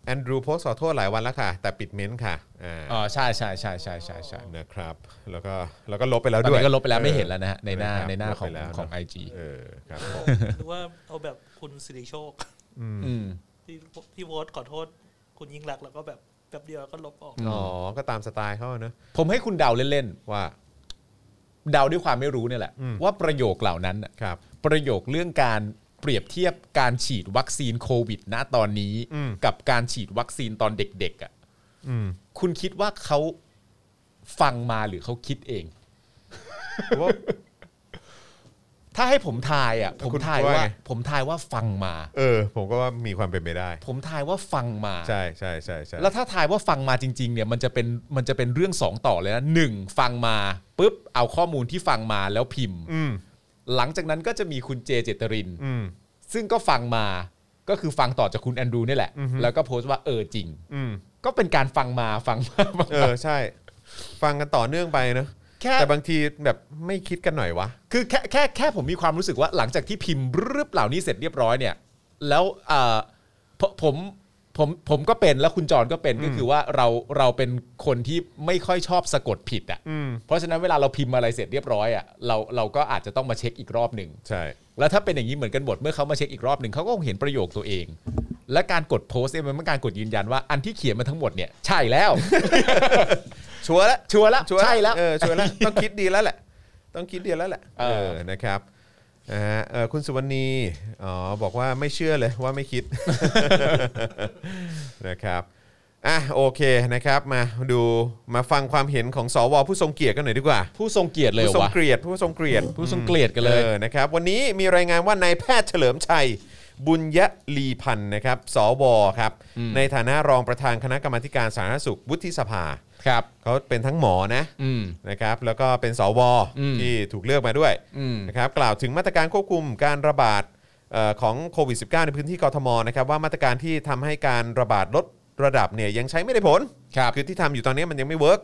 B: แอนดรูโพสต์ขอโทษหลายวันแล้วค่ะ แต่ปิดเม้นต์ค่ะอ่า
C: อ๋อใช่ใช่ใช่ใช่ใช่ใช่
B: นะครับแล้วก็แล้วก็ลบไปแล้ว
C: ตอน
B: ด้วย
C: นี้ก็ลบไปแล้วไม่เห็นแล้วนะฮะในหน้า
B: ช่ครับ
C: ในหน้า
B: ลบ
C: ข
B: ไป
C: อง
B: แล้ว
C: ของ
B: เนะ
C: ไอจี
B: เออครับผม
D: หรือว่าเอาแบบคุณสิริโชค ที่ที่โพสต์ขอโทษ คุณยิ่งรักษณ์แล้วก็แบบแป๊บเดียวก็ลบออก
B: อ๋อก็ตามสไตล์เขาอะเนอะ
C: ผมให้คุณเดาเล่น
B: ว่า
C: ๆเดาด้วยความไม่รู้เนี่ยแหละ
B: อืม
C: ว่าประโยคเหล่านั้นน่ะ
B: ครับ
C: ประโยคเรื่องการเปรียบเทียบการฉีดวัคซีนโควิดณตอนนี้
B: อืม
C: กับการฉีดวัคซีนตอนเด็กๆอ่ะ
B: อืม
C: คุณคิดว่าเขาฟังมาหรือเขาคิดเอง
B: ว่า
C: ถ้าให้ผมทายอ่ะผม
B: คุณ
C: ทาย
B: ว่า
C: ว่า
B: ไง
C: ผมทายว่าฟังมา
B: เออ ผมก็ว่ามีความเป็นไปได้
C: ผมทายว่าฟังมา
B: ใช่ใช่ใช่ใช่
C: แล้วถ้าทายว่าฟังมาจริงๆเนี่ยมันจะเป็นมันจะเป็นเรื่องสองต่อเลยนะหนึ่งฟังมาปุ๊บเอาข้อมูลที่ฟังมาแล้วพิมพ์
B: อืม
C: หลังจากนั้นก็จะมีคุณเจเจตริน
B: อืม
C: ซึ่งก็ฟังมาก็คือฟังต่อจากคุณแอนดรูนี่แหละ
B: อือฮึ
C: แล้วก็โพสต์ว่าเออจริง
B: อืม
C: ก็เป็นการฟังมาฟังมาฟัง
B: เอ
C: มา
B: อใช่ ฟังกันต่อเนื่องไปเนอะ
C: แค่
B: แต่บางทีแบบไม่คิดกันหน่อยวะ
C: คือแค่แค่แค่ผมมีความรู้สึกว่าหลังจากที่พิมพ์รึบเหล่านี้เสร็จเรียบร้อยเนี่ย แล้วเอ่อผมผมผมผมก็เป็นแล้วคุณจอนก็เป็นก็คือว่าเราเราเป็นคนที่ไม่ค่อยชอบสะกดผิดอ่ะ
B: อืม
C: เพราะฉะนั้นเวลาเราพิมพ์อะไรเสร็จเรียบร้อยอ่ะเราเราก็อาจจะต้องมาเช็คอีกรอบหนึ่ง
B: ใช่
C: แล้วถ้าเป็นอย่างนี้เหมือนกันหมดเมื่อเขามาเช็คอีกรอบหนึ่งเขาก็คงเห็นประโยคตัวเอง และการกดโพสต์เนี่ยมันเป็นการกดยืนยันว่าอันที่เขียนมาทั้งหมดเนี่ยใช่แล้ว [LAUGHS]
B: ชัวร์ละ
C: ชัวร์ละ
B: ชัวร์
C: ใช่แล้ว
B: เออชัวร์แล้ว ต้องคิดดีแล้วแหละ ต้องคิดดีแล้วแหละ
C: เออ
B: นะครับนะฮะเออคุณสุวรรณีอ๋อบอกว่าไม่เชื่อเลยว่าไม่คิด [LAUGHS] นะครับอ่ะโอเคนะครับมาดูมาฟังความเห็นของสวผู้ทรงเกียรติกันหน่อยดีกว่า
C: ผู้ทรงเกียรติเลย
B: ผู้ทรง
C: วะ
B: เกียรติผู้ทรงเกียรติ
C: ผู้ทรงเกลียดกันเลย
B: ออนะครับ วันนี้มีรายงานว่านายแพทย์เฉลิมชัย บุญยลีพันธ์นะครับ สวครับ ในฐานะรองประธานคณะกรรมาธิการสาธารณสุขวุฒิสภา
C: ครับ
B: เขาเป็นทั้งหมอนะ
C: อืม
B: นะครับ แล้วก็เป็นสว
C: อืม
B: ที่ถูกเลือกมาด้วย
C: อืม
B: นะครับกล่าวถึงมาตรการควบคุมการระบาดเอ่อของโควิด -19 ในพื้นที่กทมนะครับว่ามาตรการที่ทำให้การระบาดลดระดับเนี่ยยังใช้ไม่ได้ผล
C: ครับ
B: คือที่ทำอยู่ตอนนี้มันยังไม่เวิร์ก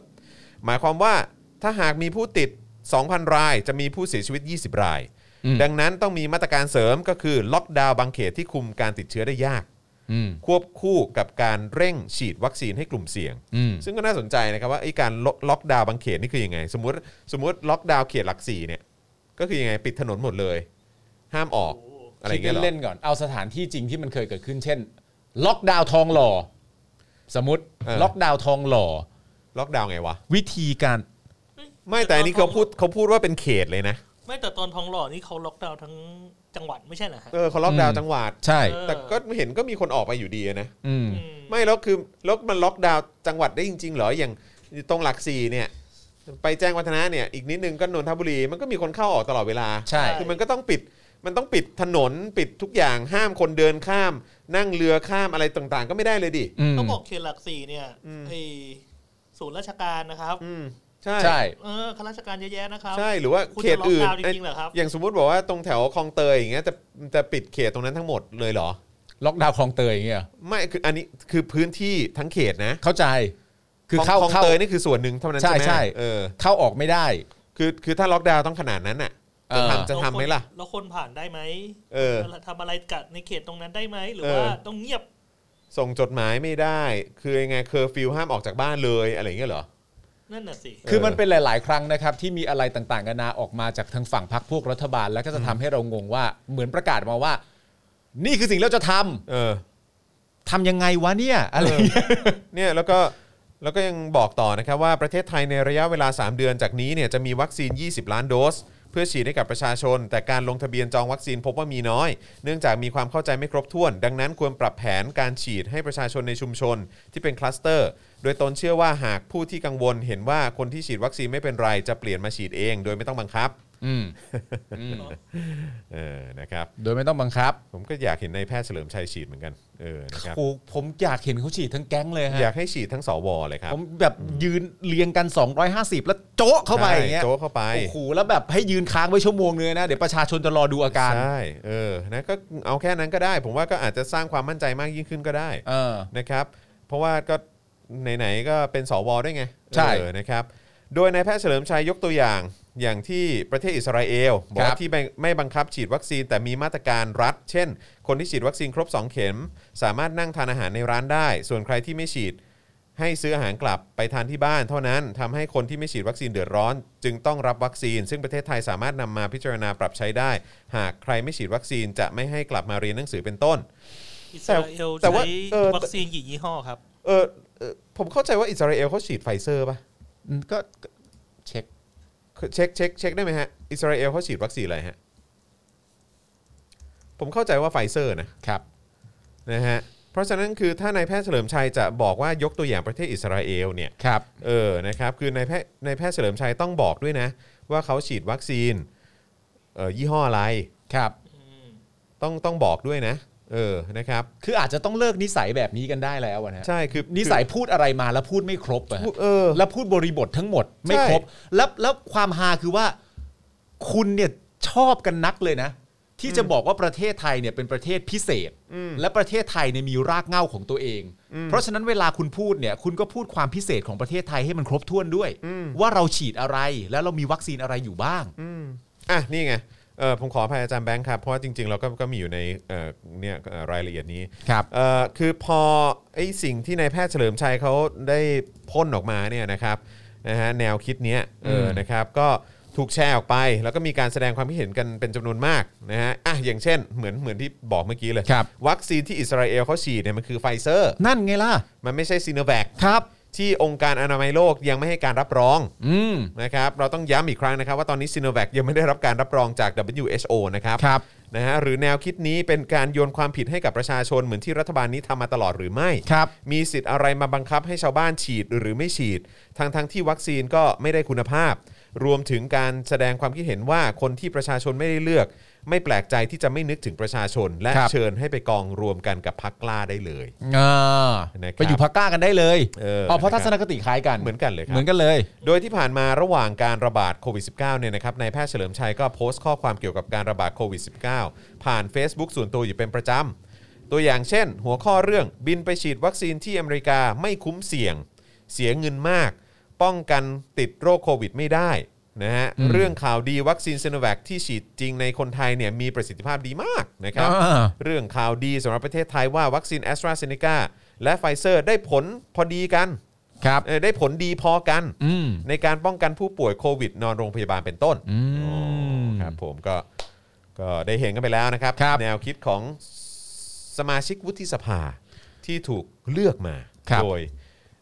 B: หมายความว่าถ้าหากมีผู้ติด 2,000 ราย จะมีผู้เสียชีวิต 20 ราย
C: อืม
B: ดังนั้นต้องมีมาตรการเสริมก็คือล็อกดาวน์บางเขตที่คุมการติดเชื้อได้ยาก
C: อืม
B: ควบคู่กับการเร่งฉีดวัคซีนให้กลุ่มเสี่ยง
C: อืม
B: ซึ่งก็น่าสนใจนะครับว่าไอ้การล็อกล็อกดาวน์บางเขตนี่คือยังไง สมมติสมมติล็อกดาวน์เขตหลักสี่เนี่ยก็คือยังไงปิดถนนหมดเลย ห้ามออก
D: โอ้โห
B: อะไรอย่างเงี้ยหรอ
C: คิดเล่นๆก่อน เอาสถานที่จริงที่มันเคยเกิดขึ้น เช่น ล็อกดาวน์ทองหล่อ สมมติล็อกดาวน์ทองหล่อ
B: ล็อกดาวน์ไงวะ
C: วิธีการ
B: ไม่แต่อันนี้เขาพูดเขาพูดว่าเป็นเขตเลยนะ
D: ไม่แต่ตอนทองหล่อนี่เขาล็อกดาวน์ทั้งจังหวัดไม่ใช่เหรอฮะ
B: เออเขาล็อกดาวน์
C: อืม
B: จังหวัด
C: ใช่
D: เออ
B: แต่ก็เห็นก็มีคนออกไปอยู่ดีนะ
C: อืม
D: อืม
B: ไม่แล้วคือแล้วมันล็อกดาวน์จังหวัดได้จริง ๆ เหรออย่างตรงหลักสี่เนี่ย ไปแจ้งวัฒนะเนี่ยอีกนิดนึงก็นนทบุรีมันก็มีคนเข้าออกตลอดเวลา
C: ใช่
B: คือมันก็ต้องปิดมันต้องปิดถนนปิดทุกอย่างห้ามคนเดินข้าม นั่งเรือข้ามอะไรต่างๆ ก็ไม่ได้เลยดิ
C: อืม
D: เขาบอกเขตหลักสี่เนี่ย
B: อืม
D: ไอศูนย์ราชการนะครับ
B: อืมใช่
C: ใช่
D: เออข้าราชการเยอะแยะนะครับ
B: ใช่หรือว่า
D: คุณ
B: เข
D: จะ
B: ต
D: ล็อก
B: อื่น
D: ดาวน์จริงๆเหรอครับ
B: อย่างสมมุติบอกว่าตรงแถวคลองเตยอย่างเงี้ยจะจะปิดเขตตรงนั้นทั้งหมดเลยเหรอ
C: ล็อกดาวน์คลองเตยอย่างเงี้ย
B: ไม่คืออันนี้คือพื้นที่ทั้งเขตนะ
C: เข้าใจ คือเข้า
B: ลองลอง
C: เข้า
B: เตยนี่คือส่วนหนึ่งเท่านั้น
C: ใช่
B: ใช่ไหม
C: ใช่
B: เออ
C: เข้าออกไม่ได้
B: คือคือถ้าล็อกดาวน์ต้องขนาดนั้นน่ะ
C: เอ
B: จะ
C: อ
B: ทำจะทำไหมล่ะ
D: แล้วคนผ่านได้ไหม
B: เออ
D: ทำอะไรกับในเขตตรงนั้นได้ไหมหรือ
B: เออ
D: ว่าต้องเงียบ
B: ส่งจดหมายไม่ได้ คือยังไงเคอร์ฟิวห้ามออกจากบ้านเลยอะไรอย่างเงี้ยเหรอ
D: นั่นน่ะสิ
C: คือมันเป็นหลาย ๆ ครั้งนะครับ ที่มีอะไรต่างๆกันานาออกมาจากทางฝั่งพรรคพวกรัฐบาล แล้วก็จะทำให้เรางงว่าเหมือนประกาศมาว่า นี่คือสิ่งที่เราจะทำ
B: เออ
C: ทำยังไงวะเนี่ยอะไรอย่างเงี้ย
B: เนี่ยแล้วก็แล้วก็ยังบอกต่อนะครับว่าประเทศไทยในระยะเวลา 3 เดือนจากนี้เนี่ยจะมีวัคซีน 20 ล้านโดส เพื่อฉีดให้กับประชาชน แต่การลงทะเบียนจองวัคซีนพบว่ามีน้อย เนื่องจากมีความเข้าใจไม่ครบถ้วน ดังนั้นควรปรับแผนการฉีดให้ประชาชนในชุมชนที่เป็นคลัสเตอร์ โดยตนเชื่อว่าหากผู้ที่กังวลเห็นว่าคนที่ฉีดวัคซีนไม่เป็นไรจะเปลี่ยนมาฉีดเอง โดยไม่ต้องบังคับ
C: อืม
B: เออนะครับ
C: โดยไม่ต้องบังคับ
B: ผมก็อยากเห็นนายแพทย์เฉลิมชัยฉีดเหมือนกันเออนะครับ
C: โอ้ผมอยากเห็นเขาฉีดทั้งแก๊งเลยฮะ
B: อยากให้ฉีดทั้งสวเลยครับ
C: ผมแบบยืนเรียงกัน 250 แล้วโจ๊ะเข้าไปอย่างเงี้ย
B: ใช่โจ้เข้าไป
C: โอ้โหแล้วแบบให้ยืนค้างไว้ชั่วโมงนึงนะ เดี๋ยวประชาชนจะรอดูอาการ
B: ใช่เออนะก็เอาแค่นั้นก็ได้ ผมว่าก็อาจจะสร้างความมั่นใจมากยิ่งขึ้นก็ได้
C: เออ
B: นะครับ เพราะว่าก็ไหนๆก็เป็นสวด้วยไง
C: ใช่
B: เออนะครับ โดยนายแพทย์เฉลิมชัยยกตัวอย่างอย่างที่ประเทศอิสราเอลบอก
C: ครั
B: ว่า
C: บ
B: ที่ไม่ไม่บังคับฉีดวัคซีนแต่มีมาตรการรัฐ เช่น คนที่ฉีดวัคซีนครบ 2 เข็ม สามารถนั่งทานอาหารในร้านได้ ส่วนใครที่ไม่ฉีด ให้ซื้ออาหารกลับไปทานที่บ้านเท่านั้นทำให้คนที่ไม่ฉีดวัคซีนเดือดร้อน จึงต้องรับวัคซีน ซึ่งประเทศไทยสามารถนำมาพิจารณาปรับใช้ได้ หากใครไม่ฉีดวัคซีนจะไม่ให้กลับมาเรียนหนังสือเป็นต้น
D: อิสราเอล
B: แต่ว่า
D: ใช้
B: เออ
D: วัคซีนกี่ยี่ห้อครับ
B: เออเออผมเข้าใจว่าอิสราเอลเขาฉีดไฟเซอร์ป่ะ
C: ก็ก็เช็ค
B: เช็คเช็คเช็คได้ไหมฮะอิสราเอลเขาฉีดวัคซีนอะไรฮะผมเข้าใจว่าไฟเซอร์นะ
C: ครับ
B: นะฮะเพราะฉะนั้นคือถ้านายแพทย์เฉลิมชัยจะบอกว่ายกตัวอย่างประเทศอิสราเอลเนี่ย
C: ครับ
B: เออ นะครับ คือนายแพทย์นายแพทย์เฉลิมชัยต้องบอกด้วยนะ ว่าเขาฉีดวัคซีน เอ่อ ยี่ห้ออะไร
C: ครับ
B: ต้อง ต้องบอกด้วยนะ เออ นะครับ
C: คืออาจจะต้องเลิกนิสัยแบบนี้กันได้แล้วอะนะ
B: ใช่ คือ
C: นิสัยพูดอะไรมาแล้วพูดไม่ครบอะ
B: คือ
C: ฮะ
B: พูดเออ
C: แล้วพูดบริบททั้งหมดไม่ครบ แล้วแล้วความฮาคือว่า คุณเนี่ยชอบกันนักเลยนะ ที่จะบอกว่าประเทศไทยเนี่ยเป็นประเทศพิเศษ และประเทศไทยเนี่ยมีรากเหง้าของตัวเอง เพราะฉะนั้นเวลาคุณพูดเนี่ย คุณก็พูดความพิเศษของประเทศไทยให้มันครบถ้วนด้วย ว่าเราฉีดอะไรแล้วเรามีวัคซีนอะไรอยู่บ้าง
B: อ่ะ นี่ไง เออผมขออภัยอาจารย์แบงค์ครับ เพราะว่าจริง ๆ เราก็ ก็มีอยู่ใน เอ่อ เนี่ยเอ่อรายละเอียดนี้
C: ครับ
B: เอ่อคือพอไอ้สิ่งที่นายแพทย์เฉลิมชัยเขาได้พ่นออกมาเนี่ยนะครับนะฮะแนวคิดเนี้ยเออ
C: ม
B: นะครับก็ถูกแชร์ออกไป แล้วก็มีการแสดงความคิดเห็นกันเป็นจำนวนมากนะฮะอ่ะอย่างเช่นเหมือนเหมือนที่บอกเมื่อกี้เลย
C: ครับ
B: วัคซีนที่อิสราเอลเขาฉีดเนี่ยมันคือไฟเซอร์
C: นั่นไงล่ะ
B: มันไม่ใช่ซีโนแวค
C: ครับ
B: ที่องค์การอนามัยโลกยังไม่ให้การรับรอง
C: อืม
B: นะครับเราต้องย้ำอีกครั้งนะครับว่าตอนนี้ซีโนแวคยังไม่ได้รับการรับรองจาก WHO นะครับ
C: ครับ
B: นะฮะหรือแนวคิดนี้เป็นการโยนความผิดให้กับประชาชนเหมือนที่รัฐบาลนี้ทำมาตลอดหรือไม่
C: ครับ
B: มีสิทธิ์อะไรมาบังคับให้ชาวบ้านฉีดหรือไม่ฉีดทั้งทั้งๆที่วัคซีนก็ไม่ได้คุณภาพ รวมถึงการแสดงความคิดเห็นว่าคนที่ประชาชนไม่ได้เลือก ไม่แปลกใจที่จะไม่นึกถึงประชาชน และ
C: ครับ
B: เชิญให้ไปกองรวมกันกับพักกล้าได้เลย
C: อ่า
B: นะครับ
C: ไปอยู่พักกล้ากันได้เลย
B: เออ
C: เพราะ
B: นะครับ
C: ทัศนคติคล้ายกัน
B: เหมือนกันเลยค
C: เห
B: รั
C: มื
B: บ
C: อนกันเลย
B: โดยที่ผ่านมาระหว่างการระบาดโควิด -19 เนี่ยนะครับนายแพทย์เฉลิมชัยก็โพสต์ข้อความเกี่ยวกับการระบาดโควิด -19 ผ่าน Facebook ส่วนตัวอยู่เป็นประจำ ตัวอย่างเช่น หัวข้อเรื่องบินไปฉีดวัคซีนที่อเมริกาไม่คุ้มเสี่ยง เสียเงินมาก ป้องกันติดโรคโควิดไม่ได้ นะฮะ
C: อืม
B: เรื่องข่าวดีวัคซีนซ i โนแวคที่ฉีดจริงในคนไทยเนี่ยมีประสิทธิภาพดีมากนะครับ
C: อ่า
B: เรื่องข่าวดีสำหรับประเทศไทยว่าวัคซีนแอสตราเซเนกาและไฟเซอร์ได้ผลพอดีกัน
C: ครับ
B: เอ่อได้ผลดีพอกัน
C: อืม
B: ในการป้องกันผู้ป่วยโควิด นอนโรงพยาบาลเป็นต้น
C: อืม
B: อ๋อครับผมก็ก็ได้เห็นกันไปแล้วนะครับ
C: ครับ
B: แนวคิดของสมาชิกวุฒิสภาที่ถูกเลือกมา
C: ครับ
B: โดย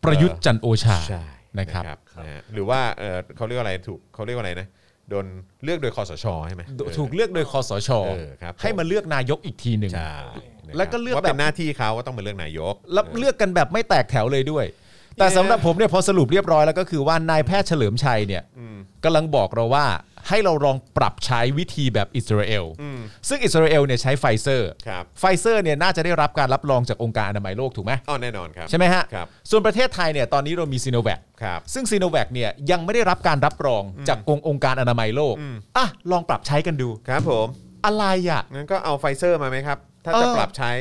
C: ประยุทธ์จันทร์โอชา
B: ใช่
C: นะครับ
B: นะฮะหรือว่าเออเขาเรียกว่าอะไรถูกเขาเรียกว่าอะไรนะโดนเลือกโดยคอสชใช่ไหม
C: ถูกเลือกโดยคอสช
B: เออครับ
C: ให้มาเลือกนายกอีกทีหนึ่ง
B: ใช่นะครับ
C: แล้วก็เลือก
B: ว่าเป็
C: แบ
B: น
C: บ
B: หน้าที่เขาว่าต้องมาเลือกนายก
C: แล้วเลือกกันแบบไม่แตกแถวเลยด้วย แต่สำหรับผมเนี่ยพอสรุปเรียบร้อยแล้วก็คือว่านายแพทย์เฉลิมชัยเนี่ยกำลังบอกเราว่าให้เราลองปรับใช้วิธีแบบอิสราเอล ซึ่งอิสราเอลเนี่ยใช้ไฟเซอร์
B: ครับ
C: ไฟเซอร์เนี่ยน่าจะได้รับการรับรองจากองค์การอนามัยโลกถูกไหม
B: อ๋อแน่นอนครับ
C: ใช่ไหมฮะ
B: ครับ
C: ส่วนประเทศไทยเนี่ยตอนนี้เรามีซีโนแวค
B: ครับ
C: ซึ่งซีโนแวคเนี่ยยังไม่ได้รับการรับรองจากองค์องค์การอนามัยโลก
B: อืม
C: อ่ะ ลองปรับใช้กันดู
B: ครับผม
C: อะไรอ่ะ
B: งั้นก็เอาไฟเซอร์มาไหมครับ ถ้า
C: เอ
B: จะ
C: อ
B: ปรับใช้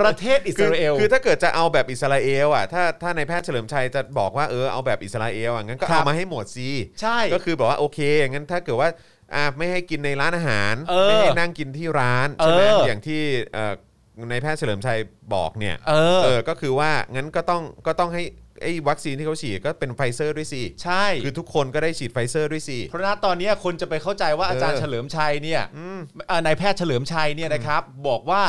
C: ประเทศอิส
B: คื
C: ราเอล
B: คือถ้าเกิดจะเอาแบบอิสราเอลอ่ะถ้าถ้าในายแพทย์เฉลิมชัยจะบอกว่าเออเอาแบบอิสราเอลอ่ะงั้นก็
C: ครั
B: เอา
C: บ
B: มาให้หมดซี
C: ใช่
B: ก็คือบอกว่าโอเคงั้นถ้าเกิดว่าอ่ะไม่ให้กินในร้านอาหาร
C: เออ
B: ไม่ให้นั่งกินที่ร้านใช่ไหม
C: เอออ
B: อย่างที่เอ่อในายแพทย์เฉลิมชัยบอกเนี่ย
C: เออ
B: เออ ก็คือว่า งั้นก็ต้อง ก็ต้องให้ไอ้วัคซีนที่เขาฉีดก็เป็นไฟเซอร์ด้วยสิ
C: ใช่
B: คือทุกคนก็ได้ฉีดไฟเซอร์ด้วยสิ
C: เพราะฉะนั้นตอนเนี้ยคนจะไปเข้าใจว่า
B: เอออ
C: อาจารย์เฉลิมชัยเนี่ยเอ่อนายแพทย์เฉลิมชัยเนี่ยนะครับ บอกว่า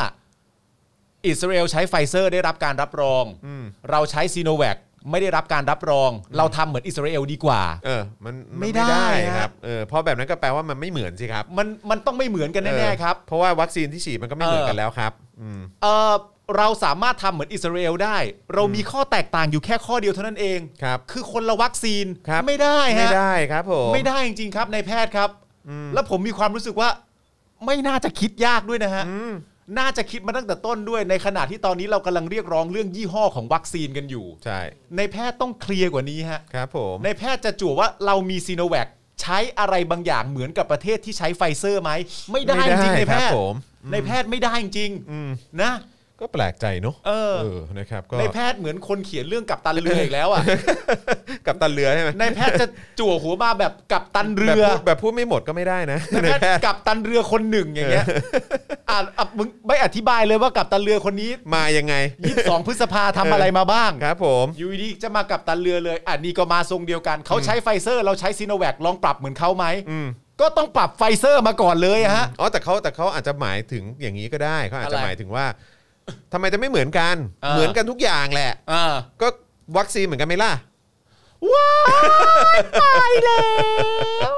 C: อิสราเอลใช้ไฟเซอร์ได้รับการรับรอง เราใช้ซีโนแวคไม่ได้รับการรับรอง เราทำเหมือนอิสราเอลดีกว่า
B: เออ มันน
C: ไม่ได้ฮะ
B: ครับ เออ เพราะแบบนั้นก็แปลว่ามันไม่เหมือนสิครับ
C: มันมันต้องไม่เหมือนกันแน่
B: เออ
C: ๆครับ
B: เพราะว่าวัคซีนที่ฉีดมันก็ไม่เหมือนกันแล้วครับ อืม
C: เอ่อเราสามารถทำเหมือนอิสราเอลได้ เรามีข้อแตกต่างอยู่แค่ข้อเดียวเท่านั้นเอง
B: ครับ
C: คือคนละวัคซีน
B: ครับ
C: ไม่ได้ฮะ
B: ไม่ได้ครับผม
C: ไม่ได้จริงๆครับนายแพทย์ครับ แล้วผมมีความรู้สึกว่า ไม่น่าจะคิดยากด้วยนะฮะน่าจะคิดมาตั้งแต่ต้นด้วย ในขณะที่ตอนนี้เรากำลังเรียกร้องเรื่องยี่ห้อของวัคซีนกันอยู่
B: ใช่
C: นายแพทย์ต้องเคลียร์กว่านี้ฮะ
B: ครับผม
C: นายแพทย์จะจู่ว่าเรามีซีโนแวคใช้อะไรบางอย่างเหมือนกับประเทศที่ใช้ไฟเซอร์ไหมไม่ได้จริงๆนาย
B: ค
C: แพ
B: รับ
C: ทย์
B: ผม
C: นายแพทย์ไม่ได้จริงๆนะ
B: ก็แปลกใจเนอะ
C: เออ
B: นะครับ ก็
C: นายแพทย์เหมือนคนเขียนเรื่องกับตันเรืออี
B: [LAUGHS]
C: กแล้วอ่ะ
B: กับตันเรือใช่ไหม
C: นายแพทย์จะจั่วหัวมาแบบกับตันเรื
B: แบบ
C: อ
B: พูดแบบพูดไม่หมดก็ไม่ได้นะ
C: นาย
B: ใน
C: แพ
B: แพ
C: ท
B: ท
C: ย์
B: ย์
C: กับตันเรือคนหนึ่งอย่างเงี้ยอ่ะอ่ะมึงไม่อธิบายเลยว่ากับตันเรือคนนี้
B: มายังไง
C: ยี่สองพฤษภาทำอะไรมาบ้าง
B: ครับผม
C: อยู่ดีจะมากับตันเรือเลยอันนี้ก็มาทรงเดียวกัน เขาใช้ไฟเซอร์เราใช้ซีโนแวคลองปรับเหมือนเขาไหม
B: อืม
C: ก็ต้องปรับไฟเซอร์มาก่อนเลยอะฮะ
B: อ๋อแต่เขาแต่เขาอาจจะหมายถึงอย่างนี้ก็ได้เขาอาจจะ
C: อะไร
B: หมายถึงว่าทำไมจะไม่เหมือนกัน
C: เออ
B: เหมือนกันทุกอย่างแหละ
C: อ่า
B: ก็วัคซีนเหมือนกันไหมล่ะ
C: ว้ายตายแล้ว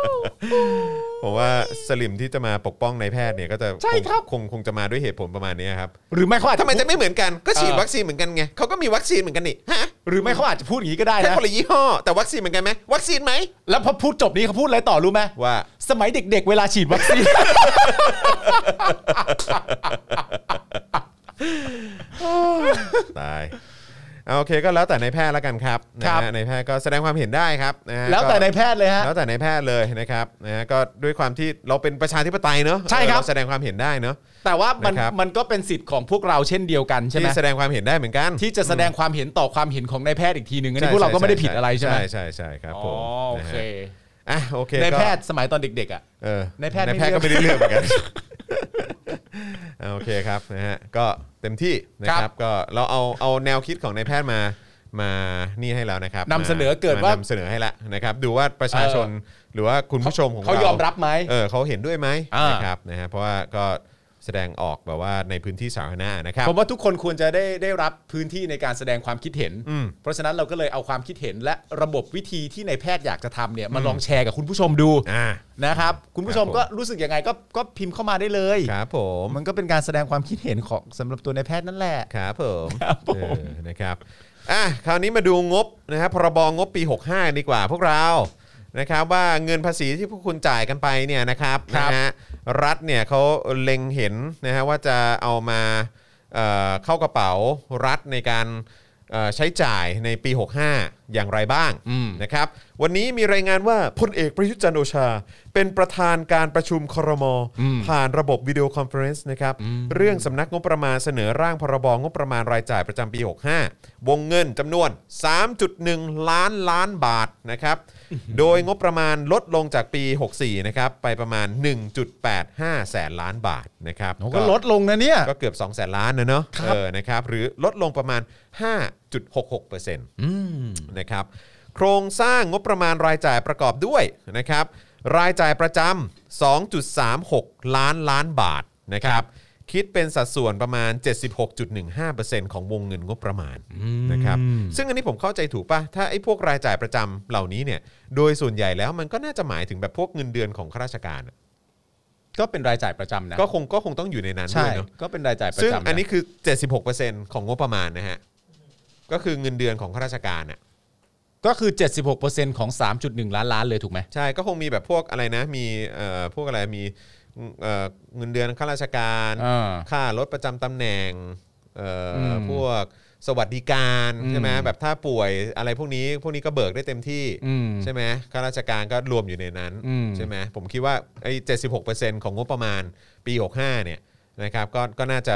B: ผมว่าสลิมที่จะมาปกป้องนายแพทย์เนี่ยก็จะ
C: ใช่ครับ
B: คงคงคงจะมาด้วยเหตุผลประมาณนี้ครับ
C: หรือไม่เขาอาจ
B: ทำ
C: จะ
B: ไมจะไม่เหมือนกันก็ฉีดวัคซีนเหมือนกันไงเขาก็มีวัคซีนเหมือนกันนี่ฮะ
C: หรือไม่เขาอาจจะพูดอย่างนี้ก็ได้
B: แค่
C: นะ
B: คนละยี่ห้อแต่วัคซีนเหมือนกันไหมวัคซีนไหม
C: แล้วพอพูดจบนี้เขาพูดอะไรต่อรู้ไหม
B: ว่า
C: สมัยเด็กๆ เวลาฉีดวัคซี
B: [LAUGHS]
C: น
B: ตายเอาโอเคก็แล้วแต่นายแพทย์แล้วกันครับนะครับ ฮะนายแพทย์ก็แสดงความเห็นได้ครับนะฮะ
C: แล้วแต่
B: ก็
C: ในายแพทย์เลยฮะ
B: แล้วแต่ในายแพทย์เลยนะครับนะฮะก็ด้วยความที่เราเป็นประชาธิปไตยเนอะ
C: ใช่ครับ
B: เาแสดงความเห็นได้เนอะ
C: แต่ว่ามัน
B: นะครับ
C: มันก็เป็นสิทธิ์ของพวกเราเช่นเดียวกันใช่ไหม
B: ที่แสดงความเห็นได้เหมือนกัน
C: ที่จะแสดงความเห็นต่อความเห็นของนายแพทย์อีกทีหนึ่งอัน
B: ใช่
C: นี้พวกเราก็ไม่ได้ผิดอะไรใช่ไหม
B: ใช่ใช่ใช่ครับ
C: อ๋
B: ผ
C: อ
B: ม
C: โอเค
B: นะฮะอ่ะโอเคน
C: าย
B: ก็
C: แพทย์สมัยตอนเด็ก ๆ อ่ะ
B: เออน
C: ายแพทย์
B: นายแพทย์
C: ไม่
B: ก็ไม่
C: เลื
B: ได้เลื
C: อก
B: อกเหมือน [LAUGHS] กันอ่ะโอเคครับนะฮะก็เต็มที่นะค
C: ครั
B: รับบ ก็เราเอาเอาแนวคิดของนายแพทย์มามานี่ให้แล้วนะครับ
C: นำเสนอเกิดว่าม
B: นำเสนอให้และนะครับ ดูว่าประชาชนหรือว่าคุณผู้ชมของ
C: เขา
B: เรา
C: ยอมรับไหม
B: เออเขาเห็นด้วยไหม
C: อ่าน
B: นะครับนะฮะเพราะว่าก็แสดงออกแบบว่าในพื้นที่สาธารณะนะครับ
C: ผมว่าทุกคนควรจะได้ได้รับพื้นที่ในการแสดงความคิดเห็น
B: อืม
C: เพราะฉะนั้นเราก็เลยเอาความคิดเห็นและระบบวิธีที่นายแพทย์อยากจะทำเนี่ยมาลองแชร์กับคุณผู้ชมดู
B: อ่า
C: นะครับคุณผู้ชม
B: ครับผม
C: ก็รู้สึกยังไงก็ก็พิมพ์เข้ามาได้เลย
B: ครับผม
C: มันก็เป็นการแสดงความคิดเห็นของสำหรับตัวนายแพทย์นั่นแหละ
B: ครับผม
C: ครับผม
B: เออนะครับอ่ะคราวนี้มาดูงบนะฮะพรบงบปี 65 ดีกว่าพวกเรานะครับว่าเงินภาษีที่พวกคุณจ่ายกันไปเนี่ยนะครับ
C: ครับ
B: นะฮะรัฐเนี่ยเขาเล็งเห็นนะฮะว่าจะเอามาเอ่อเข้ากระเป๋ารัฐในการเอ่อใช้จ่ายในปี 65 อย่างไรบ้าง
C: อืม
B: นะครับ วันนี้มีรายงานว่าพลเอกประยุทธ์จันทร์โอชา เป็นประธานการประชุมครม ผ่านระบบวิดีโอคอนเฟอเรนซ์นะครับ เรื่องสำนักงบประมาณเสนอร่างพรบงบประมาณรายจ่ายประจำปี 65 วงเงินจำนวน 3.1 ล้านล้านบาทนะครับ โดยงบประมาณลดลงจากปี 64 นะครับ ไปประมาณ 1.85 แสนล้านบาทนะครับ
C: ก็ลดลงนะเนี่ย
B: ก็เกือบ 2 แสนล้านนะเนาะ
C: ครับ
B: เออนะครับหรือลดลงประมาณ 5.66%นะครับโครงสร้างงบประมาณรายจ่ายประกอบด้วยนะครับรายจ่ายประจำ2.36 ล้านล้านบาทนะครับคิดเป็นสัดส่วนประมาณ 76.15%ของวงเงินงบประมาณนะครับซึ่งอันนี้ผมเข้าใจถูกป่ะ ถ้าไอ้พวกรายจ่ายประจำเหล่านี้เนี่ยโดยส่วนใหญ่แล้วมันก็น่าจะหมายถึงแบบพวกเงินเดือนของข้าราชการอะ
C: ก็เป็นรายจ่ายประจำนะ
B: ก็คงก็คงต้องอยู่ในนั้นด้
C: ใช่
B: วยเนาะ
C: ก็เป็นรายจ่ายประ
B: ซึ่ง
C: จำะ
B: อันนี้คือ 76%ของงบประมาณนะฮะ ก็คือเงินเดือนของข้าราชการอ่ะ
C: ก็คือ 76%ของ 3.1 ล้านล้านเลยถูกไหม
B: ใช่ก็คงมีแบบพวกอะไรนะ มีเอ่อพวกอะไรมีเอ่อเงินเดือนข้าราชการ
C: อ่า
B: ค่ารถประจำตำแหน่งเอ่ออ
C: ม
B: พวกสวัสดิการ
C: อืม
B: ใช่ไหมแบบถ้าป่วยอะไรพวกนี้พวกนี้ก็เบิกได้เต็มที่
C: อืม
B: ใช่ไหมข้าราชการก็รวมอยู่ในนั้น
C: อืม
B: ใช่ไหมผมคิดว่าไอ้76%ของงบประมาณปี 65เนี่ยนะครับก็ก็น่าจะ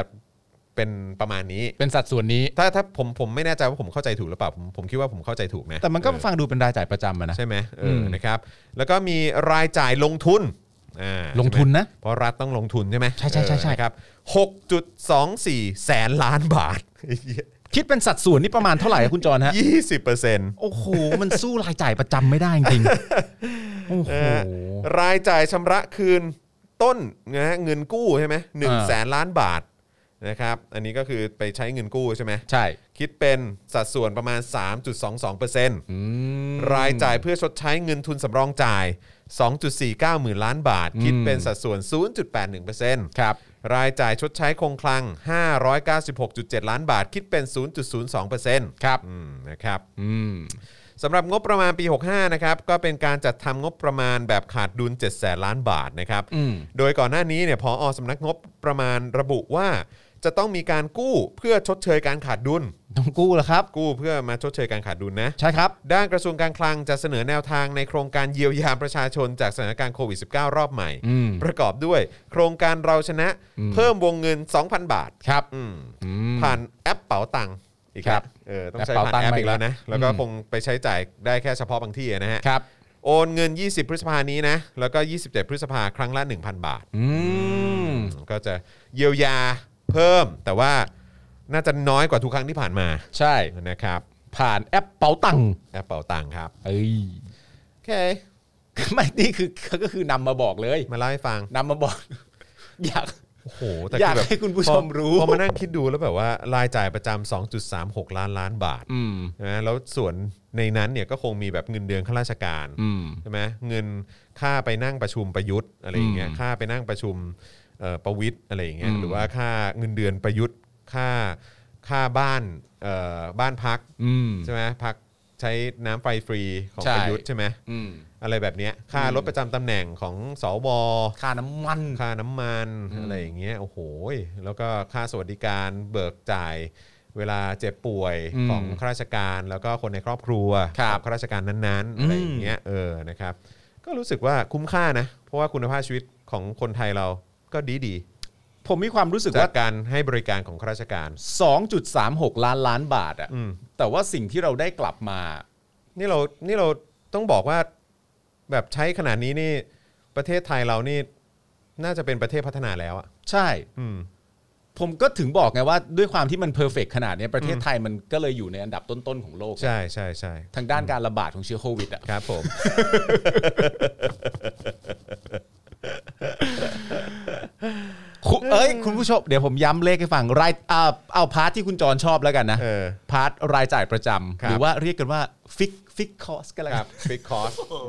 B: เป็นประมาณนี้
C: เป็นสัดส่วนนี้
B: ถ้าถ้าผมผมไม่แน่ใจว่าผมเข้าใจถูกหรือเปล่าผมผมคิดว่าผมเข้าใจถูกนะ
C: แต่มันก็
B: เออ
C: ฟังดูเป็นรายจ่ายประจำอะนะ
B: ใช่ไหมเออ
C: ม
B: อนะครับ แล้วก็มีรายจ่ายลงทุนอ่า
C: ลงทุนนะ
B: เพราะรัฐต้องลงทุนใช่ไหม
C: ใช่ใช่ใช่ใช่
B: เออนะครับหกจุดสองสี่แสนล้านบาท [LAUGHS]
C: คิดเป็นสัดส่วนนี่ประมาณเท่าไหร่อะคุณจรฮะ
B: ยี่สิบเปอร์เซ็นต์
C: โอ้โห มันสู้รายจ่ายประจำไม่ได้จ [LAUGHS] ริงๆโอ้โห
B: รายจ่ายชำระคืนต้นนะฮะเงินกู้ใช่ไหมหนึ่งแสนล้านบาทนะครับอันนี้ก็คือไปใช้เงินกู้ใช่ไหม
C: ใช่
B: คิดเป็นสัดส่วนประมาณ 3.22%อ
C: อืม
B: รายจ่ายเพื่อชดใช้เงินทุนสำรองจ่าย 2.49 หมื่นล้านบาท คิดเป็นสัดส่วน 0.81%
C: ครับ
B: รายจ่ายชดใช้คงคลัง 596.7 ล้านบาท คิดเป็น 0.02%
C: ครับ
B: อืมนะครับ
C: อืม
B: สำหรับงบประมาณปี 65 นะครับ ก็เป็นการจัดทำงบประมาณแบบขาดดุล 7 แสนล้านบาทนะครับ
C: อืม
B: โดยก่อนหน้านี้เนี่ยพออสำนักงบประมาณระบุว่า จะต้องมีการกู้เพื่อชดเชยการขาดดุล
C: ต้องกู้เหรอครับ
B: กู้เพื่อมาชดเชยการขาดดุลนะ
C: ใช่ครับ
B: ด้านกระทรวงการคลังจะเสนอแนวทางในโครงการเยียวยาประชาชนจากสถานการณ์โควิด -19 รอบใหม่
C: อืม
B: ประกอบด้วย โครงการเราชนะเพิ่มวงเงิน 2,000 บาท
C: ครับ
B: อืม
C: อืม
B: ผ่านแอปเป๋าตังค์อีกค
C: ครั
B: รับบ เออต้องใช้
C: แอป
B: ผ่าน
C: เป๋าตังค์
B: แอป
C: มาอี
B: อีก
C: กแล้
B: แล้ว
C: ว
B: นะ แล้วก็คงไปใช้จ่ายได้แค่เฉพาะบางที่นะฮะ
C: ครับ
B: โอนเงิน 20 พฤษภานี้นะ แล้วก็ 27 พฤษภาครั้งละ 1,000 บาท
C: อืม
B: ก็จะเยียวยาเพิ่ม แต่ว่าน่าจะน้อยกว่าทุกครั้งที่ผ่านมา
C: ใช่
B: นะครับ
C: ผ่านแอปเป๋าตังค์
B: แอปเป๋าตังค์ครับ
C: เอ้ย
B: โอเค
C: [LAUGHS] ไม่นี่คือเขาก็คือนำมาบอกเลย
B: มาเล่าให้ฟัง
C: นำมาบอก [LAUGHS] อยาก
B: โอ้โหแต่
C: อยาก
B: คือแบบ
C: ให้คุณผู้ชม
B: พอ
C: รู้
B: พอมานั่งคิดดูแล้วแบบว่ารายจ่ายประจำ2.36 ล้านล้านบาท
C: อืม
B: ใช่ไหมแล้วส่วนในนั้นเนี่ยก็คงมีแบบเงินเดือนข้าราชการ
C: อืม
B: ใช่ไหมเงินค่าไปนั่งประชุมประยุทธ์อะไรอย่างเงี้ย
C: อืม
B: ค่าไปนั่งประชุมเอ่อประวิทย์อะไรอย่างเงี้ย
C: อืม
B: หรือว่าค่าเงินเดือนประยุทธ์ค่าค่าบ้านเอ่อบ้านพักใช่ไหมพักใช้น้ำไฟฟรีของ
C: ใช่
B: ประยุทธ์ใช่ไหม
C: อืม
B: อะไรแบบเนี้ยค่ารถประจำตำแหน่งของสว
C: ค่าน้ำมัน
B: ค่าน้ำมัน
C: อืม
B: อะไรอย่างเงี้ยโอ้โหยแล้วก็ค่าสวัสดิการเบิกจ่าย เวลาเจ็บป่วย
C: อืม
B: ของข้าราชการแล้วก็คนในครอบครัว
C: ครับ
B: ของข้าราชการนั้นๆ
C: อืม
B: อะไรอย่างเงี้ยเออนะครับ ก็รู้สึกว่าคุ้มค่านะ เพราะว่าคุณภาพชีวิตของคนไทยเราก็ดีดี
C: ผมมีความรู้สึก
B: ๆจา
C: ว่า
B: กการให้บริการของข้าราชการ
C: 2.36 ล้านล้านบาทอะ
B: อืม
C: แต่ว่าสิ่งที่เราได้กลับมา
B: นี่เรานี่เราต้องบอกว่าแบบใช้ขนาดนี้นี่ประเทศไทยเรานี่น่าจะเป็นประเทศพัฒนาแล้วอ่ะ
C: ใช่
B: อืม
C: ผมก็ถึงบอกไงว่าด้วยความที่มันเพอร์เฟกขนาดเนี้ยประเทศไทยมันก็เลยอยู่ในอันดับต้นๆของโลก
B: ใช่ใช่ใช่
C: ทางด้านการระบาดของเชื้อโควิดอ่ะ
B: ครับผม
C: คุณเอ้ยคุณผู้ชมเดี๋ยวผมย้ำเลขให้ฟังรายอ่าเอาพาร์ทที่คุณจรชอบแล้วกันนะ
B: เออ
C: พาร์ทรายจ่ายประจำ
B: ครับ
C: หรือว่าเรียกกันว่าฟิกฟิกคอสก็แล้ว
B: ค
C: กั
B: รับ
C: น
B: ฟิกคอส
D: โอ้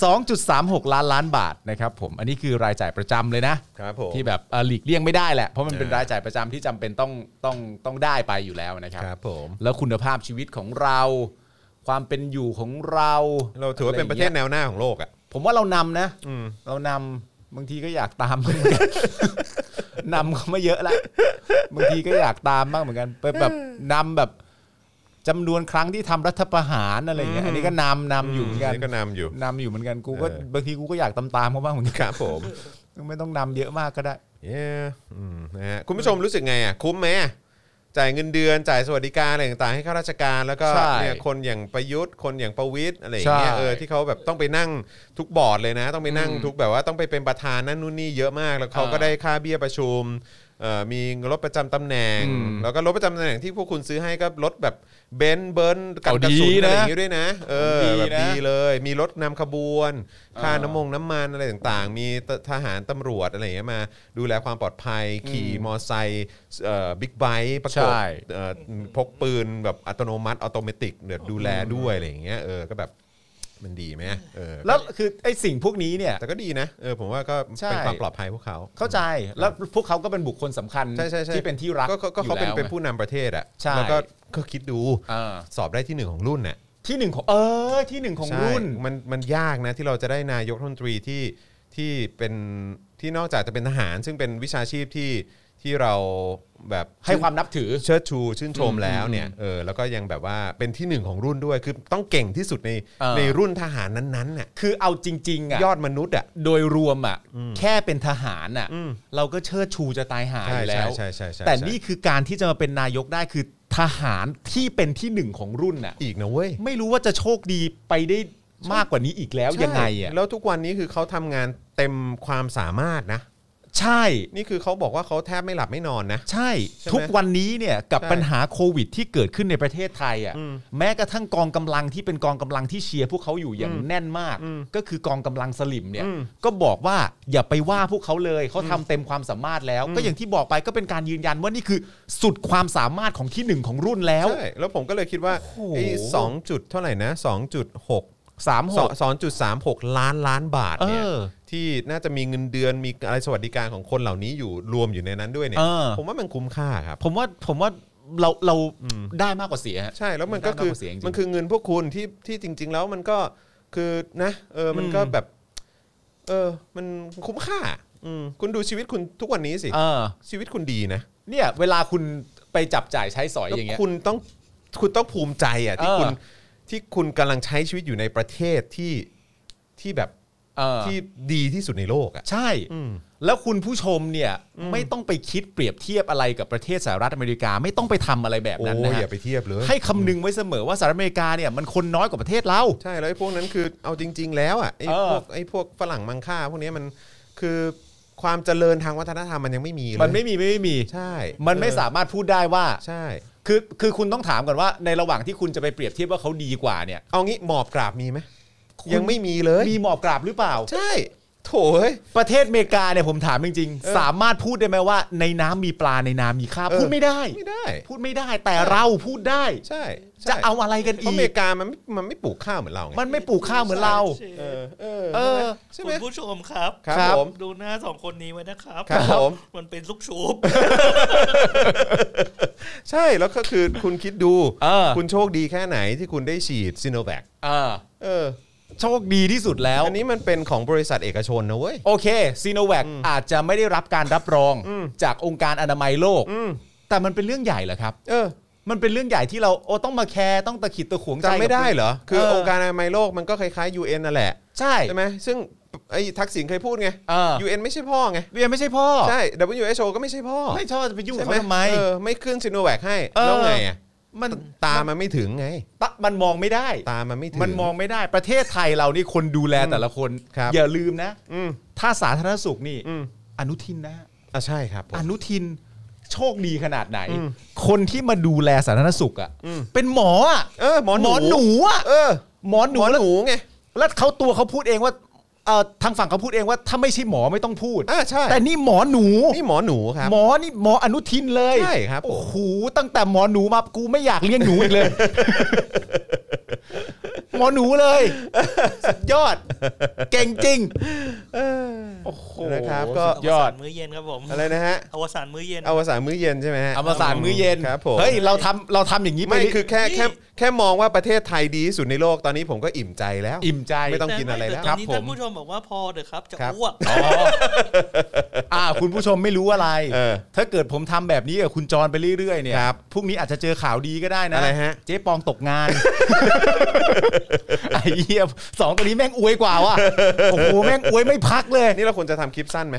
C: 2.36 ล้านล้านบาทนะครับผมอันนี้คือรายจ่ายประจำเลยนะ
B: ครับผม
C: ที่แบบเอ่อหลีกเลี่ยงไม่ได้แหละ เพราะมันเป็น
B: เออ
C: รายจ่ายประจำที่จำเป็นต้องต้องต้องได้ไปอยู่แล้วนะครับ
B: ครับผม
C: แล้วคุณภาพชีวิตของเรา ความเป็นอยู่ของเรา
B: เราถือว่าเป็นประเทศแนวหน้าของโลกอ่ะ
C: ผมว่าเรานำนะ
B: อืม
C: เรานำบางทีก็อยากตาม [LAUGHS] นำเขามาเยอะละบางทีก็อยากตามบ้างเหมือนกันแบบแบบนำแบบ จำนวนครั้งที่ทำรัฐประหารอะไรอย่างเงี้ยอันนี้ก็นำนำอยู่เหมือนกัน
B: นี่ก็นำอยู่
C: นำอยู่เหมือนกันกูก็
B: เออ
C: บางทีกูก็อยากตามตามๆเขาบ้างเหมือนกัน
B: ครับผม
C: ไม่ต้องนำเยอะมากก็ได้
B: เย้อืมนะฮะคุณผู้ชมรู้สึกไงอ่ะคุ้มไหมอ่ะจ่ายเงินเดือนจ่ายสวัสดิการอะไรต่างๆให้ข้าราชการ แล้วก็
C: ใช่
B: เนี่ยคนอย่างประยุทธ์คนอย่างประวิทย์อะไรอย่างเงี้ย
C: ใช่
B: เออที่เขาแบบต้องไปนั่งทุกบอร์ดเลยนะ ต้องไปนั่ง
C: อืม
B: ทุกแบบว่าต้องไปเป็นประธานนั่นนู่นนี่เยอะมาก แล้วเขาก็
C: อ่า
B: ได้ค่าเบี้ยประชุมเอ่อมีลดประจำตำแหน่ง
C: อืม
B: แล้วก็ลดประจำตำแหน่งที่พวกคุณซื้อให้ก็ลดแบบเบนซ์เบิร์นกับ
C: เอา
B: กระสุน
C: ดี
B: อะไร
C: นะ
B: อย่างงี้ด้วยนะเออ
C: เอาดี
B: แบบ
C: นะ
B: ดี เลย มีรถนำขบวน ค่า
C: อ่า
B: น้ำมงน้ำมันอะไรต่างๆ มีตทหารตำรวจอะไรอย่างเงี้ยมา ดูแลความปลอดภัย ขี่มอไซค์บิ๊กไบค์ประกบ
C: ใช่
B: เอ่อพกปืนแบบอัตโนมัติ ออโตเมติกเดี๋ยวดูแลด้วยอะไรอย่างเงี้ยเออก็แบบมันดีไหมเออ
C: แล้วคือไอ้สิ่งพวกนี้เนี่ย
B: แต่ก็ดีนะเออผมว่าก็
C: ใช่
B: เป็นความปลอดภัยพวกเขา
C: เข้าใจแล้วพวกเขาก็เป็นบุคคลสำคัญ
B: ใช่ใช่ใช่
C: ที่เป็นที่รัก
B: ก็ก็ก็เขาเป็น
C: อยู่แล้ว
B: เป็น
C: ไง
B: ผู้นำประเทศอ่ะ
C: ใช่
B: แล้วก็ก็คิดดู
C: อ่า
B: สอบได้ที่หนึ่งของรุ่นน่ะ
C: ที่หนึ่งของเออที่หนึ่งของ
B: ใช่
C: รุ่น
B: มันมันยากนะที่เราจะได้นายกรัฐมนตรีที่ที่เป็นที่นอกจากจะเป็นทหาร ซึ่งเป็นวิชาชีพที่ที่เราแบบ
C: ให้ความนับถือ
B: เชิดชูชื่นชมแล้วเนี่ย
C: อืม
B: เออแล้วก็ยังแบบว่าเป็นที่หนึ่งของรุ่นด้วย คือต้องเก่งที่สุดใน
C: เออ
B: ในรุ่นทหารนั้นๆน่ะ
C: คือเอาจริงๆอ่ะ
B: ยอดมนุษย์อ่ะ
C: โดยรวมอ่ะแค่เป็นทหารอ่ะ
B: อืม
C: เราก็เชิดชูจะตายหาอ
B: ใช่
C: ยู่แล้
B: ใช่
C: ว
B: ใช่ใช่ใช่
C: แต่นี่คือการที่จะมาเป็นนายกได้คือทหารที่เป็นที่หนึ่งของรุ่นน่ะ
B: อีกนะเว้ย
C: ไม่รู้ว่าจะโชคดีไปได้มากกว่านี้อีกแล้วยังไงอ่ะ
B: ใช่แล้วทุกวันนี้คือเขาทำงานเต็มความสามารถนะ
C: ใช่
B: นี่คือเขาบอกว่าเขาแทบไม่หลับไม่นอนนะ
C: ใช่
B: ใช่ไหม
C: ทุกวันนี้เนี่ยกับ
B: ใช่
C: ปัญหาโควิดที่เกิดขึ้นในประเทศไทยอ่ะ
B: อืม
C: แม้กระทั่งกองกำลังที่เป็นกองกำลังที่เชียร์พวกเขาอยู่อย่างแน่นมาก
B: อืม
C: ก็คือกองกำลังสลิมเนี่ย
B: อืม
C: ก็บอกว่าอย่าไปว่าพวกเขาเลยเขาทำเต็มความสามารถแล้ว ก็อย่างที่บอกไปก็เป็นการยืนยันว่านี่คือสุดความสามารถของที่หนึ่งของรุ่นแล้ว
B: ใช่แล้วผมก็เลยคิดว่า
C: โอ้โห
B: ไอ้สองจุดเท่าไหร่นะสองจุดหก
C: สามหก
B: สองจุดสามหกล้านล้านบาทเนี่ย
C: เออ
B: ที่น่าจะมีเงินเดือนมีอะไรสวัสดิการของคนเหล่านี้อยู่รวมอยู่ในนั้นด้วยเนี่ย
C: เออ
B: ผมว่ามันคุ้มค่าครับ
C: ผมว่าผมว่าเราเราได้มากกว่าเสียฮะ
B: ใช่แล้วมันก็คือ
C: มันได้มากกว่าเสียจริงๆ
B: มันคือเงินพวกคุณที่ที่จริง ๆ แล้วมันก็คือนะเออมันก็แบบ เออ มันคุ้มค่าอืมคุณดูชีวิตคุณทุกวันนี้สิ
C: เออ
B: ชีวิตคุณดีนะ
C: เนี่ยเวลาคุณไปจับจ่ายใช้สอย
B: แล้ว
C: อย่างเงี้ย
B: คุณต้องคุณต้องภูมิใจอ่ะที่
C: เออ
B: คุณที่คุณกำลังใช้ชีวิตอยู่ในประเทศที่ที่แบบ
C: เออ
B: ที่ดีที่สุดในโลกอ่ะ
C: ใช่
B: อืม
C: แล้วคุณผู้ชมเนี่ยไม่ต้องไปคิดเปรียบเทียบอะไรกับประเทศสหรัฐอเมริกาไม่ต้องไปทำอะไรแบบนั้น
B: โอ้ย
C: นะ
B: อ
C: ฮะ
B: ย่าไปเทียบเลย
C: ให้คำนึงไว้เสมอว่าสหรัฐอเมริกาเนี่ยมันคนน้อยกว่าประเทศเรา
B: ใช่แล้วไอ้พวกนั้นคือเอาจริง ๆ แล้วอ่ะไอ้
C: เออ
B: พวกไอ้พวกฝรั่งมังค่า พวกเนี้ยมันคือความเจริญทางวัฒนธรรมมันยังไม่มีเลย
C: มันไม่มีไม่ไม่มี
B: ใช่
C: มันไม่
B: เออ
C: สามารถพูดได้ว่า
B: ใช่
C: คือคือคุณต้องถามก่อนว่า ในระหว่างที่คุณจะไปเปรียบเทียบว่าเขาดีกว่าเนี่ย
B: เอางี้หมอบกราบมีไหม
C: คุณ
B: ยังไม่มีเลย
C: มีหมอบกราบหรือเปล่า
B: ใช่โถ่เอ้ย
C: ประเทศอเมริกาเนี่ยผมถามจริง
B: เออ
C: ๆ สามารถพูดได้ไหมว่า ในน้ำมีปลาในนามีข้าว
B: เออ
C: พูดไม่ได้
B: ไม่ได้
C: พูดไม่ได้แต่
B: ใช่
C: เราพูดได้
B: ใช่ใช่
C: จะเอาอะไรกัน
B: เพ
C: อี
B: ราะอเม
C: ก
B: ริกามันไม่มันไม่ปลูกข้าวเหมือนเราไง
C: มันไม่ปลูกข้าวเหมือนเรา
B: เออเออ
C: เออ
B: ใช่ไห
D: คุ
B: ม
D: ณผู้ชมครับ
B: ครับผม
D: ดูหน้าสองคนนี้ไว้นะครับ
B: ครับผม
D: มันเป็นลูกชูบ
B: ใช่แล้วก็คือคุณคิดดู
C: เออ
B: คุณโชคดีแค่ไหนที่คุณได้ฉีดซิโนแวค
C: เออ
B: เออ
C: โชคดีที่สุดแล้ว
B: อันนี้มันเป็นของบริษัทเอกชนนะเว้ย
C: โอเคซีโนแวคอาจจะไม่ได้รับการรับรองจากองค์การอนามัยโลก
B: อืม
C: แต่มันเป็นเรื่องใหญ่เหรอครับ
B: เออ
C: มันเป็นเรื่องใหญ่ที่เราโอ้ต้องมาแคร์ต้องตะขิดตะขวงใจกับ
B: จำไม่ได้เหรอ คือองค์การ
C: เ
B: อนามัยโลกมันก็คล้ายๆ UN นั่นแหละ
C: ใช่
B: ใช่ไหมซึ่งไอ้ทักษิณเคยพูดไง
C: เออ
B: UN ไม่ใช่พ่อไง
C: เรียนไม่ใช่พ่อ
B: ใช่ WHO ก็ไม่ใช่พ่อ
C: ไม่ชอบจะไปยุ่งกับ
B: ใช่
C: เขาทำไม
B: เออไม่ขึ้นซิโนแวคให้
C: เออ
B: แล้วไงอ่ะ
C: มัน
B: ตามันไม่ถึงไง
C: ตะมันมองไม่ได้
B: ตามันไม่ถึง
C: มันมองไม่ได้ประเทศไทยเรานี่คนดูแลแต่ละคน
B: ครับ
C: อย่าลืมนะ
B: อืม
C: ถ้าสาธารณสุขนี่
B: อืม
C: อนุทินนะฮะ
B: อ่ะใช่ครับผม
C: อนุทินโชคดีขนาดไหน
B: อืม
C: คนที่มาดูแลสาธารณสุขอ่ะ
B: อืม
C: เป็นหมออ่ะ
B: เออหมอ
C: หมอหนูอ่ะ
B: เออ
C: หมอห
B: ห
C: นู
B: มอ
C: แล้ว
B: หนูไง
C: แล้วเขาตัวเขาพูดเองว่าเอ่อทางฝั่งเขาพูดเองว่าถ้าไม่ใช่หมอไม่ต้องพูด
B: อ่าใช่
C: แต่นี่หมอหนู
B: นี่หมอหนูครับ
C: หมอนี่หมออนุทินเลย
B: ใช่ครับผม
C: โอ้โหตั้งแต่หมอหนูมากูไม่อยากเลี้ยงหนูอี [LAUGHS] กเลย หมอหนูเลยสุดยอด เก่งจริง
B: เออ
C: โอ้ โอ้โห
B: นะครับก็
C: สุดยอด
D: วสานมื้อเย็นครับผม
B: อะไรนะฮะ
D: อวสานมื้อเย็น
B: อวสานมื้อเย็นใช่ไหมฮะ
C: อวสานมื้อเย็น
B: ครับผม
C: เฮ้ยเราทำเราทำอย่างนี้ไป
B: ไม่คือแค่
D: นี่
B: แค่แค่มองว่าประเทศไทยดีที่สุดในโลกตอนนี้ผมก็อิ่มใจแล้ว
C: อิ่มใจ
B: ไม่ต้อง กินะไรแล้ว
D: แต่ตอนนี้
C: ครับผม
D: ท่านผู้ชมบอกว่าพอเถอะครับ จะ
B: ครับ
C: [LAUGHS]
D: อ้วก
C: อ๋ออ่า คุณผู้ชมไม่รู้อะไร
B: เออ
C: ถ้าเกิดผมทำแบบนี้กับคุณจรไปเรื่อยๆเนี่ย
B: ครับ
C: พรุ่งนี้อาจจะเจอข่าวดีก็ได้นะ
B: อะไรฮะ
C: เจ๊ปองตกงาน ไอ้เหี้ยสองตัวนี้แม่งอวยกว่าว่ะโอ้โหแม่งอวยไม่พักเลย
B: นี่เราควรจะทำคลิปสั้นไหม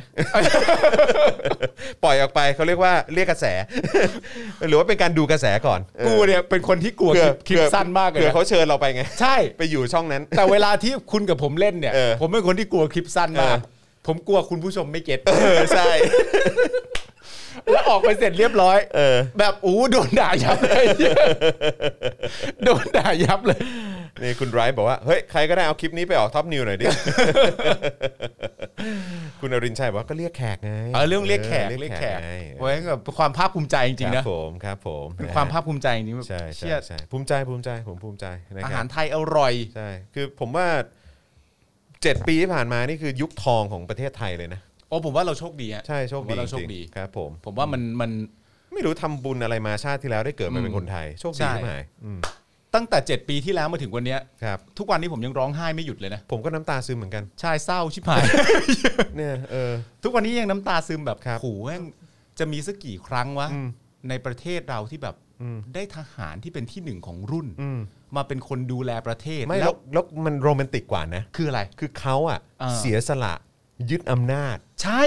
B: ปล่อยออกไปเขาเรียกว่าเรียกกระแส หรือว่าเป็นการดูกระแสก่อน
C: กูเนี่ยเป็นคนที่กลัวคลิปคลิปสั้นมากเลย
B: เผื่อ
C: นะ
B: เขาเชิญเราไปไง
C: ใช่
B: ไปอยู่ช่องนั้น
C: แต่เวลาที่คุณกับผมเล่นเนี่ย
B: เออ
C: ผมเป็นคนที่กลัวคลิปสั้นมาก
B: เออ
C: ผมกลัวคุณผู้ชมไม่เก็ต
B: เออใช่
C: แล้วออกไปเสร็จเรียบร้อย
B: เออ
C: แบบอู้โดนด่ายับเลย โดนด่ายับเลย
B: นี่คุณไร้บอกว่าเฮ้ยใครก็ได้เอาคลิปนี้ไปออกท็อปนิวหน่อยดิ [LAUGHS] คุณอรินทร์ชัยบอกว่าก็เรียกแขกไง
C: เออเรื่องเรียกแข
B: อ
C: ก
B: อ
C: เรียกแขก
B: ไง
C: ไว้แบบความภาคภูมิใจจริงๆ
B: ค
C: นะ
B: บผมครับผม
C: เป็น
B: นะฮะ
C: ความภาคภูมิใจจริงๆแบบ
B: ใช่ใช่
C: เชี่ย
B: ใช่ภูมิใจภูมิใจผมภูมิใจนะ
C: อา
B: ค
C: หา
B: รับ
C: รไทยอร่อย
B: ใช่ คือผมว่าเจ็ดปีที่ผ่านมานี่คือยุคทองของประเทศไทยเลยนะ
C: โอ้ผมว่าเราโชคดีฮะ
B: ใช่โชค
C: ผม
B: ดี
C: ว่าเราโชคดี
B: จริงๆครับผม
C: ผมว่ามันมัน
B: ไม่รู้ทำบุญอะไรมาชาติที่แล้วได้เกิด
C: อื
B: มาม เป็นคนไทย โชคดี
C: ใช่
B: ที่ไหนอืม
C: ตั้งแต่ 7 ปีที่แล้วมาถึงวันเนี้ย
B: ครับ
C: ทุกวันนี้ผมยังร้องไห้ไม่หยุดเลยนะ
B: ผมก็น้ำตาซึมเหมื
C: [LAUGHS]
B: อนกัน
C: ใช่เศร้าชิบ
B: [LAUGHS]
C: หาย
B: เนี่ยเออ
C: ทุกวันนี้ยังน้ำตาซึมแบบ
B: ครับ
C: โหแม่งจะมีสักกี่ครั้งวะ
B: อืม
C: ในประเทศเราที่แบบ
B: อืม
C: ได้ทหารที่เป็นที่หนึ่งของรุ่น
B: อืม
C: มาเป็นคนดูแลประเทศ
B: ไม่
C: แล้
B: แล้ว วแล้วมันโรแมนติกกว่านะ
C: คืออะไร
B: คือเขาอ่ะ
C: อ่า
B: เสียสละยึดอำนาจ
C: ใช่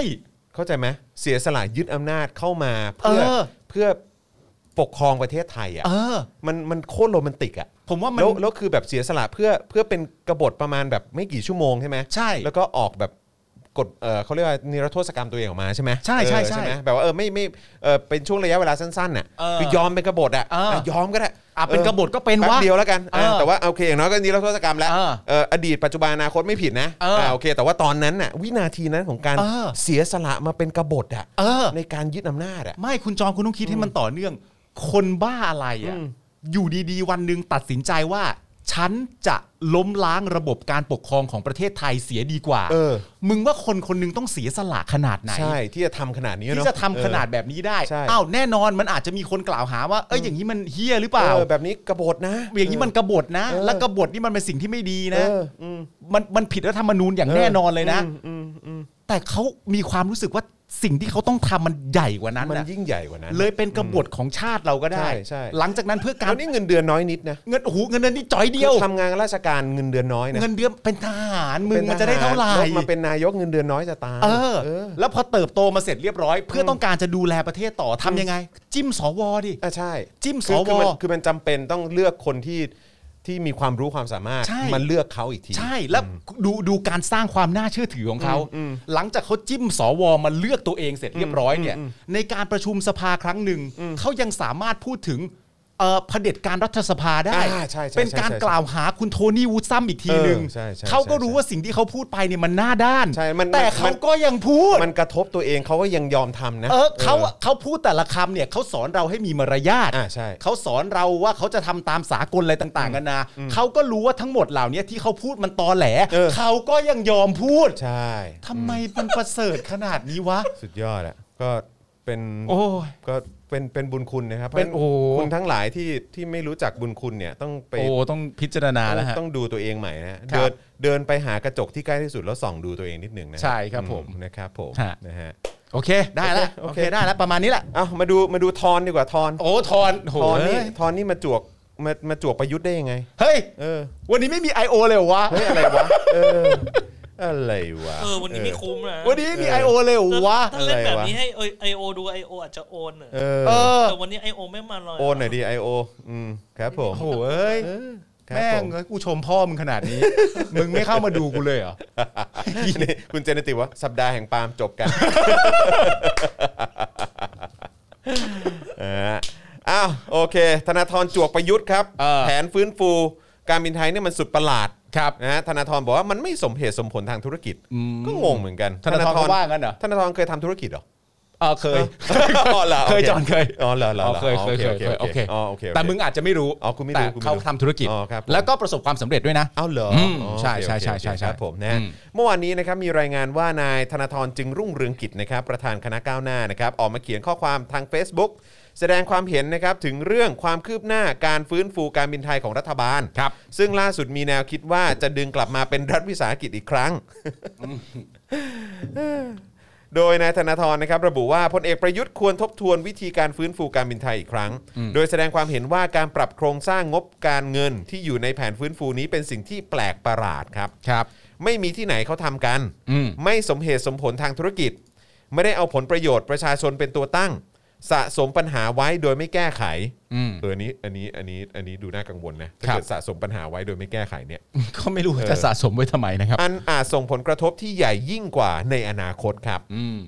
B: เข้าใจไหมเสียสละยึดอำนาจเข้ามาเพื่อ
C: เออ
B: เพื่อปกครองประเทศไทยอ่ะ
C: เออ
B: มันมันโคตรโรแมนติกอ่ะ
C: ผมว่ามัน
B: แล้วแล้วคือแบบเสียสละเพื่อเพื่อเป็นกบฏประมาณแบบไม่กี่ชั่วโมงใช่ไหม
C: ใช่
B: แล้วก็ออกแบบกดเออเขาเรียกว่านิรโทษกรรมตัวเองออกมาใช่ไหม
C: ใช่ใช่
B: เออ
C: ใช่
B: ใช่ไหมแบบว่าเออไม่ไม่เออเป็นช่วงระยะเวลาสั้นๆน่ะ
C: เออ
B: คือยอมเป็นกบฏอ่ะ
C: เออ
B: เออยอมก็ได้
C: อ่ะเป็นกบฏก็เป็น
B: แป๊บ
C: วะ
B: เดียวแล้วกันเออ
C: เออ
B: แต่ว่าโอเคอย่างน้อยก็นิรโทษกรรมแล้ว
C: เออ
B: เอออดีตปัจจุบันอนาคตไม่ผิดนะ
C: เอออ่
B: ะโอเค แต่ว่าตอนนั้นน่ะวินาทีนั้นของการ
C: เออ
B: เสียสละมาเป็นกบฏอ่ะ
C: เออ
B: ในการยึดอำนาจอ่ะ
C: ไม่คุณจอมคุณต้องคิดให้มันต่อเนื่อง คนบ้าอะไรอ่ะ
B: อืม
C: อยู่ดีๆ วันหนึ่งตัดสินใจว่า ฉันจะล้มล้างระบบการปกครองของประเทศไทยเสียดีกว่า
B: เออ
C: มึงว่าคนคนหนึงต้องเสียสละขนาดไหน
B: ใช่ที่จะทำขนาดนี้เนอะ
C: ที่จะทำขนาดแบบนี้ได้
B: ใช่
C: อ้าวแน่นอนมันอาจจะมีคนกล่าวหาว่าเอ้ยอย่างนี้มันเฮี้ยหรือเปล่า
B: เออแบบนี้กบฏนะ
C: อย่างนี้มันกบฏนะ
B: เออ
C: และกบฏนี่มันเป็นสิ่งที่ไม่ดีนะ
B: เอออืม
C: มันมันผิดรัฐธรรมนูญอย่างแน่นอนเลยนะ
B: อืมอืม
C: แต่เขามีความรู้สึกว่าสิ่งที่เขาต้องทำมันใหญ่กว่านั้น
B: มัน
C: นะ
B: ยิ่งใหญ่กว่านั้น
C: เลยเป็นกบฏของชาติเราก็ได้
B: ใช่ใช่
C: หลังจากนั้นเพื่อการ
B: แล้วนี่เงินเดือนน้อยนิดนะ
C: เงินโอ้โหูเงินเดือนนี่จ่อยเดียว
B: คือทำงานราชการเงินเดือนน้อยนะ
C: เงินเดือนเป็นทหารมึง
B: เป็
C: มันจะได้เท่าไหร่
B: ลดมาเป็นนายกเงินเดือนน้อยจะตาย
C: เออ
B: เออ
C: แล้วพอเติบโตมาเสร็จเรียบร้อย เพื่อต้องการจะดูแลประเทศต่อทำยังไง จิ้มสวดิ
B: อ่ะใช่
C: จิ้มส
B: คือคือ
C: ว
B: มันคือมันจำเป็นต้องเลือกคนที่ที่มีความรู้ความสามารถ
C: ใช่
B: มันเลือกเขาอีกที
C: ใช่แล้วดูดูการสร้างความน่าเชื่อถือของเขา
B: อืมอืม
C: หลังจากเขาจิ้มสวมาเลือกตัวเองเสร็จเรียบร้อยเนี่ยในการประชุมสภาครั้งหนึ่งเขายังสามารถพูดถึงเอ่อเผด็จการรัฐสภาได้
B: อ่าใช่ใช่
C: เป็นการ
B: ใช่ใช่
C: กล่าวหาคุณโทนี่วูดซัมอีกทีหนึ่ง
B: เออใช่ใช่
C: เขาก็
B: ใช่
C: รู้ว่าสิ่งที่เขาพูดไปเนี่ยมันหน้าด้าน
B: ใช่มัน
C: แต่
B: มั
C: เขา
B: น
C: ก็ยังพูด
B: มันกระทบตัวเองเขาก็ยังยอมทำนะ
C: เออเขาเขาพูดแต่ละคำเนี่ยเขาสอนเราให้มีมารยาท
B: อ่าใช่
C: เขาสอนเราว่าเขาจะทำตามสากลอะไรต่างๆกันานาเขาก็รู้ว่าทั้งหมดเหล่านี้ที่เขาพูดมันตอแหล
B: เออ
C: เขาก็ยังยอมพูด
B: ใช่
C: ทำไมมันประเสริฐขนาดนี้วะ
B: สุดยอดอ่ะก็เป็น
C: โอ้ย
B: ก็เป็นเป็นบุญคุณนะครับ
C: เป็นโอ้
B: คุณทั้งหลายที่ที่ไม่รู้จักบุญคุณเนี่ยต้องไป
C: โอ้ต้องพิจารณาแล้วฮะ
B: ต้องดูตัวเองใหม่นะฮะ
C: ครับ
B: เดินเดินไปหากระจกที่ใกล้ที่สุดแล้วส่องดูตัวเองนิดหนึ่งนะฮะ
C: ใช่ครับ
B: อื
C: ผม
B: นะครับผม
C: ฮะ
B: นะฮะ
C: โอเค ได้แล้ว
B: โอ
C: โอ
B: เค
C: เคได้แล้วประมาณนี้แหละ
B: เอามาดูมาดูทอนดีกว่าทอน
C: โอ้ทอนโห
B: ทอนนี่
C: เอ้ย
B: ทอนนี่มาจวกมามาจวกประยุทธ์ได้ยังไง
C: เฮ้ย
B: เออ
C: วันนี้ไม่มี I.O. เลยเหรอวะ
B: เฮ้ยอะไรวะเอออะไรวะ
D: เออวันนี้ไม่คุ้มนะ
C: วันนี้ไม่มี I.O. เลยเหรอวะ
D: ถ้าเล่นแบบนี้ให้ไอโอดูไอโออาจจะโอนน่ะ
B: เอ
C: เอ
B: อ
C: อ
D: แต่วันนี้ไอโอไม่มาลอย
B: โอนหน่อยดีไอโออืมครับผม
C: โอ้โหเอ้ย
B: เออครับ
C: แม่
B: ผ
C: ง
B: ม
C: เอ้ยกูชมพ่อมึงขนาด [LAUGHS] นี้ มึงไม่เข้ามาดูกูเลยเหรอ
B: นี่คุณเจนติว่าสัปดาห์แห่งปาล์มจบกันเอออ้าวโอเค ธนาธรจวกประยุทธ์ครับ
C: เออ
B: แผนฟื้นฟูการบินไทยเนี่ยมันสุดประหลาด
C: ครับ
B: นะฮะธนาธรบอกว่ามันไม่สมเหตุสมผลทางธุรกิจ
C: อืม
B: ก็งงเหมือนกัน
C: ธนาธรก็ว่างั้นเหรอ
B: ธนาธรเคยทำธุรกิจเหรอ
C: เอ อเคย
B: อ๋อเหรอ
C: [LAUGHS] เคย
B: โอ
C: จอนเคย
B: อ๋อเหรอเหรอหร
C: อ๋อเคยเคยเคย
B: โอ
C: เคยโอ
B: เค
C: เค
B: อ๋อโอเคโอเค
C: แต่มึงอาจจะไม่รู้
B: อ๋อกูไม่รู้
C: แต่
B: กูไม่รู้
C: เขาทำธุรกิจ
B: อ๋อครับผม
C: แล้วก็ประสบความสำเร็จด้วยนะ
B: อ้าวเหรอ
C: อืม
B: อ๋อ
C: ใช่
B: โอเค
C: ใช่ใช่
B: โอเค
C: ใช่
B: ค
C: ใช่
B: รับผมนะ
C: อืม
B: เมื่อวานนี้นะครับมีรายงานว่านายธนาธรจึงรุ่งเรืองกิจนะครับประธานคณะก้าวหน้านะครับออกมาเขียนข้อความทาง Facebook แสดงความเห็นนะครับถึงเรื่องความคืบหน้าการฟื้นฟูการบินไทยของรัฐบาล
C: ครับ
B: ซึ่งล่าสุดมีแนวคิดว่าจะดึงกลับมาเป็นรัฐวิสาหกิจอีกครั้ง [LAUGHS] โดยนายธนาธรนะครับระบุว่าพลเอกประยุทธ์ควรทบทวนวิธีการฟื้นฟูการบินไทยอีกครั้ง โดยแสดงความเห็นว่าการปรับโครงสร้างงบการเงินที่อยู่ในแผนฟื้นฟูนี้เป็นสิ่งที่แปลกประหลาดครับ
C: ครับ
B: ไม่มีที่ไหนเขาทำกัน
C: อืม
B: ไม่สมเหตุสมผลทางธุรกิจ ไม่ได้เอาผลประโยชน์ประชาชนเป็นตัวตั้ง สะสมปัญหาไว้โดยไม่แก้ไข
C: อืม
B: เอออันนี้อันนี้อันนี้อันนี้ดูน่ากังวลนะ ถ้า
C: ครับ
B: เกิดสะสมปัญหาไว้โดยไม่แก้ไขเนี่ย
C: ก็ไม่รู้ว่าจะสะสมไว้ทำไมนะครับ
B: อันอาจส่งผลกระทบที่ใหญ่ยิ่งกว่าในอนาคตครับ
C: อืม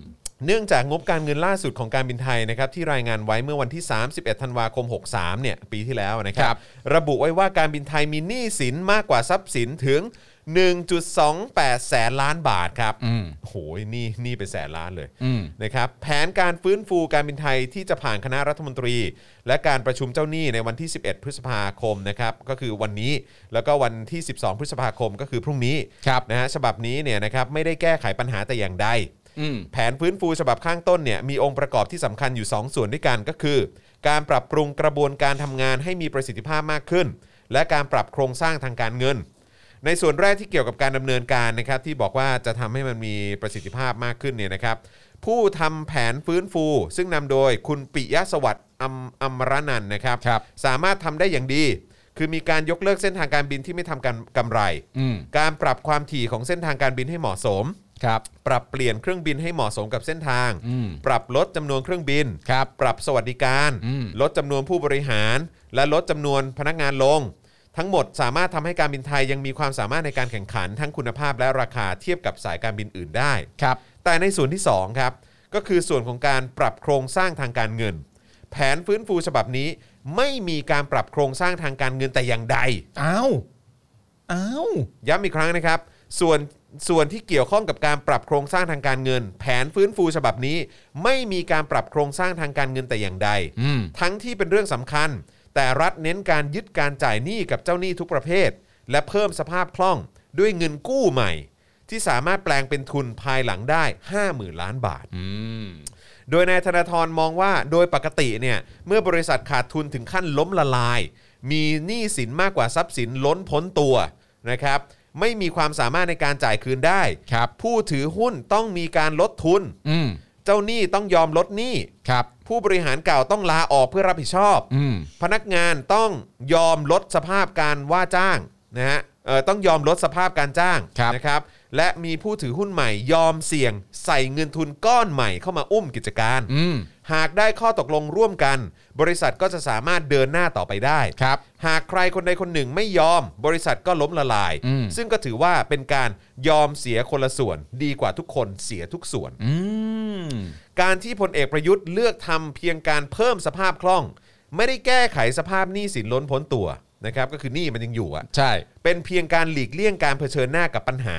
B: เนื่องจากงบการเงินล่าสุดของการบินไทยนะครับที่รายงานไว้เมื่อวันที่ 31 ธันวาคม 63 เนี่ยปีที่แล้วนะค
C: ค
B: รั
C: รั
B: บบ ระบุไว้ว่าการบินไทยมีหนี้สินมากกว่าทรัพย์สินถึง 1.28 แสนล้านบาทครับ
C: อืม
B: โอ้โหนี่นี่เป็นแสนล้านเลย
C: อืม
B: นะครับแผนการฟื้นฟูการบินไทยที่จะผ่านคณะรัฐมนตรี และการประชุมเจ้าหนี้ในวันที่ 11 พฤษภาคมนะครับก็คือวันนี้แล้วก็วันที่ 12 พฤษภาคมก็คือพรุ่งนี้
C: ครับ
B: นะฮะฉบับนี้เนี่ยนะครับไม่ได้แก้ไขปัญหาแต่อย่างใด
C: อืม
B: แผนฟื้นฟูฉบับข้างต้นเนี่ยมีองค์ประกอบที่สำคัญอยู่ 2 ส่วนด้วยกันก็คือ การปรับปรุงกระบวนการทำงานให้มีประสิทธิภาพมากขึ้น และการปรับโครงสร้างทางการเงิน ในส่วนแรกที่เกี่ยวกับการดำเนินการนะครับที่บอกว่าจะทำให้มันมีประสิทธิภาพมากขึ้นเนี่ยนะครับ ผู้ทำแผนฟื้นฟู ซึ่งนำโดยคุณปิยะสวัสดิ์อมอมรนันท์นะครับ
C: ครับ
B: สามารถทำได้อย่างดี คือมีการยกเลิกเส้นทางการบินที่ไม่ทำการกำไร
C: อืม
B: การปรับความถี่ของเส้นทางการบินให้เหมาะสม
C: ครับ
B: ปรับเปลี่ยนเครื่องบินให้เหมาะสมกับเส้นทาง
C: อืม
B: ปรับลดจำนวนเครื่องบิน
C: ครับ
B: ปรับสวัสดิการ
C: อืม
B: ลดจำนวนผู้บริหาร และลดจำนวนพนักงานลง ทั้งหมดสามารถทำให้การบินไทยยังมีความสามารถในการแข่งขัน ทั้งคุณภาพและราคาเทียบกับสายการบินอื่นได้
C: ครับ
B: แต่ในส่วนที่ 2 ครับ ก็คือส่วนของการปรับโครงสร้างทางการเงิน แผนฟื้นฟูฉบับนี้ไม่มีการปรับโครงสร้างทางการเงินแต่อย่างใด
C: อ้าว อ้าว
B: ย้ำอีกครั้งนะครับ ส่วนส่วนที่เกี่ยวข้องกับการปรับโครงสร้างทางการเงิน แผนฟื้นฟูฉบับนี้ ไม่มีการปรับโครงสร้างทางการเงินแต่อย่างใด
C: อืม
B: ทั้งที่เป็นเรื่องสำคัญ แต่รัฐเน้นการยึดการจ่ายหนี้กับเจ้าหนี้ทุกประเภท และเพิ่มสภาพคล่องด้วยเงินกู้ใหม่ ที่สามารถแปลงเป็นทุนภายหลังได้ 50,000 ล้านบาท
C: อืม
B: โดยนายธนาธรมองว่าโดยปกติเนี่ยเมื่อบริษัทขาดทุนถึงขั้นล้มละลาย มีหนี้สินมากกว่าทรัพย์สินล้นพ้นตัวนะครับไม่มีความสามารถในการจ่ายคืนได้
C: ครับ
B: ผู้ถือหุ้นต้องมีการลดทุน
C: อืม
B: เจ้าหนี้ต้องยอมลดหนี้
C: ครับ
B: ผู้บริหารเก่าต้องลาออกเพื่อรับผิดชอบ
C: อืม
B: พนักงานต้องยอมลดสภาพการว่าจ้างนะฮะเอ่อต้องยอมลดสภาพการจ้าง
C: ครับ
B: นะครับและมีผู้ถือหุ้นใหม่ยอมเสี่ยงใส่เงินทุนก้อนใหม่เข้ามาอุ้มกิจการ
C: อืม
B: หากได้ข้อตกลงร่วมกัน บริษัทก็จะสามารถเดินหน้าต่อไปได้
C: ครับ
B: หากใครคนใดคนหนึ่งไม่ยอม บริษัทก็ล้มละลาย
C: อืม
B: ซึ่งก็ถือว่าเป็นการยอมเสียคนละส่วน ดีกว่าทุกคนเสียทุกส่วน
C: อืม
B: การที่พลเอกประยุทธ์เลือกทำเพียงการเพิ่มสภาพคล่อง ไม่ได้แก้ไขสภาพหนี้สินล้นพ้นตัวนะครับก็คือหนี้มันยังอยู่อะ
C: ใช่
B: เป็นเพียงการหลีกเลี่ยงการเผชิญหน้ากับปัญหา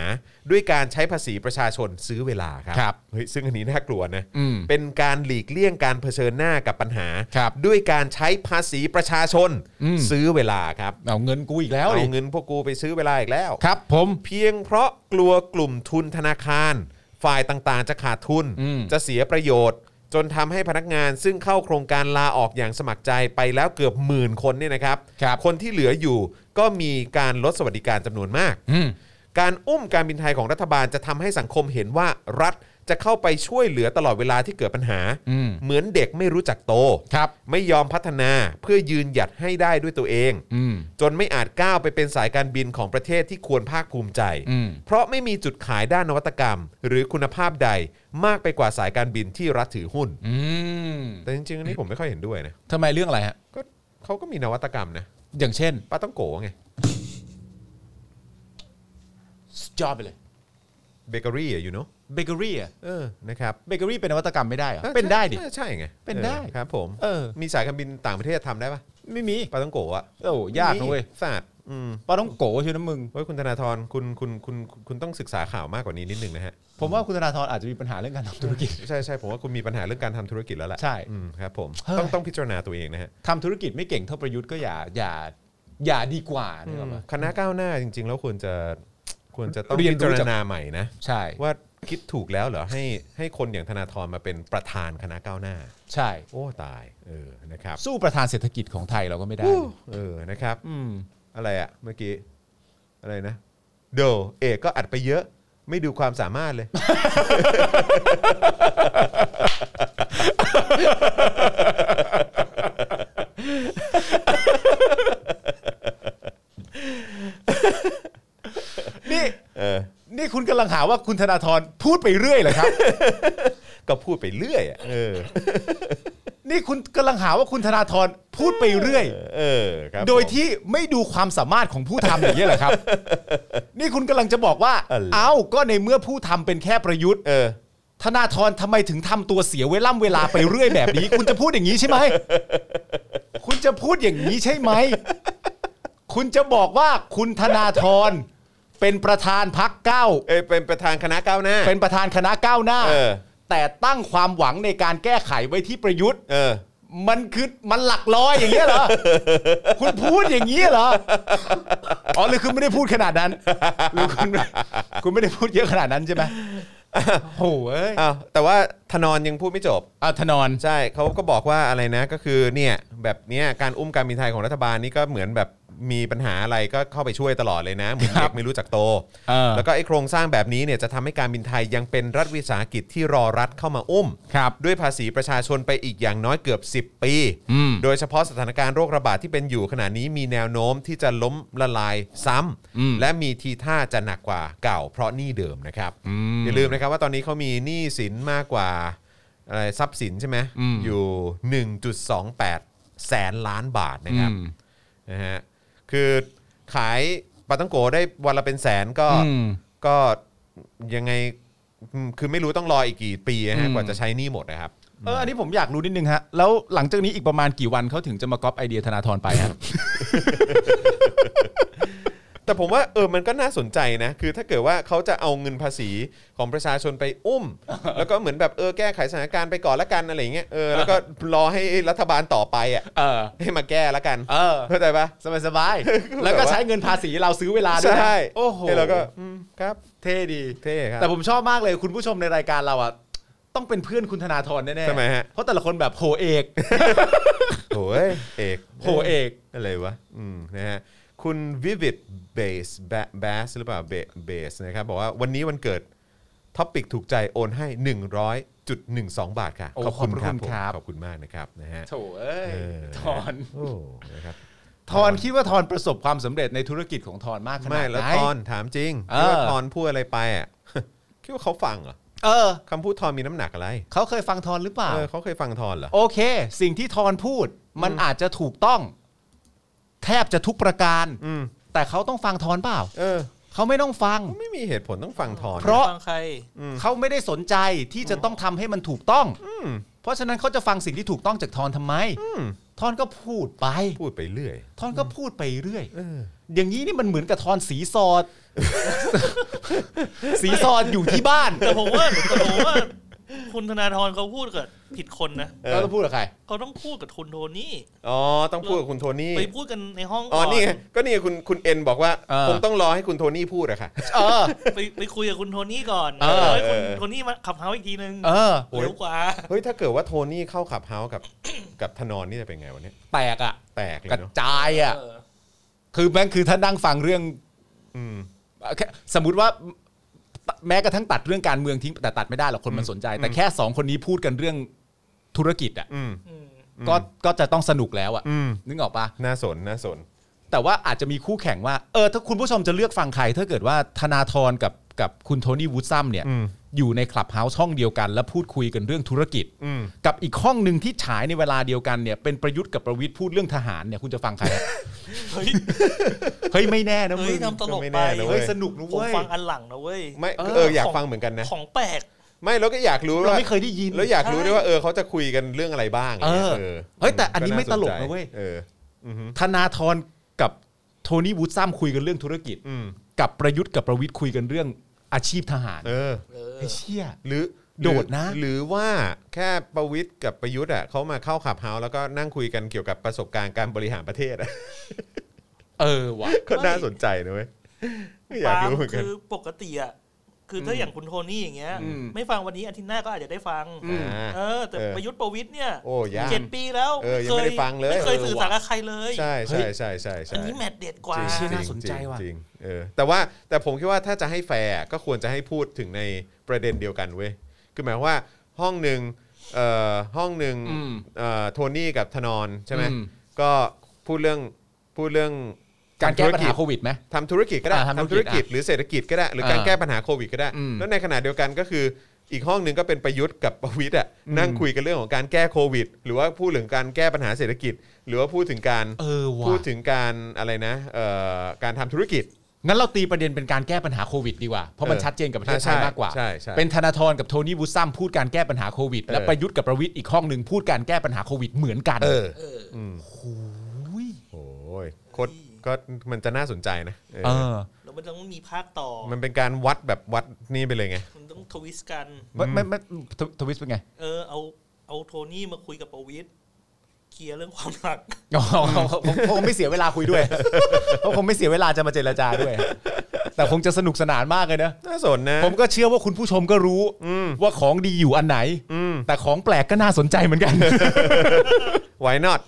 B: ด้วยการใช้ภาษีประชาชนซื้อเวลาครับ
C: ครับ
B: เฮ้ยซึ่งอันนี้น่ากลัวนะ
C: อืม
B: เป็นการหลีกเลี่ยงการเผชิญหน้ากับปัญหา
C: ครับ
B: ด้วยการใช้ภาษีประชาชน
C: อืม
B: ซื้อเวลาครับ
C: เอาเงินกูอีกแล้ว
B: เอา
C: ดิ
B: เงินพวกกูไปซื้อเวลาอีกแล้ว
C: ครับผม
B: เพียงเพราะกลัวกลุ่มทุนธนาคาร ฝ่ายต่างๆ จะขาดทุน
C: อืม
B: จะเสียประโยชน์ จนทำให้พนักงานซึ่งเข้าโครงการลาออกอย่างสมัครใจไปแล้วเกือบหมื่นคนเนี่ยนะครับ
C: ครับ
B: คนที่เหลืออยู่ก็มีการลดสวัสดิการจำนวนมาก
C: อืม
B: การอุ้มการบินไทยของรัฐบาลจะทำให้สังคมเห็นว่ารัฐจะเข้าไปช่วยเหลือตลอดเวลาที่เกิดปัญหา
C: อืม
B: เหมือนเด็กไม่รู้จักโต
C: ครับ
B: ไม่ยอมพัฒนาเพื่อยืนหยัดให้ได้ด้วยตัวเอง
C: อืม
B: จนไม่อาจก้าวไปเป็นสายการบินของประเทศที่ควรภาคภูมิใจ
C: อืม
B: เพราะไม่มีจุดขายด้านนวัตกรรม หรือคุณภาพใดมากไปกว่าสายการบินที่รัฐถือหุ้น
C: อืม
B: แต่จริงๆอันนี้ผมไม่ค่อยเห็นด้วยนะ
C: ทำไมเรื่องอะไรฮะ
B: ก็เขาก็มีนวัตกรรมนะ
C: อย่างเช่น
B: ป้าต้องโกะไง
C: จอบไปเลย
B: เบเกอรี่อยู่เนาะ
C: เบเกอรี่อ่ะ
B: เออนะครับ
C: เบเกอรี่เป็นนวัตกรรมไม่ได้เหรอ เป็นได้ดิ
B: ออใช่ไง
C: เป็นได้
B: ออครับผม
C: เออ
B: มีสายการบินต่างประเทศทำได้ปะ
C: ไม่มี
B: ป้าต้องโกะอะ
C: โอ้ยากนะเว้ย
B: ศาสตร์ อืม
C: ป้าต้องโกะเชื่อนะมึง
B: เฮ้ยคุณธนาธรคุณคุณคุณคุณคุณต้องศึกษาข่าวมากกว่านี้นิดนึงนะฮะ
C: ผมว่าคุณธนาธรอาจจะมีปัญหาเรื่องการทำธุรกิจ
B: ใช่ใช่ผมว่าคุณมีปัญหาเรื่องการทำธุรกิจแล้วแหละ
C: ใช่
B: อืมครับผม
C: เฮ้ย
B: ต้องต้องพิจารณาตัวเองนะฮะ
C: ทำธุรกิจไม่เก่งเท่าประยุทธ์ก็อย่าอย่าอย่าดีกว่า
B: อื
C: นี่
B: ม
C: ครับ
B: คณะก้าวหน้าจริง ๆ แล้วควรจะควรจะต้อง
C: เรียน
B: พิจาร
C: รู้จาก
B: ณาใหม่นะ
C: ใช่
B: ว่าคิดถูกแล้วเหรอให้ให้คนอย่างธนาธรมาเป็นประธานคณะก้าวหน้า
C: ใช่
B: โอ้ตายเออนะครับ
C: สู้ประธานเศรษฐกิจของไทยเราก็ไม่ได้
B: เออนะครับ
C: อืม
B: อะไรอะเมื่อกี้ อะไรนะโดเอกก็อัดไปเยอะ ไม่ดูความสามารถเลย [LAUGHS]
C: นี่
B: เออ
C: นี่คุณกำลังหาว่าคุณธนาธรพูดไปเรื่อยเหรอครับ [LAUGHS]
B: ก็พูดไปเรื่อยอะเออ
C: นี่คุณกำลังหาว่าคุณธนาธรพูดไปเรื่อย
B: เออครับ
C: โดย
B: ผม
C: ที่ไม่ดูความสามารถของผู้ทำอย่างนี้ยเหรอครับ [LAUGHS] นี่คุณกำลังจะบอกว่า
B: อะไร
C: เอ้าก็ในเมื่อผู้ทำเป็นแค่ประยุทธ์
B: เออ
C: ธนาธรทำไมถึงทำตัวเสียเวล่ำเวลาไปเรื่อย [LAUGHS] แบบนี้ คุณจะพูดอย่างนี้ใช่ไหม คุณจะพูดอย่างนี้ใช่ไหม คุณจะบอกว่าคุณธนาธรเป็นประธานพักเก้า
B: เอยเป็นประธานคณะก้าวหน้า
C: เป็นประธานคณะก้าวหน้า
B: เออ
C: แต่ตั้งความหวังในการแก้ไขไว้ที่ประยุทธ์
B: เออ
C: มันคือมันหลักร้อยอย่างเงี้ย [LAUGHS] เหรอ คุณพูดอย่างเงี้ยเหรอ อ๋อหรือคุณไม่ได้พูดขนาดนั้นหรือคุณคุณไม่ได้พูดเยอะขนาดนั้นใช่ไหม [LAUGHS] โอ้โหเอ้ย
B: อ้าวแต่ว่าธนอนยังพูดไม่จบ
C: เอาธนอน
B: ใช่เขาก็บอกว่าอะไรนะก็คือเนี่ยแบบเนี้ยการอุ้มการบินไทยของรัฐบาลนี่ก็เหมือนแบบมีปัญหาอะไรก็เข้าไปช่วยตลอดเลยนะเหมือน
C: ครั
B: เด็
C: บ
B: กไม่รู้จักโต
C: เออ
B: แล้วก็ไอ้โครงสร้างแบบนี้เนี่ยจะทำให้การบินไทยยังเป็นรัฐวิสาหกิจที่รอรัฐเข้ามาอุ้ม
C: ครับ
B: ด้วยภาษีประชาชนไปอีกอย่างน้อยเกือบ 10 ปี
C: อืม
B: โดยเฉพาะสถานการณ์โรคระบาดที่เป็นอยู่ขณะนี้มีแนวโน้มที่จะล้มละลายซ้ำ
C: อืม
B: และมีทีท่าจะหนักกว่าเก่าเพราะหนี้เดิมนะครับ
C: ม
B: อย่าลืมนะครับว่าตอนนี้เขามีหนี้สินมากกว่าอะไรทรัพย์สินใช่ไหม
C: อืม
B: อยู่ 1.28 แสนล้านบาทนะครับ นะฮะคือขายปาตังโกได้วันละเป็นแสนก็
C: อืม
B: ก็ยังไงอืมคือไม่รู้ต้องรออีกกี่ปีนะฮะ
C: อืม
B: กว่าจะใช้หนี่หมดนะครับ
C: เอออันนี้ผมอยากรู้นิดนึงฮะ แล้วหลังจากนี้อีกประมาณกี่วันเขาถึงจะมาก๊อปไอเดียธนาธรไปฮะ
B: แต่ผมว่าเออมันก็น่าสนใจนะ คือถ้าเกิดว่าเขาจะเอาเงินภาษีของประชาชนไปอุ้ม [LAUGHS] แล้วก็เหมือนแบบเออแก้ไขสถานการณ์ไปก่อนละกันอะไรอย่างเงี้ยเอ
C: [LAUGHS]
B: อแล้วก็รอให้รัฐบาลต่อไปอ่ะ [LAUGHS]
C: เออ
B: ให้มาแก้ละกัน
C: [LAUGHS] เออ
B: เข้าใจปะ
C: สบายสบาย [LAUGHS] ๆแล้วก็ใช้เงินภาษีเราซื้อเวลาด้วยนะ
B: ใช่
C: โอ้โห
B: แล้วก็อืมครับ
C: เท่ดี
B: เท่ครับ
C: แต่ผมชอบมากเลยคุณผู้ชมในรายการเราอ่ะ ต้องเป็นเพื่อนคุณธนาธรแน่ๆ
B: ทำไมฮะ
C: เพราะแต่ละคนแบบโหเอก
B: โอ้ยเอก
C: โหเอก
B: อะไรวะ อืม นะฮะ คุณ vivid base Ba- bass หรือเปล่า Ba- base นะครับ บอกว่าวันนี้วันเกิด ท็อปิกถูกใจโอนให้ 100.12 บาทค่ะ
C: โอ้
B: ขอบคุณ
C: ขอบพระ
B: ครับผม
C: คุณครับ
B: ขอบคุณมากนะครับ นะฮะ
C: โถเอ้ย
B: เออ
C: ธร
B: โอ้ นะครับ
C: ธรคิดว่าธรประสบความสำเร็จในธุรกิจของธรมากขนาดไหน
B: ไม่แล้วทอนถามจริง
C: เอ
B: คิด
C: อ
B: ว่าทอนพูดอะไรไปอ่ะ [LAUGHS] คิดว่าเขาฟังเหรอ
C: เออ
B: คำพูดทอนมีน้ำหนักอะไร
C: เขาเคยฟังธรหรือเปล่า
B: เออเขาเคยฟังทอนเหรอ
C: โอเค สิ่งที่ธรพูดมันอาจจะถูกต้อง แทบจะทุกประการ
B: อืม
C: แต่เขาต้องฟังธรเปล่า
B: เออ
C: เขาไม่ต้องฟัง
B: ไม่มีเหตุผลต้องฟังทอน
C: เพราะ
D: ฟังใคร
C: เขาไม่ได้สนใจที่จะต้องทำให้มันถูกต้อง เพราะฉะนั้นเขาจะฟังสิ่งที่ถูกต้องจากทอนทำไมทอนก็พูดไป
B: พูดไปเรื่อย
C: ทอนก็พูดไปเรื่อย
B: เออ
C: อย่างนี้นี่มันเหมือนกับทอนสีซอด สีซอดอยู่ที่บ้าน
D: แต่ผมว่าแต่ผมว่า คุณธนาธรเขาพูดกับผิดคนนะ
C: แล้วเราพูดกับใคร
D: เขาต้องพูดกับคุณโทนี่
B: อ๋อ ต้องพูดกับคุณโทนี่
D: ไปพูดกันในห้อง
B: อ๋อ
D: ก่อน
B: นี่ไงก็นี่ไงคุณคุณเอ็นบอกว่า
C: เออ
B: คงต้องรอให้คุณโทนี่พูดอะค่ะ
C: เออ
D: ไปไปคุยกับคุณโทนี่ก่อน
C: เออ
D: ให้คุณโทนี่มาขับเฮาอีกทีนึง
C: เออ
D: เร็วกว่า
B: เฮ้ย ถ้าเกิดว่าโทนี่เข้าขับเฮาส์กับ [COUGHS] กับธนอนนี่จะเป็นไงวันนี้
C: แตกอ่ะ
B: แตกเลย
C: กระ
B: เนาะ
C: จายอ่ะ
D: เออ
C: คือแม่งคือถ้านั่งฟังเรื่อง
B: อืม
C: แค่สมมติว่าแม้กระทั่งตัดเรื่องการเมืองทิ้งแต่ตัดไม่ได้หรอกคนมันสนใจ แต่แค่สองคนนี้พูดกันเรื่องธุรกิจอ่ะ
B: อืม
D: อืม
C: ก็ก็จะต้องสนุกแล้วอ่ะ
B: อืม
C: นึกออกปะ
B: น่าสน น่าสน
C: แต่ว่าอาจจะมีคู่แข่งว่า เออ ถ้าคุณผู้ชมจะเลือกฟังใคร ถ้าเกิดว่าธนาธรกับกับคุณโทนี่วูดซัมเนี่ย
B: อืม
C: อยู่ในคลับเฮาส์ช่องเดียวกัน และพูดคุยกันเรื่องธุรกิจ
B: อืม
C: กับอีกห้องหนึ่งที่ฉายในเวลาเดียวกันเนี่ย เป็นประยุทธ์กับประวิทย์พูดเรื่องทหารเนี่ยคุณจะฟังใคร [LAUGHS]
D: เฮ้ย
C: เฮ้ย ไม่แน่นะมึ
D: เฮ้ย
C: ง
D: ทำตลก
B: ก็ไม่
D: ไป
B: แน่นะ
C: เฮ้ยสนุกนะ
D: ผม
C: เว้ย
D: ฟังอันหลังนะเว้ย
B: ไม่
C: เออ
B: เออ อยาก
D: ของ
B: ฟังเหมือนกันนะ
D: ของแปลก
B: ไม่ แล้วก็อยากรู้
C: เรา
B: ว่า
C: ไม่เคยได้ยิน
B: แล้วอยากรู้
D: ใช่
B: ด้วยว่า เออ เขาจะคุยกันเรื่องอะไรบ้าง
C: เออเฮ้ยแต่อันนี้ไม่ตลก
B: าสใจ
C: นะเว้ย
B: เออ อือฮึ
C: ธนาธรกับ โทนี่วูดซัมคุยกันเรื่องธุรกิจ
B: อืม
C: กับประยุทธ์กับประวิทย์คุยกันเรื่องอาชีพทหาร
B: เออ
E: เออ
C: ไอ้เชี่ย
B: หรือ
C: โดดนะ
B: หรือหรือว่าแค่ประวิทย์กับประยุทธ์อ่ะเขามาเข้าขับเฮาส์แล้วก็นั่งคุยกันเกี่ยวกับประสบการณ์การบริหารประเทศอ่ะ
C: เออว่ะ
B: ก็น่าสนใจนะเว้ยอยากรู้เหมือนกัน
D: คือปกติอ่ะคือถ้าอย่างคุณโทนี่อย่างเงี้ย
C: อืม
D: ไม่ฟังวันนี้อาทิตย์หน้าก็อาจจะได้ฟัง
C: อืม
B: อ่า
D: เออ แต่
B: เออ
D: ประยุทธ์ประวิทย์เนี่ย
B: โอ้ยาก
D: เจ็ดปีแล้ว
B: เออยังไม่ได้ฟังเลย
D: ไม่เคยสื่อสารกับใครเลย
B: ใช่ใช่ใช่ใช่
D: อั
B: ใช่
D: นนี้แมทเด็ดกว่า
B: จริง
C: เชี่ยน่า
B: ริง
C: สนใจ
B: ริง
C: ว่ะ
B: ริงเออแต่ว่าแต่ผมคิดว่าถ้าจะให้แฟร์ก็ควรจะให้พูดถึงในประเด็นเดียวกันเว้ยคือหมายความว่าห้องหนึ่งเอ่อห้องหนึ่ง
C: อืม
B: เอ่อโทนี่กับธนอนใช่ไหม
C: อืม
B: ก็พูดเรื่องพูดเรื่อง
C: การแก้ปัญหาโควิดไหม
B: ทำธุรกิจก็ได้
C: อ่าทำ
B: ทำ
C: ธุ
B: ธุ
C: ร
B: ร
C: กิ
B: กิ
C: จ
B: จหรือเศรษฐกิจก็ได้ หรือการ
C: อ่า
B: แก้ปัญหาโควิดก็ได้
C: อืม
B: แล้วในขณะเดียวกันก็คืออีกห้องหนึ่งก็เป็นประยุทธ์กับประวิทย์อ่ะ
C: อืม
B: นั่งคุยกันเรื่องของการแก้โควิด หรือว่าพูดถึงการแก้ปัญหาเศรษฐกิจ หรือว่าพูดถึงการ
C: เออว่ะ
B: พูดถึงการอะไรนะเอ่อการทำธุรกิจ
C: งั้นเราตีประเด็นเป็นการแก้ปัญหาโควิดดีกว่า เพราะมัน
B: เออ
C: ชัดเจนกับประเทศไท
B: ใช่
C: ยมากกว่า
B: ใช่ใช่
C: เป็นธนาธรกับโทนี่วูดซัมพูดการแก้ปัญหาโควิด และ
B: เออ
C: ประยุทธ์กับประวิทย์อีกห้องหนึ่งพูดการแก้ปัญหาโควิดเหมือนกัน
E: เออ
C: หุ้ย
B: โอ้ยโคตรก็มันจะน่าสนใจนะเออ
C: เออ
D: แล้วมันต้องมีภาคต่อ
B: มันเป็นการวัดแบบวัดนี่ไปเลยไง
D: มันต้องทวิสต์กัน
C: ไม่ไม่ไม่ทวทวิสเป็นไง
D: เออ เอาเอาโทนี่มาคุยกับประวิทย์เคลียร์เรื่องความรัก
C: อ๋อ [LAUGHS] เขาเขาเขาคงไม่เสียเวลาคุย [LAUGHS] ด้วย เขาคงไม่เสียเวลาจะมาเจรจาด้วย แต่คงจะสนุกสนานมากเลยนะ
B: น่าสนนะ
C: ผมก็เชื่อว่าคุณผู้ชมก็รู้ว่าของดีอยู่อันไหน
B: อืม
C: แต่ของแปลกก็น่าสนใจเหมือนกัน
B: why not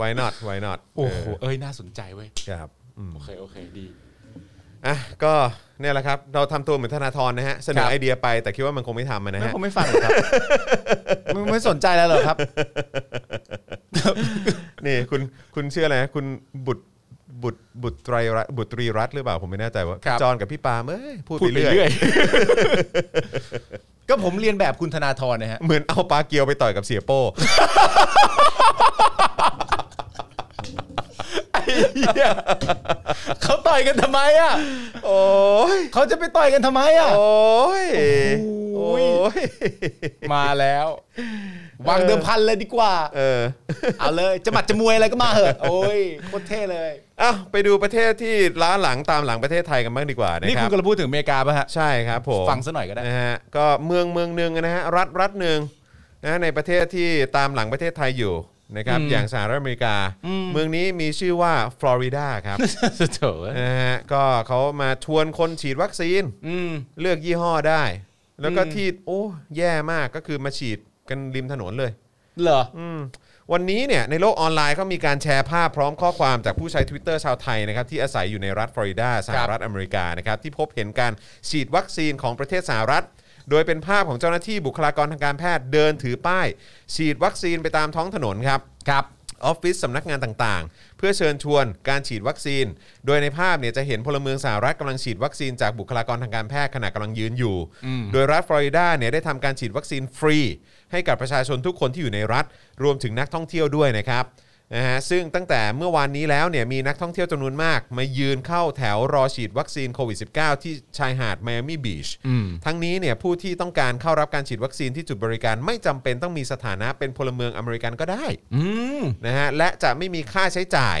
B: why not why not
C: โอ้โหเอ้ยน่าสนใจเว้ย
B: เออครับอืม
C: โอเคโอเคดี
B: อ่ะก็เนี่ยแหละครับเราทำตัวเหมือนธนาธรนะฮะเสน
C: ครั
B: อบ ไอเดียไปแต่คิดว่ามันคงไม่ทำอะนะ
C: ไม่
B: ฮะ
C: ผมไม่ฟังหร [LAUGHS] อกครับ มึงไม่สนใจแล้วเหรอครับ
B: นี่คุณคุณเชื่ออะไรนะคุณบุตรบุตรบุตรไตรรัตน์บุตรีรัตน์หรือเปล่าผมไม่แน่ใจว่า
C: ครับ
B: จอนกับพี่ปาล์มเอ้ยพูด
C: พูด
B: ไป
C: ไป
B: เรื่
C: เรื่
B: อ
C: อย ย [LAUGHS] ก็ผมเรียนแบบคุณธนาธรนะฮะ [LAUGHS]
B: เหมือนเอาปลาเกียวไปต่อยกับเสียโป้
C: เขาต่อยกันทำไมอ่ะ
B: โอ้ย
C: เขาจะไปต่อยกันทำไมอ่ะ
B: โอ้ย
C: โอ้
B: โอ้
C: ย
B: ย
C: มาแล้ววางเดิมพันเลยดีกว่า
B: เออ
C: เอาเลย จะหมัดจะมวยอะไรก็มาเหอะ โอ้ยโคตรเท่เลย
B: อ่ะไปดูประเทศที่ล้าหลังตามหลังประเทศไทยกันบ้างดีกว่านะ
C: นี่
B: ครับ
C: คุณกำลังพูดถึงอเมริกาป่ะฮะ
B: ใช่ครับผม
C: ฟังซะหน่อยก็ได้
B: นะฮะก็เมืองเมืองหนึ่งนะฮะรัฐรัฐหนึ่งนะในประเทศที่ตามหลังประเทศไทยอยู่นะครับ
C: อืม
B: อย่างสหรัฐอเมริกา เมืองนี้มีชื่อว่าฟลอริดาครับ
C: [LAUGHS] เถอะ
B: นะฮะก็เขามาชวนคนฉีดวัคซีน
C: อืม
B: เลือกยี่ห้อได้ แล้วก็
C: อืม
B: ที่โอ้แย่มากก็คือมาฉีดกันริมถนนเลย
C: เหรอ
B: อืมวันนี้เนี่ยในโลกออนไลน์ก็มีการแชร์ภาพพร้อมข้อความจากผู้ใช้ Twitter ชาวไทยนะครับที่อาศัยอยู่ในรัฐฟลอริดาสหรัฐอเมริกานะครับที่พบเห็นการฉีดวัคซีนของประเทศสหรัฐ โดยเป็นภาพของเจ้าหน้าที่บุคลากรทางการแพทย์เดินถือป้าย ฉีดวัคซีนไปตามท้องถนนครับ
C: ครับ
B: ออฟฟิศสำนักงานต่างๆ เพื่อเชิญชวนการฉีดวัคซีน โดยในภาพเนี่ยจะเห็นพลเมืองสหรัฐกำลังฉีดวัคซีนจากบุคลากรทางการแพทย์ขณะกำลังยืนอยู่ โดยรัฐฟลอริดาเนี่ยได้ทำการฉีดวัคซีนฟรี ให้กับประชาชนทุกคนที่อยู่ในรัฐ รวมถึงนักท่องเที่ยวด้วยนะครับนะฮะซึ่งตั้งแต่เมื่อวานนี้แล้วเนี่ยมีนักท่องเที่ยวจำนวนมาก มายืนเข้าแถวรอฉีดวัคซีนโควิด -19 ที่ชายหาดไมอามี่บีช
C: อืม
B: ทั้งนี้เนี่ยผู้ที่ต้องการเข้ารับการฉีดวัคซีนที่จุดบริการไม่จำเป็นต้องมีสถานะเป็นพลเมืองอเมริกันก็ได้
C: อืม
B: นะฮะและจะไม่มีค่าใช้จ่าย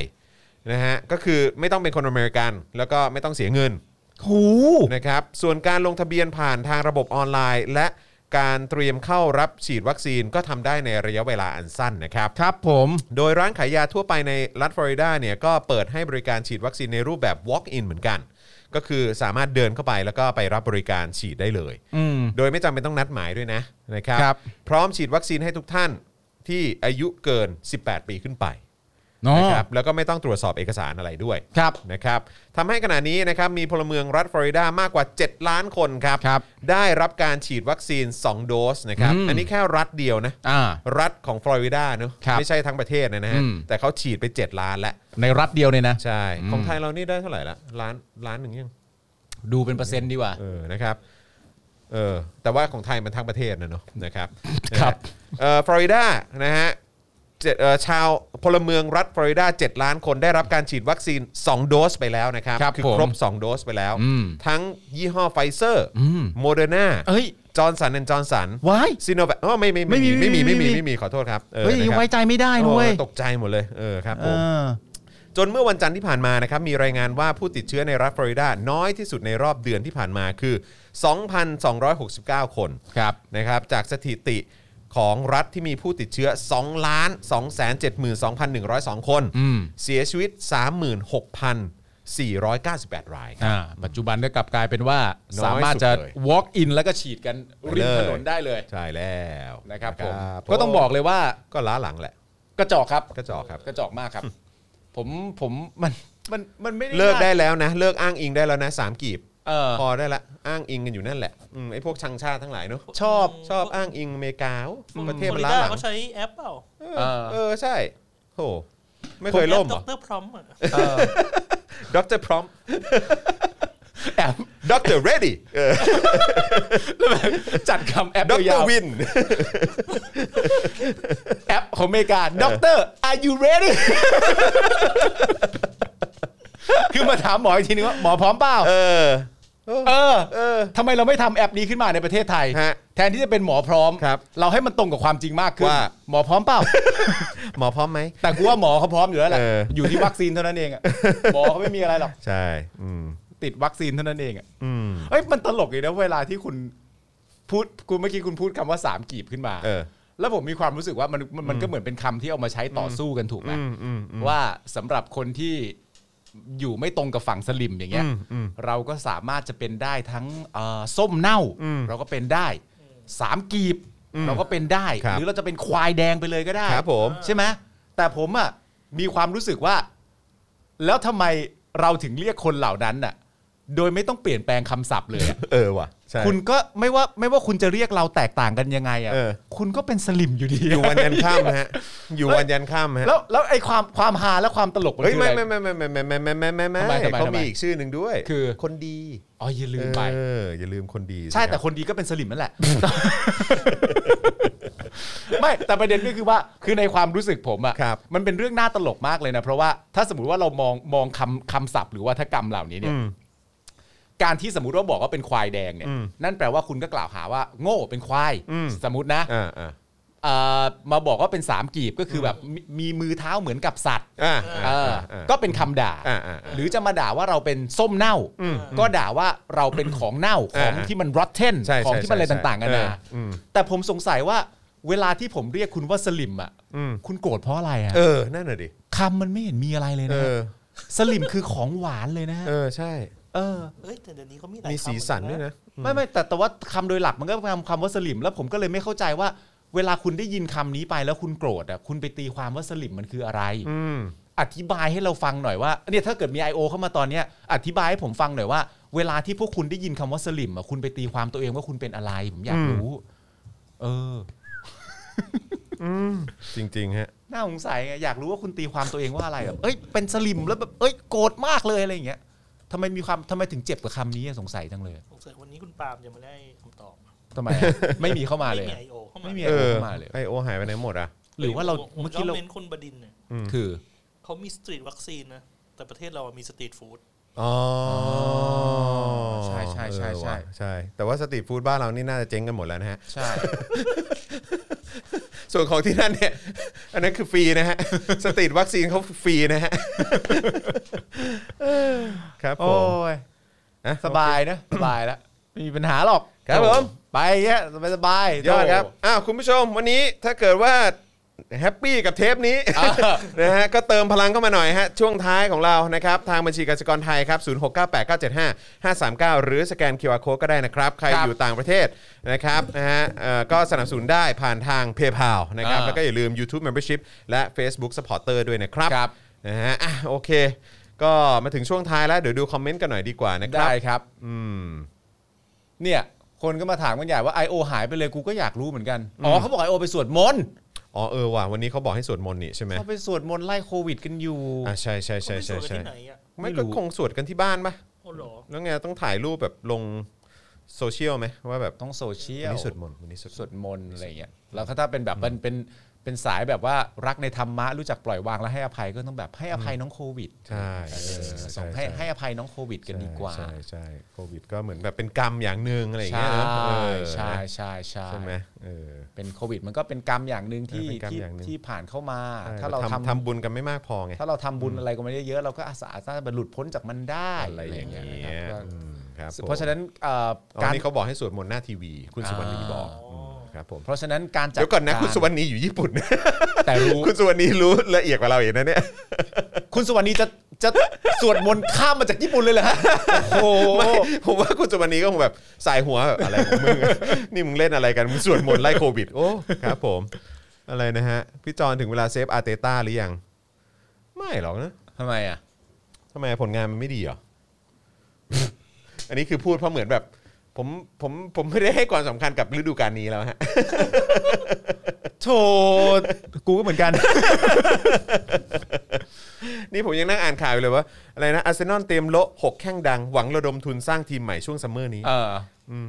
B: นะฮะก็คือไม่ต้องเป็นคนอเมริกัน แล้วก็ไม่ต้องเสียเงิน
C: หู
B: นะครับส่วนการลงทะเบียนผ่านทางระบบออนไลน์ และการเตรียมเข้ารับฉีดวัคซีนก็ทำได้ในระยะเวลาอันสั้นนะครับ
C: ครับผม
B: โดยร้านขายยาทั่วไปในรัฐฟลอริดาเนี่ยก็เปิดให้บริการฉีดวัคซีนในรูปแบบ walk-in เหมือนกัน ก็คือสามารถเดินเข้าไปแล้วก็ไปรับบริการฉีดได้เลย
C: อืม
B: โดยไม่จำเป็นต้องนัดหมายด้วยนะนะครับ
C: ครับ
B: พร้อมฉีดวัคซีนให้ทุกท่านที่อายุเกิน 18 ปีขึ้นไป
C: เนาะ
B: นะครับแล้วก็ไม่ต้องตรวจสอบเอกสารอะไรด้วย
C: ครับ
B: นะครับทำให้ขณะนี้นะครับมีพลเมืองรัฐฟลอริดามากกว่า 7 ล้านคนครับ
C: ครับ
B: ได้รับการฉีดวัคซีน 2 โดสนะครับ
C: อืม
B: อันนี้แค่รัฐเดียวนะ
C: อ่า
B: รัฐของฟลอริดาเนอะ
C: ครับ
B: ไม่ใช่ทั้งประเทศนะฮะ
C: อืม
B: แต่เขาฉีดไป 7 ล้านแล้ว
C: ในรัฐเดียวเนี่ยนะ
B: ใช่ ของไทยเรานี่ได้เท่าไหร่ละล้านล้านหนึ่งยัง
C: ดูเป็นเปอร์เซ็นต์ดีกว่า
B: เออ นะครับ เออ แต่ว่าของไทยมันทั้งประเทศนะเนาะ นะครับ
C: ครั
B: นะฮ
C: บ
B: ะเอ่อฟลอริดา นะฮะเจ็ดเอ่อชาวพลเมืองรัฐฟลอริดา 7 ล้านคนได้รับการฉีดวัคซีน 2 โดสไปแล้วนะครับ
C: ครับ
B: อ
C: ผม
B: ครบ 2 โดสไปแล้ว
C: อืม
B: ทั้งยี่ห้อไฟเซอร์
C: อืม
B: โมเดอร์นา
C: เอ้ย
B: จอร์นสันแอนจอร์นสัน
C: วาย
B: ซีโนแวคอ๋อไม่ไม่ไม่มี
C: ไม่
B: ไม่
C: มี
B: มี
C: ไม่
B: ไม่
C: มี
B: มี ไม่มี ขอโทษครับ เออ
C: เฮ้ย
B: นะครับ
C: ไว้ใจไม่ได้นุ้ย
B: โอ้ตกใจหมดเลย เออ ครับผ
C: เอ
B: ม
C: อ
B: จนเมื่อวันจันทร์ที่ผ่านมานะครับมีรายงานว่าผู้ติดเชื้อในรัฐฟลอริดาน้อยที่สุดในรอบเดือนที่ผ่านมาคือ 2,269 คน
C: ครับ
B: นะครับจากสถิติของรัฐที่มีผู้ติดเชื้อ2ล้าน2 7 2 1 0 2 คน
C: อืม
B: เสียชีวิต 36,498 รายครับ
C: อ่าปัจจุบันก็กลับกลายเป็นว่า
B: น้อยสุด
C: สามารถจะ
B: เลย
C: walk in แล้วก็ฉีดกันริมถน
B: เล
C: น
B: ย
C: ได้เลย
B: ใช่แล้ว
C: นะครับผม
B: ก็
C: ก็
B: ต้
C: ต้
B: อ
C: อง ง
B: บบ อ
C: อก กเลยว่า
B: ก็ล้าหลังแหละ
C: กระจอกครับ
B: กระจอกครับ
C: กระจอกมากครับ ผมผมมันมันมันไม่
B: เลิกได้
C: น่า
B: แล้วนะ เลิกอ้างอิงได้แล้วนะสามกีบ
C: เออ
B: พอได้ละอ้างอิงกันอยู่นั่นแหละอืมไอ้พวกชังชาติทั้งหลายเนอะ
C: ชอบ
B: ชอบอ้างอิงอเมริกาโอ้ประเทศ
D: ฟล
B: มั
D: อน ริ
B: ล้า
D: ดา
B: หลัง
D: เขาใช้แอปเปล่า
B: เออเออใช่โหไม่เคยล่มเหรอ
D: ดรพร้อมอะ
C: เออ
B: ด็อกเตอร์พร้อม
C: แอบ
B: ด็อกเตอร์เร [LAUGHS] ดี้
C: จัดคำแอป
B: ด็อกเตอย
C: า
B: ร์
C: ว
B: วิน
C: ๆแอปของอเมริกาด็อกเตอร์ are you ready [LAUGHS] คือมาถามหมออีกทีนึงว่าหมอพร้อมเปล่า
B: เออ
C: เออ
B: เออ
C: ทำไมเราไม่ทำแอปนี้ขึ้นมาในประเทศไทย
B: ฮะ
C: แทนที่จะเป็นหมอพร้อม
B: ครับ
C: เราให้มันตรงกับความจริงมากขึ้น
B: ว่า
C: หมอพร้อมเปล่า
B: [LAUGHS] หมอพร้อมไหม
C: แต่กูว่าหมอเขาพร้อมอยู่แล้วแหละ
B: เอออ
C: อยู่ที่วัคซีนเท่านั้นเอง
B: [LAUGHS]
C: อะหมอเขาไม่มีอะไรหรอก
B: ใช่ อืม
C: ติดวัคซีนเท่านั้นเองอะ
B: อืม
C: เอ้ยมันตลกเลยนะเวลาที่คุณพูดคุณเมื่อกี้คุณพูดคำว่าสามกีบขึ้นมา
B: เออ
C: แล้วผมมีความรู้สึกว่ามันมันมันก็เหมือนเป็นคำที่เอามาใช้ต่ออสู้กันถูกไหม
B: อืมอืมอืม
C: ว่าสำหรับคนที่อยู่ไม่ตรงกับฝั่งสลิมอย่างเงี้ย
B: อืมอืม
C: เราก็สามารถจะเป็นได้ทั้งเอ่อส้มเน่า
B: อืม
C: เราก็เป็นได้สามกีบ
B: อืม
C: เราก็เป็นได้
B: ครับ
C: หรือเราจะเป็นควายแดงไปเลยก็ได้
B: ครับผม
C: ใช่ไหมแต่ผมอ่ะมีความรู้สึกว่า แล้วทำไมเราถึงเรียกคนเหล่านั้นน่ะ โดยไม่ต้องเปลี่ยนแปลงคำศัพท์เลยอะ
B: เออว่ะ ใช่
C: คุณก็ไม่ว่าไม่ว่าคุณจะเรียกเราแตกต่างกันยังไงอ่ะ
B: เออ
C: คุณก็เป็นสลิมอยู่ดี
B: อยู่วันยันค่ำฮ [LAUGHS] ะ อยู่วันยันค่ำฮะ
C: แล้วแล้วไอ้ความความฮาและความตลกมัน
B: เฮ้ย
C: คือ
B: ไม่
C: อะไร
B: ไม่ไม่ไม่ไม่ไม่ไม่ไม่ไม่ไม่
C: ทำไมทำไม
B: เขา
C: ทำไม
B: มีอีกชื่อหนึ่งด้วย
C: คือ
B: คนดี
C: อ๋ออย่าลืมไป
B: เอออย่าลืมคนดีสิ
C: ใช่แต่
B: รับ
C: คนดีก็เป็นสลิมนั่นแหละ ไม่แต่ประเด็นก็คือว่าคือในความรู้สึกผม
B: ค
C: อะ่ะ
B: รับ
C: มันเป็นเรื่องน่าตลกมากเลยนะ เพราะว่าถ้าสมมติว่าเรามองมองคำคำศัพท์หรือวัฒกรรมเหล่านี้เนี่ย
B: อืม
C: การที่สมมติว่าบอกว่าเป็นควายแดงเนี่ย
B: อืม
C: นั่นแปลว่าคุณก็กล่าวหาว่า โง่เป็นควาย
B: อืม
C: สมมตินะ
B: อ่าอ่า
C: เอ่อมาบอกว่าเป็นสามกีบก็คือแบบมีมีมือเท้าเหมือนกับสัตว์
B: อ่า
C: เอ
B: อ่า
C: อ
B: อ่า
C: ก็เป็นคำด่า
B: อ่าอ่าอ่า
C: หรือจะมาด่าว่าเราเป็นส้มเน่า
B: อืม
C: ก็ด่าว่าเราเป็นของเน่าของ
B: อ่า
C: ที่มัน rotten
B: ใช่ใช่
C: ของที่มันอะไร
B: ใช่
C: ต่างๆกันา
B: เอ
C: นะ
B: ออืม
C: แต่ผมสงสัยว่าเวลาที่ผมเรียกคุณว่าสลิมอ่ะ
B: อืม
C: คุณโกรธเพราะอะไรอ่ะ
B: เออนั่นน่ะดิ
C: คำมันไม่เห็นมีอะไรเลย
B: เอ
C: นะ
B: อ
C: สลิมคือของหวานเลยนะ
B: เออใช่
C: เออ
D: เอ้ยแต่เดี๋ยวนี้เขามีหลาย
B: มี
D: คำ
B: สีสันด้วยนะ
C: ไม่ไม่แต่แต่ว่าคำโดยหลักมันก็คำคำว่าสลิมแล้วผมก็เลยไม่เข้าใจว่า เวลาคุณได้ยินคำนี้ไปแล้วคุณโกรธอ่ะคุณไปตีความว่าสลิมมันคืออะไร
B: อืม
C: อธิบายให้เราฟังหน่อยว่าเนี่ยถ้าเกิดมี I.O. เข้ามาตอนเนี้ยอธิบายให้ผมฟังหน่อยว่า เวลาที่พวกคุณได้ยินคำว่าสลิมอ่ะคุณไปตีความตัวเองว่าคุณเป็นอะไร ผมอยากรู้ เออ
B: จริง ๆ ฮะ
C: น่าสงสัยไงอยากรู้ว่าคุณตีความตัวเองว่าอะไรแบบเอ้ยเป็นสลิมแล้วแบบเอ้ยโกรธมากเลยอะไรอย่างเงี้ยทำไมมีความทำไมถึงเจ็บกับคำนี้อะสงสัยจังเลย
D: สงสัยวันนี้คุณปาล์มยังไม่ได้คำตอบ
C: ทำไมอะไม่มีเข้ามาเลย
D: ไม่มี
C: อะ
D: ไอโอเข้ามา
C: ไม่มี
B: เออ
C: เข้ามาเลย
B: ไอโอหายไปไหนหมดอ่ะ
C: หรือว่าเรา
D: ผม
C: เมื่อ
D: ชอ
C: กี้
D: บ
C: เรา
D: เม้นคุณบดินทร์เนี่ย
C: คือ
D: เขามีสตรีทวัคซีนนะแต่ประเทศเราอะมีสตรีทฟู้ด
B: อ๋อ
C: ใช่ใช่ใช่
B: เออ
C: ใช่
B: ว่ะใช่ แต่ว่าสตรีทฟู้ดบ้านเรานี่น่าจะเจ๊งกันหมดแล้วนะฮะ
C: ใช่
B: ส่วนของที่นั่นเนี่ย [LAUGHS] อันนั้นคือฟรีนะฮะ [LAUGHS] สตรีทวัคซีนเขาฟรีนะฮ [LAUGHS] ะ ครับผ
C: โอ้
B: ม
C: ย
B: อ่ะ
C: สบายนะ สบายแล้วไม่มีปัญหาหรอก
B: ครับผม
C: ไปเงี้ยสบายสบาย
B: โอเคยอดครับ อ้าวคุณผู้ชมวันนี้ถ้าเกิดว่าแฮปปี้กับเทปนี้
C: เออ
B: [LAUGHS] นะฮะก็เติมพลังเข้ามาหน่อยฮะ ช่วงท้ายของเรานะครับ ทางบัญชีกสิกรไทยครับ0698975539 539 หรือสแกน QR Code ก็ได้นะครับ ใคร
C: ครับ
B: อยู่ต่างประเทศนะครับนะฮะเอ่อก็สนับสนุนได้ผ่านทาง PayPal นะครับ
C: อ่า
B: แล้วก็อย่าลืม YouTube Membership และ Facebook Supporter ด้วยนะครับ
C: ครับ
B: นะฮะอ่ะโอเค ก็มาถึงช่วงท้ายแล้วเดี๋ยวดูคอมเมนต์กันหน่อยดีกว่านะครับ
C: ได้ครับ
B: อืม
C: เนี่ย คนก็มาถามกันใหญ่ว่า I.O. หายไปเลยกูก็อยากรู้เหมือนกัน อ๋อเขาบอก I.O. ไปสวดมนต์
B: อ๋อเออว่ะวันนี้เขาบอกให้สวดมนต์นี่ใช่ไหม
C: เขาไปสวดมนต์ไล่โควิดกันอยู่
B: อ่ะใช่ใช่
D: เขา
B: ใช่
D: ไปส
B: ใช่
D: วดกัน
B: ใช่
D: ที่ไหนอ่ะ
B: ไม่ก็คงสวดกันที่บ้านปะ
D: โอ้โหรอ
B: แล้วไงต้องถ่ายรูปแบบลงโซเชียลไหมว่าแบบ
C: ต้องโซเชีย
B: วัน
C: ล
B: นี้สวดมนต์วันนี้สวด
C: สวดมนต์อะไรเงี้ยแล้วก็ถ้าเป็นแบบมันเป็น เป็นสายแบบว่ารักในธรรมะรู้จักปล่อยวางและให้อภัยก็ต้องแบบให้อภัยน้องโควิด
B: ใช่
C: เออ
B: ใช่
C: ส่งให้ให้อภัยน้องโควิดกันดีกว่า
B: ใช่ใช่ใช่โควิดก็เหมือนแบบเป็นกรรมอย่างหนึ่งอะไรอย่างเงี้ยนะเออ
C: ใช่ใช่ใช่
B: ใช่ไหมเออ
C: เป็นโควิด มันก็เป็นกรรมอย่างหนึ่งที่
B: เป็นกรรม
C: ที่
B: อย่างหนึ่ง
C: ที่ผ่านเข้ามา
B: ใช่
C: ถ้าเราทำ
B: ทำทำบุญกันไม่มากพอไง
C: ถ้าเราทำบุญอะไรก็ไม่ได้เยอะเราก็อาสาสาบรรลุดพ้นจากมันได้
B: อะไรอย่างเงี้
C: อะไรอย ย่างเงี้ยนะครับ
B: อืมครับผม
C: เพราะฉะนั้นเอ่อ
B: อ๋อ
C: การ
B: นี่เขาบอกให้สวดมนต์หน้าทีวี คุณสุวรรณีบอก
C: อ่า
B: อืมครับผม
C: เพราะฉะนั้นการจัด
B: เดี๋ยวก่อนนะ
C: าร
B: คุณสุวรรณีอยู่ญี่ปุ่นนะ
C: แต่
B: [LAUGHS]
C: รู้
B: คุณสุวรรณีรู้ละเอียดกว่าเราอีกนะเนี่ย
C: คุณสุวรรณีจะจะสวดมนต์ข้ามมาจากญี่ปุ่นเลยเหรอฮะโอ้โห
B: ไม่ผมว่าคุณจุบันนี้ก็คงแบบสายหัวแบบอะไรของมึง [LAUGHS] นี่มึงเล่นอะไรกัน มึงสวดมนต์ไล่โควิด โอ้ ครับผม อะไรนะฮะ พี่จอนถึงเวลาเซฟอาร์เตต้าหรือยัง ไม่หรอกนะ
C: ทำไมอ่ะ
B: ทำไมผลงานมันไม่ดีเหรอ [LAUGHS] อันนี้คือพูดเพราะเหมือนแบบ ผมผมผมไม่ได้ให้ความสำคัญกับฤดูกาลนี้แล้วฮะ [LAUGHS]
C: โถกูก็เหมือนกัน
B: นี่ผมยังนั่งอ่านข่าวอยู่เลยว่า อะไรนะอาร์เซนอลเตรียมโละหกแข้งดังหวังระดมทุนสร้างทีมใหม่ช่วงซัมเมอร์นี้
C: เออ
B: อืม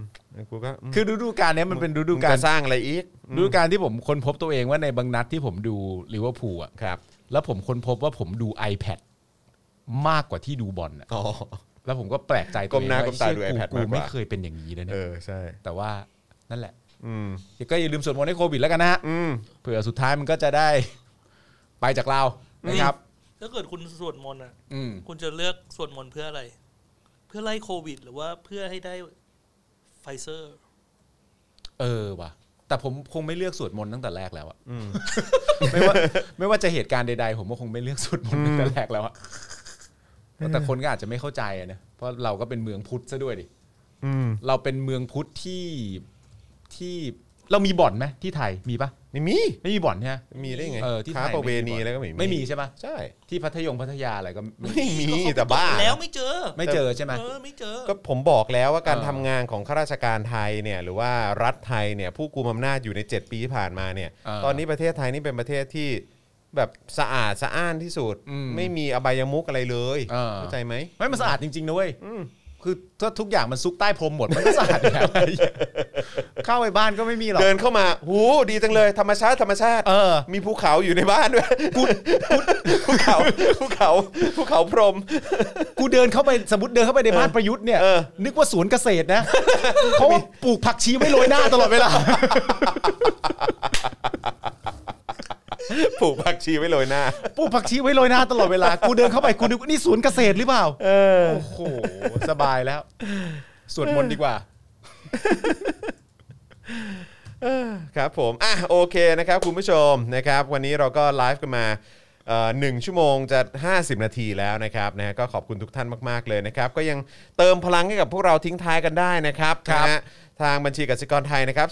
B: กูก็ม
C: คือฤดูกาลเนี้ยมันเป็นฤดู
B: มึง
C: กาล
B: จะสร้างอะไรอีกอืม
C: ฤดูกาลที่ผมค้นพบตัวเองว่าในบางนัดที่ผมดูลิเวอร์พูลอ่ะ
B: ครับ
C: แล้วผมค้นพบว่าผมดู iPad มากกว่าที่ดูบอลน่ะ
B: อ๋อ
C: แล้วผมก็แปลกใจตัว
B: ก้
C: เอง
B: มหน้า
C: ว่
B: ก้มตา
C: เชี่ย
B: ดู iPad มากกว่า
C: ไม่เคยเป็นอย่างนี้เลยนะ
B: เออใช่
C: แต่ว่านั่นแหละ
B: อืม
C: ก็อย่าลืมสวดมนต์ให้โควิดแล้วกันนะฮะ
B: อืม
C: เผื่อสุดท้ายมันก็จะได้ [LAUGHS] ไปจากเรานะครับ
D: ถ้าเกิดคุณสวดมนต์อ่ะ
C: อืม
D: คุณจะเลือกสวดมนต์เพื่ออะไร เพื่อไล่โควิด หรือว่าเพื่อให้ได้ไฟเซอร์
C: เออว่ะ แต่ผมคงไม่เลือกสวดมนต์ตั้งแต่แรกแล้วอะไม่ว่าไม่ว่าจะเหตุการณ์ใดๆ ผมก็คงไม่เลือกสวดมนต์ตั้งแต่แรกแล้วอะแต่คนก็อาจจะไม่เข้าใจอะนะเพราะเราก็เป็นเมืองพุทธซะด้วยดิ
B: อืม
C: เราเป็นเมืองพุทธที่ที่เรามีบ่อนไหมที่ไทยมีปะ
B: นี่มี
C: ไม่มีบ่อนใช่ไหม
B: มีได้ไง
C: เออที่
B: ค้า
C: ไทย
B: ประเวณี
C: บ่
B: อะไรก็ไม่มี
C: ไม่มีใช่ปะ
B: ใช่
C: ที่พัทยงพัทยาอะไรก็ไม่
B: ไม่มีแต่บ้า
D: แล้วไม่เจอ
C: ไม่เจอใช่ไหม
D: เออไม่เจอ
B: ก็ผมบอกแล้วว่าการ
C: เออ
B: ทำงานของข้าราชการไทยเนี่ยหรือว่ารัฐไทยเนี่ยผู้กุมอำนาจอยู่ใน 7 ปีที่ผ่านมาเนี่ย
C: เออ
B: ตอนนี้ประเทศไทยนี่เป็นประเทศที่แบบสะอาดสะอ้านที่สุด
C: อืม
B: ไม่มีอบายมุกอะไรเลย
C: เออ
B: เข้าใจไหม
C: ไม่มันสะอาดจริงๆนะเว้ย
B: อืม
C: คือถ้าทุกอย่างมันซุกใต้พรมหมดมันก็สะอาดอยู่แล้ว [LAUGHS] เข้าไปบ้านก็ไม่มีหรอก
B: เดินเข้ามาหูดีจังเลย ธรรมชาติธรรมชาติ
C: เออ
B: มีภูเขาอยู่ในบ้านด้วย [LAUGHS] ภูเขาภูเขาภูเขาพรหม [LAUGHS]
C: กูเดินเข้าไปสมมติเดินเข้าไปในบ้านประยุทธ์เนี่ย
B: เออ
C: นึกว่าสวนเกษตรนะ [LAUGHS] เพราะว่าปลูกผักชีไว้โรยหน้าตลอดเวลา
B: ปลูกผักชีไว้โรยหน้า
C: [LAUGHS] ปลูกผักชีไว้โรยหน้าตลอดเวลา กูเดินเข้าไปกูนึกว่านี่สวนเกษตรหรือเปล่า
B: เออ
C: โอ้โห สบายแล้วสวดมนต์ดีกว่า
B: ครับผม อ่ะโอเคนะครับคุณผู้ชมนะครับวันนี้เราก็ไลฟ์กันมาเอ่อหนึ่งชั่วโมงจะ 50 นาทีแล้วนะครับนะฮะก็ขอบคุณทุกท่านมากๆเลยนะครับ ก็ยังเติมพลังให้กับพวกเราทิ้งท้ายกันได้นะครับ
C: ครับ
B: นะฮะทางบัญชีกสิกรไทยนะครับ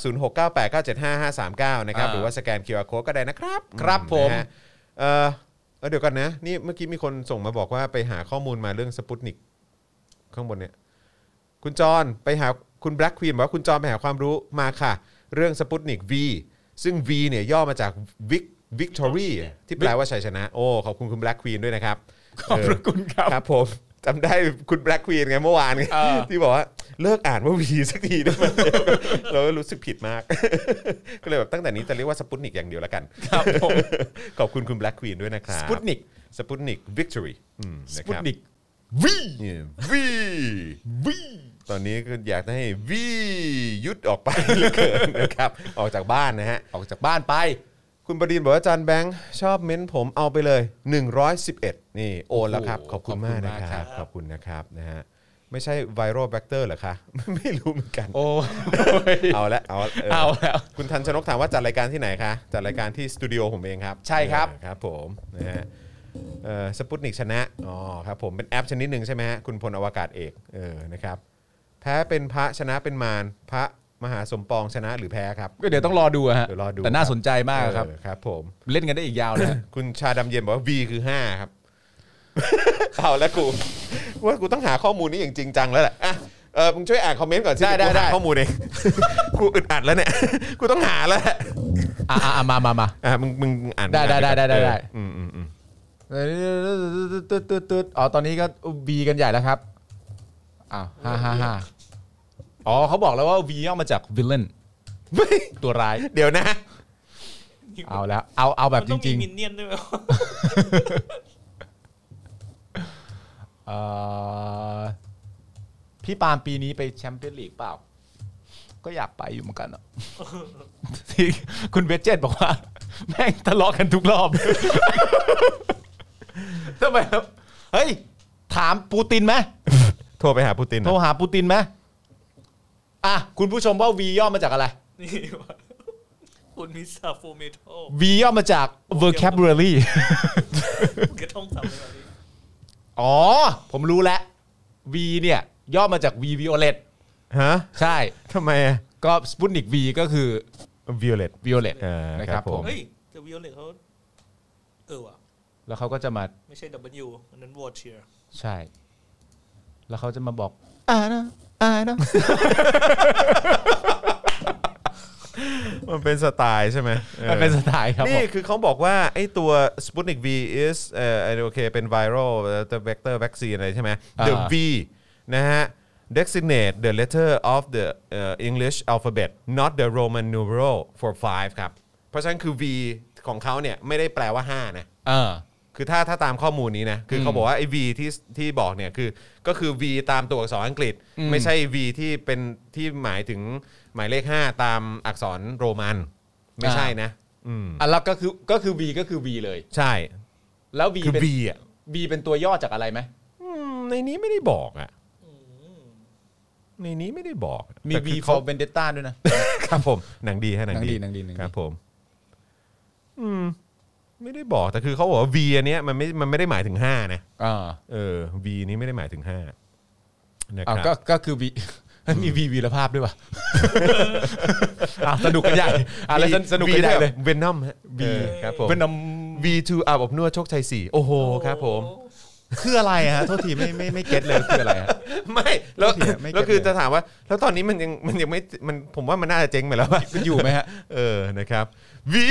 B: 0698975539 นะครับ
C: อ่า
B: หรือว่าสแกน QR Code ก็ได้นะครับ
C: ครับผม
B: นะฮะเอ่อเอ่อเดี๋ยวก่อนนะ นี่เมื่อกี้มีคนส่งมาบอกว่าไปหาข้อมูลมาเรื่องสปุตนิกข้างบนเนี่ย คุณจอนไปหาคุณแบล็กควีนบอกว่าคุณจอนไปหาความรู้มาค่ะ เรื่องสปุตนิก V ซึ่ง V เนี่ยย่อมาจากวิกวิกตอรี่ที่แปลว่าชัยชนะ โอ้ ขอบคุณคุณแบล็กควีนด้วยนะครับ
C: ขอบพระคุณครั
B: เออบ ครับผมจำได้คุณแบล็กควีนไงเมื่อวานไง
C: เออ
B: ที่บอกว่าเลิกอ่านว่า V สักทีได้ไหม [LAUGHS] เราก็รู้สึกผิดมาก [LAUGHS] ก็เลยแบบตั้งแต่นี้จะเรียกว่าสปุตนิกอย่างเดียวแล้วกัน
C: ครับผม
B: ขอบคุณคุณแบล็กควีนด้วยนะครับ
C: สปุตนิก
B: สปุตนิกวิกตอรี่
C: สปุตนิก
B: วีวีวี ตอนนี้ก็อยากให้วียุดออกไปเหลือเกินนะครับ [LAUGHS] ออกจากบ้านนะฮะ
C: ออกจากบ้านไป
B: คุณประดินบอกว่าอาจารย์แบงค์ชอบเม้นผมเอาไปเลย 111 นี่โอนแล้วครับ
C: โอ้โห
B: ขอบคุณมากนะ
C: ขอบคุณ
B: ค
C: มากค
B: รั
C: รั
B: บ
C: บ
B: ขอบคุณนะครับนะฮะไม่ใช่ไวรัลแบคเตอร์เหรอคะ [LAUGHS] ไม่รู้เหมือนกัน
C: โอ้ย
B: เอาละเอาละ
C: เอาแล้ว
B: คุณทันชนกถามว่าจัดรายการที่ไหนคะ จัดรายการที่สตูดิโอผมเองครับ
C: ใช่ครับ
B: เออครับผมนะฮะสปุตนิกชนะ อ๋อครับผมเป็นแอปชนิดหนึ่งใช่ไหมฮะคุณพลอวกาศเอกเออนะครับแพ้เป็นพระชนะเป็นมารพระมหาสมปองชนะหรือแพ้ครับ
C: ก็เดี๋ยวต้องรอดูอะฮะ
B: เดี๋ยวรอดู
C: แต่น่าสนใจมากครับ
B: เออครับผม
C: เล่นกันได้อีกยาวเลย
B: คุณชาดำเย็นบอกว่า V คือ 5
C: [LAUGHS]
B: ครับ เอาแล้วกูว่ากูต้องหาข้อมูลนี้อย่างจริงจังแล้วแหละอ่ะเออมึงช่วยอ่านคอมเมนต์ก่อนสิ
C: ได้ได้
B: เยวกูหา
C: ได้
B: ข้อมูลเอง [LAUGHS] กูอึดอัดแล้วเนี่ย [LAUGHS] กูต้องหาแล้วแหละ
C: อ่ะอ่ะอ่ะมามามา
B: อ่ะมึงมึงอ่าน
C: ได้ได้ได้ได้ได้ได้
B: เอออืมอืมอืม
C: ตึ๊ดตึ๊ดตึ๊ดอ๋อตอนนี้ก็บีกันใหญ่แล้วครับอ้าวฮ่าฮ่าฮ่าอ๋อเขาบอกแล้วว่าวีย่อมาจากวิลเลนตัวร้าย
B: เดี๋ยวนะ
D: ริงๆ
C: เอาแล้วเอาเอาแบบจ
D: มันต้
C: ริ
D: อง
C: ง
D: มีมินเนี่ยนด้วยไหมวะ
C: ๆเอ่อพี่ปาล์มปีนี้ไปแชมเปี้ยนลีกเปล่า ก็อยากไปอยู่เหมือนกันอะที่คุณเวจเจตบอกว่า แม่งทะเลาะกันทุกรอบทำไมครับเฮ้ย ถามปูตินไหม
B: โทรไปหาปูติน
C: โทร
B: นะ
C: หาปูตินไหมอ่ะ คุณผู้ชมว่า V ย่อมาจากอะไร
D: นี่วะคุณมีซาโฟเมทั
C: [LAUGHS]
D: ล
C: V ย่อมาจาก vocabulary
D: กระท่องสามเลยแบบนี้
C: อ๋อ ผมรู้แล้ว V เนี่ย ย่อมาจาก V violet
B: ฮะ
C: ใช่
B: ทำไม
C: ก็สปุตนิก V ก็คือ
B: วิโอเลต
C: violet
B: อ่า
C: นะ
B: ค
C: ค
B: รั
C: รั
B: บบ ผ
C: ผม ม
D: เฮ้ยแต่วิโอเลตเขาเออว่ะ
C: แล้วเขาก็จะมา
D: ไม่ใช่ W อันนั้นวอร์เชียร์
C: ใช่ แล้วเขาจะมาบอก อ่านะอ่านะ
B: มันเป็นสไตล์ใช่ไหมออ
C: มัน [LAUGHS] เป็นสไตล์ครับผ
B: นี่
C: ม
B: คือเขาบอกว่า ไอ้ตัว Sputnik V is เอ่อโอเคเป็น viral ตัว vector vaccine อะไรใช่ไหม the
C: อ่า
B: V นะฮะ designate the letter of the เอ่อ English alphabet not the Roman numeral for five ครับ เพราะฉะนั้นคือ V ของเขาเนี่ย ไม่ได้แปลว่า 5 นะ
C: เออ
B: คือถ้าถ้าตามข้อมูลนี้นะ คือเขาบอกว่าไอ้ V ที่ที่บอกเนี่ยคือก็คือ V ตามตัวอักษรอังกฤษ ไม่ใช่ V ที่เป็นที่หมายถึงหมายเลข 5 ตามอักษรโรมัน ไม่ใช่นะ อืม
C: อ่ะแล้วก็คือ ก็คือ V ก็คือ V เลย
B: ใช่
C: แล้ว V
B: คือ
C: เป็น
B: V อ่ะ
C: V เป็นตัวย่อจากอะไรไหม
B: อืมในนี้ไม่ได้บอกอ่ะ ในนี้ไม่ได้บอก
C: มี
B: แต่
C: V
B: คือเขา
C: for vendetta ด้วย
B: [LAUGHS]
C: นะ
B: ครับผม หนังดีฮะหนังดี
C: หนังดีหนังดีหนังดี
B: ครับผม อืม ไม่ได้บอกแต่คือเขาบอกว่า V อันเนี้ยมันไม่มันไม่ได้หมายถึง 5 นะ
C: อ่า
B: เออ V นี้ไม่ได้หมายถึง5นะค
C: อ้าว
B: รับ
C: ก็ก็คือวี [LAUGHS] มีวีวีรภาพ
B: [LAUGHS]
C: ด้วยป่ะ อ่ะสนุกกันใหญ่อ่ะแล้วสนุกกันใหญ่เลย
B: เวนอมฮะบีครับผม
C: Venom
B: V2 อาบอบนวดโชคชัย4โอ้โหครับผม
C: คืออะไรฮะโทษทีไม่ไม่ไม่เก็ตเลยคืออะไรฮะ
B: ไม่แล้ว
C: ไม่เถียงไม่เก็ต
B: แล้วคือ
C: เลย
B: จะถามว่า แล้วตอนนี้มันยังมันยังไม่มันผมว่ามันน่าจะเจ๊งไปแล้วอะ
C: มันอยู่ไหมฮะ
B: เออนะครับ We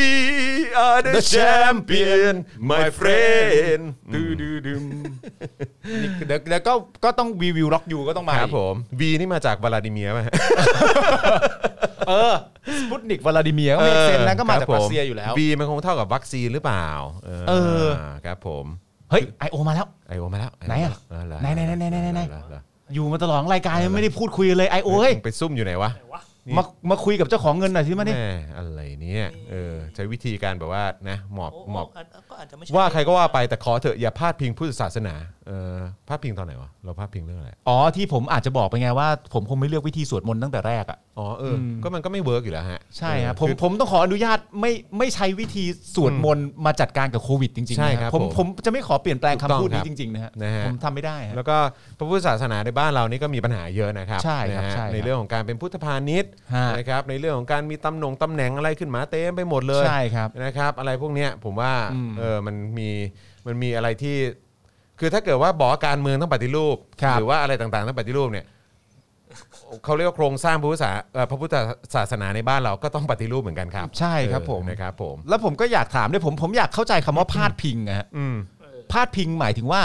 B: are the champion my friend
C: ดือดือดึมนี่คือเดี๋ยวเดี๋ยวก็ก็ต้องวีวิวล็อกยูก็ต้องมา
B: ครับผม V นี่มาจากวลาดิเมียร์ป่ะฮะ
C: เออสปุตนิกวลาดิเมียร์ก็ไม่เซนนะก็มาจาก
B: คบผ
C: รัสเซียอยู่แล้ว
B: V มันคงเท่ากับวัคซีนหรือเปล่า
C: เออ
B: ครับผม
C: เฮ้ยไอโอมาแล้ว
B: ไอโอมาแล้ว
C: ไหนอะ
B: เเร
C: ไหนไหนไหนไหนไหนไหน
B: เออเออเออ
C: อยู่มาตลอดรายการยังไม่ได้พูดคุยเลยไอโอเฮ้ย
B: มึงไปซุ่มอยู่ไหนวะ
D: ไหนวะ
C: มามาคุยกับเจ้าของเงินหน่อยสิมาดิ
B: แม่อะไรเนี่ยเออใช้วิธีการแบบว่านะหมอบ
D: โอ้
B: หมอบ
D: โอ้ก็อาจจะไม่
B: ว่าใครก็ว่าไปแต่ขอเถอะอย่าพาดพิงพุทธศาสนาเออพาดพิงตอนไหนวะเราพาดพิงเรื่องอะไร
C: อ๋อที่ผมอาจจะบอกไปไงว่า ผมคงไม่เลือกวิธีสวดมนต์ตั้งแต่แรกอ่ะ
B: อ๋อเอออก็มันก็ไม่เวิร์กอยู่แล้วฮะ
C: ใช่ครับ
B: เอ
C: ผม
B: ออ
C: ผมต้องขออนุญาตไม่ไม่ใช้วิธีสวดมนต์มาจัดการกับโควิดจริงๆ
B: ใช่
C: นะครับ ผม
B: ผม
C: ผมจะไม่ขอเปลี่ยนแปลง
B: ถูกต้อ
C: คำ
B: ง
C: พูด
B: ครั
C: นี้
B: บ
C: จริงๆนะฮะ
B: นะฮะ
C: ผมทำไม่ได้ฮะ
B: แล้วก็พระพุทธศาสนาในบ้านเรานี่ก็มีปัญหาเยอะนะครับ
C: ใช่ครับ
B: นะฮะ
C: ใช่ครับ
B: ในเรื่องของการเป็นพุทธพาณิชย์
C: ฮะ
B: นะครับในเรื่องของการมีตำหนงตำแหน่งอะไรขึ้นมาเต็มไปหมดเลย
C: ใช่ครับ
B: นะครับ อะไรพวกเนี้ยผมว่า
C: อืม
B: เออมันมีมันมีอะไรที่ คือถ้าเกิดว่าบอกว่าการเมืองต้องปฏิรูป
C: ครับ
B: หรือว่าอะไรต่างๆต้องปฏิรูปเนี่ย เขาเรียกว่าโครงสร้างพระพุทธศาเอ่อพระพุทธศาสนาในบ้านเราก็ต้องปฏิรูปเหมือนกันครับ
C: ใช่ครับผม
B: เออนะครับ ผม
C: แล้วผมก็อยากถามด้วยผมผมอยากเข้าใจคำว่าพาดพิงนะฮะ
B: อืม
D: เออ
C: พาดพิงหมายถึงว่า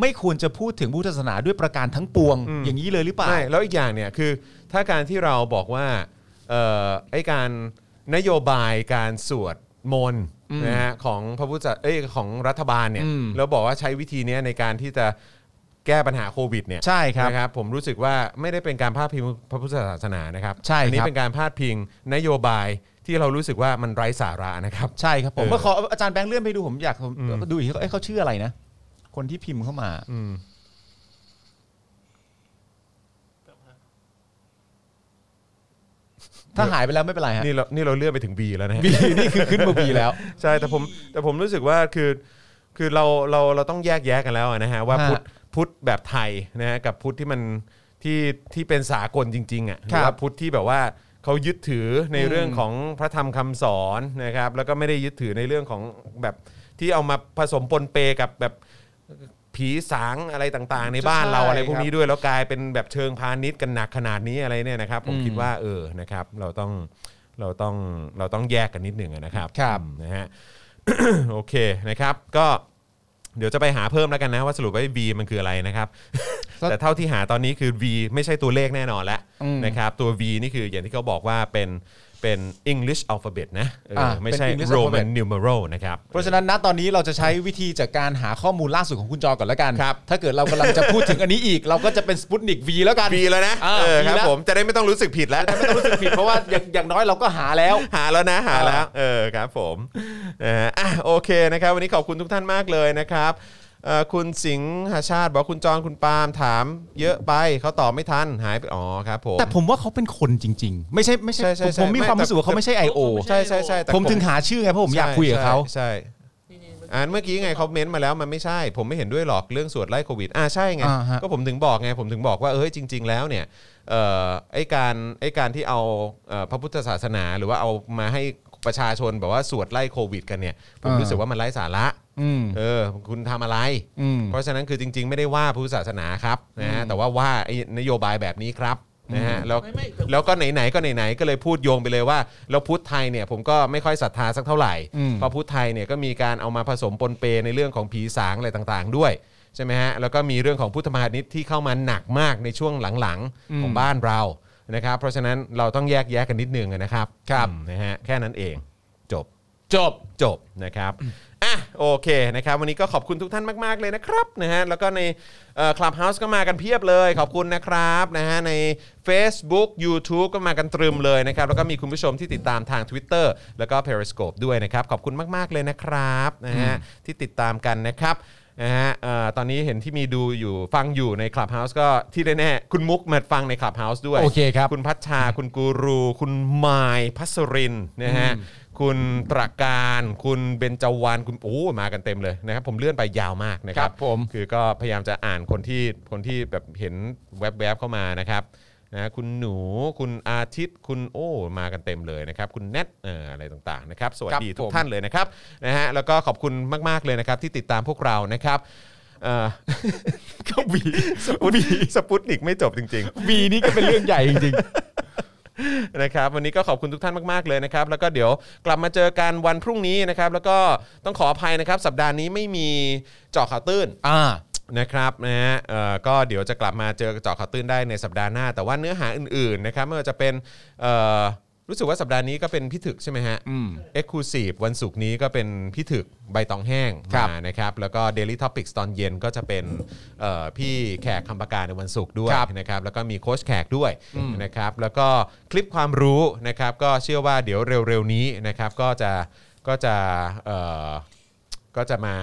C: ไม่ควรจะพูดถึงพุทธศาสนาด้วยประการทั้งปวง
B: อืม
C: อย่างนี้เลยหรือเปล่า
B: ไม่แล้วอีกอย่างเนี่ยคือถ้าการที่เราบอกว่าเอ่อไอ้การนโยบายการสวดมนต์
C: อืม
B: นะฮะของพระพุทธเอ้ยของรัฐบาลเนี่ย
C: อืม
B: แล้วบอกว่าใช้วิธีเนี้ยในการที่จะแก้ปัญหาโควิดเนี่ย
C: ใช่ครับ
B: นะครับ ผมรู้สึกว่าไม่ได้เป็นการพาดพิงพระพุทธศาสนานะครับ
C: ใช่
B: อันี้
C: ครับ
B: เป็นการพาดพิงนโยบายที่เรารู้สึกว่ามันไร้สาระนะครับ
C: ใช่ครับผม
B: เออ
C: ก็ขออาจารย์แบงค์เลื่อนไปดูผมอยากผม
B: อืม
C: ดูอีกทีเอ้ยเขาชื่ออะไรนะคนที่พิมพ์เข้ามา
B: อืม
D: แบบฮะ
C: ถ้าหายไปแล้วไม่เป็นไรฮะ
B: นี่เรานี่เราเลื่อนไปถึง B แล้วนะฮะ
C: บีนี่คือขึ้นมาบี [LAUGHS] แล้ว
B: ใช่แต่ผมแต่ผมรู้สึกว่าคือคือเราเราเราต้องแยกแยะกันแล้วอะนะฮะว่า
C: ฮะ
B: พุทธพุทธแบบไทยนะฮะกับพุทธที่มันที่ที่เป็นสากลจริงๆอ่ะห
C: ครั
B: รื
C: บ
B: ว่าพุทธที่แบบว่าเขายึดถือใน
C: อืม
B: เรื่องของพระธรรมคำสอนนะครับ แล้วก็ไม่ได้ยึดถือในเรื่องของแบบที่เอามาผสมปนเปกับแบบผีสางอะไรต่างๆ ในบ้านเรา
C: ใช่
B: อะไรพวกนี้
C: ครับ
B: ด้วยแล้วกลายเป็นแบบเชิงพาณิชย์กันหนักขนาดนี้อะไรเนี่ยนะครับ ผม
C: อืม
B: คิดว่าเออนะครับเราต้องเราต้องเราต้องแยกกันนิดหนึ่งอะนะครับ
C: ครับ
B: อืมนะฮ [COUGHS] ะ โอเคนะครับ ก็เดี๋ยวจะไปหาเพิ่มแล้วกันนะ ว่าสรุปว่า V มันคืออะไรนะครับ
C: แล้ว
B: แต่เท่าที่หาตอนนี้คือ V ไม่ใช่ตัวเลขแน่นอนแล้ว
C: อืม
B: นะครับ ตัว V นี่คืออย่างที่เขาบอกว่าเป็น เป็น English alphabet นะเออ
C: อ่า
B: ไม่ใช่
C: เป็น English
B: Roman
C: alphabet
B: numeral นะครับ
C: เพราะฉะนั้นณตอนนี้เราจะใช้วิธีจากการหาข้อมูลล่าสุดของคุณจอก่อนแล้วกัน ถ้าเกิดเรากำลังจะพูดถึงอันนี้อีก [LAUGHS] เราก็จะเป็นสปุตนิก V แล้วกัน
B: ปีแล้วนะ
C: อ่า
B: เออ
C: ปี
B: ครับ
C: แล้ว
B: ผมจะได้ไม่ต้องรู้สึกผิดแล้ว
C: ไม่ต้องรู้สึกผิดเพราะว่า [LAUGHS] อย่างอย่างน้อยเราก็หาแล้ว
B: หาแล้วนะหาแล้วเออครับผมนะฮะอ่ะโอเคนะครับ วันนี้ขอบคุณทุกท่านมากเลยนะครับเอ่อคุณสิงหชาติบอกคุณจรคุณปาล์มถาม เยอะไปเขาตอบไม่ทันหายไปอ๋อครับผม
C: แต่ผมว่าเขาเป็นคนจริง ๆ ไม่ใช่ไม่ใช่
B: ใช่ใช่
C: ผม
B: ใช่
C: ผมมีความ
B: ไม่แต่
C: รู้สึกว่าเขาไม่ใช่ I.O.
B: ใช่ใช่ใช่แต่
C: ผมถึงหาชื่อไงเพราะผมอยากคุยกับเขา
B: ใช่ใช่ใช่อ่านเมื่อกี้ไงเขาเม้นต์มาแล้วมันไม่ใช่ ผมไม่เห็นด้วยหรอกเรื่องสวดไล่โควิดอ่าใช่ไง
C: อ่าฮะ
B: ก็ผมถึงบอกไงผมถึงบอกว่าเอ้ยจริง ๆ แล้วเนี่ยเอ่อไอการไอการที่เอาเอ่อพระพุทธศาสนา หรือว่าเอามาให้ประชาชนแบบว่าสวดไล่โควิด กันเนี่ยผม
C: อ่ารู้
B: รู้สึกว่ามันไร้สาระ
C: อืม
B: เออคุณทำอะไร
C: อืม
B: เพราะฉะนั้นคือจริง ๆ ไม่ได้ว่าพุทธศาสนาครับนะฮะแต่ว่าว่าไอ้นโยบายแบบนี้ครับนะฮะแล้ว
D: ไม่ไม่แต่
B: แล้วก็ไหนๆก็ไหนๆก็เลยพูดโยงไปเลยว่าแล้วพุทธไทยเนี่ยผมก็ไม่ค่อยศรัทธาสักเท่าไหร่
C: อืม
B: เพราะพุทธไทยเนี่ยก็มีการเอามาผสมปนเปในเรื่องของผีสางอะไรต่างๆ ด้วยใช่ไหมฮะแล้วก็มีเรื่องของพุทธมหานิตที่เข้ามาหนักมากในช่วงหลังๆของบ้านเรานะครับเพราะฉะนั้นเราต้องแยกแยะกันนิดนึงนะครับครับนะฮะแค่นั้นเองจบ
C: จบ
B: จบนะครับ อ่ะโอเคนะครับวันนี้ก็ขอบคุณทุกท่านมาก ๆ เลยนะครับนะฮะแล้วก็ในคลับเฮาส์ก็มากันเพียบเลยขอบคุณนะครับนะฮะใน Facebook YouTube ก็มากันตรึมเลยนะครับแล้วก็มีคุณผู้ชมที่ติดตามทาง Twitter แล้วก็ Periscope ด้วยนะครับ ขอบคุณมาก ๆ เลยนะครับนะฮะที่ติดตามกันนะครับนะฮะเอ่อตอนนี้เห็นที่มีดูอยู่ฟังอยู่ในคลับเฮาส์ก็ที่แน่ๆคุณมุกมาฟังในคลับเฮาส์ด้วย
C: โอเคครับ
B: คุณพัชชา คุณกูรู คุณมายพัสรินทร์นะฮะ คุณตระการ คุณเบญจวรรณคุณโอ้มากันเต็มเลยนะครับ ผมเลื่อนไปยาวมากนะครับ
C: ครับผม
B: คือก็พยายามจะอ่านคนที่คนที่แบบเห็นแวบๆเข้ามานะครับนะคุณหนู คุณอาทิตย์ คุณโอ้มากันเต็มเลยนะครับ คุณแนทเอ่ออะไรต่างๆนะครับ สวัสดี
C: ครับ
B: ทุ
C: ผ
B: ก
C: ม
B: ท่านเลยนะครับนะฮะแล้วก็ขอบคุณมากๆเลยนะครับที่ติดตามพวกเรานะครับเอ่อ [LAUGHS]
C: ก็วี
B: สปุตสปุตนิกไม่จบจริง ๆ
C: วีนี่ก็เป็นเรื่องใหญ่จริง
B: [LAUGHS] นะครับวันนี้ก็ขอบคุณทุกท่านมาก ๆ เลยนะครับ แล้วก็เดี๋ยวกลับมาเจอกันวันพรุ่งนี้นะครับ แล้วก็ต้องขออภัยนะครับ สัปดาห์นี้ไม่มีเจาะข่าวตื้น
C: ๆ อ่า
B: นะครับนะฮะเอ่อก็เดี๋ยวจะกลับมาเจอเจาะข่าวตื้นได้ในสัปดาห์หน้า แต่ว่าเนื้อหาอื่น ๆ นะครับไม่ว่าจะเป็นเอ่อรู้สึกว่าสัปดาห์นี้ก็เป็นพิถึกใช่ไหมฮะ
C: อืม
B: เอ็กซ์คลูซีฟวันศุกร์นี้ก็เป็นพี่ถึกใบตองแห้ง
C: ครับ
B: มานะครับ แล้วก็ Daily Topics ตอนเย็นก็จะเป็นเอ่อพี่แขกคำประการในวันศุกร์ด้วย
C: ครับ
B: นะครับแล้วก็มีโค้ชแขกด้วยนะครับแล้วก็คลิปความรู้นะครับก็เชื่อว่าเดี๋ยวเร็วๆนี้นะครับก็จะก็จะเอ่อก็จะมา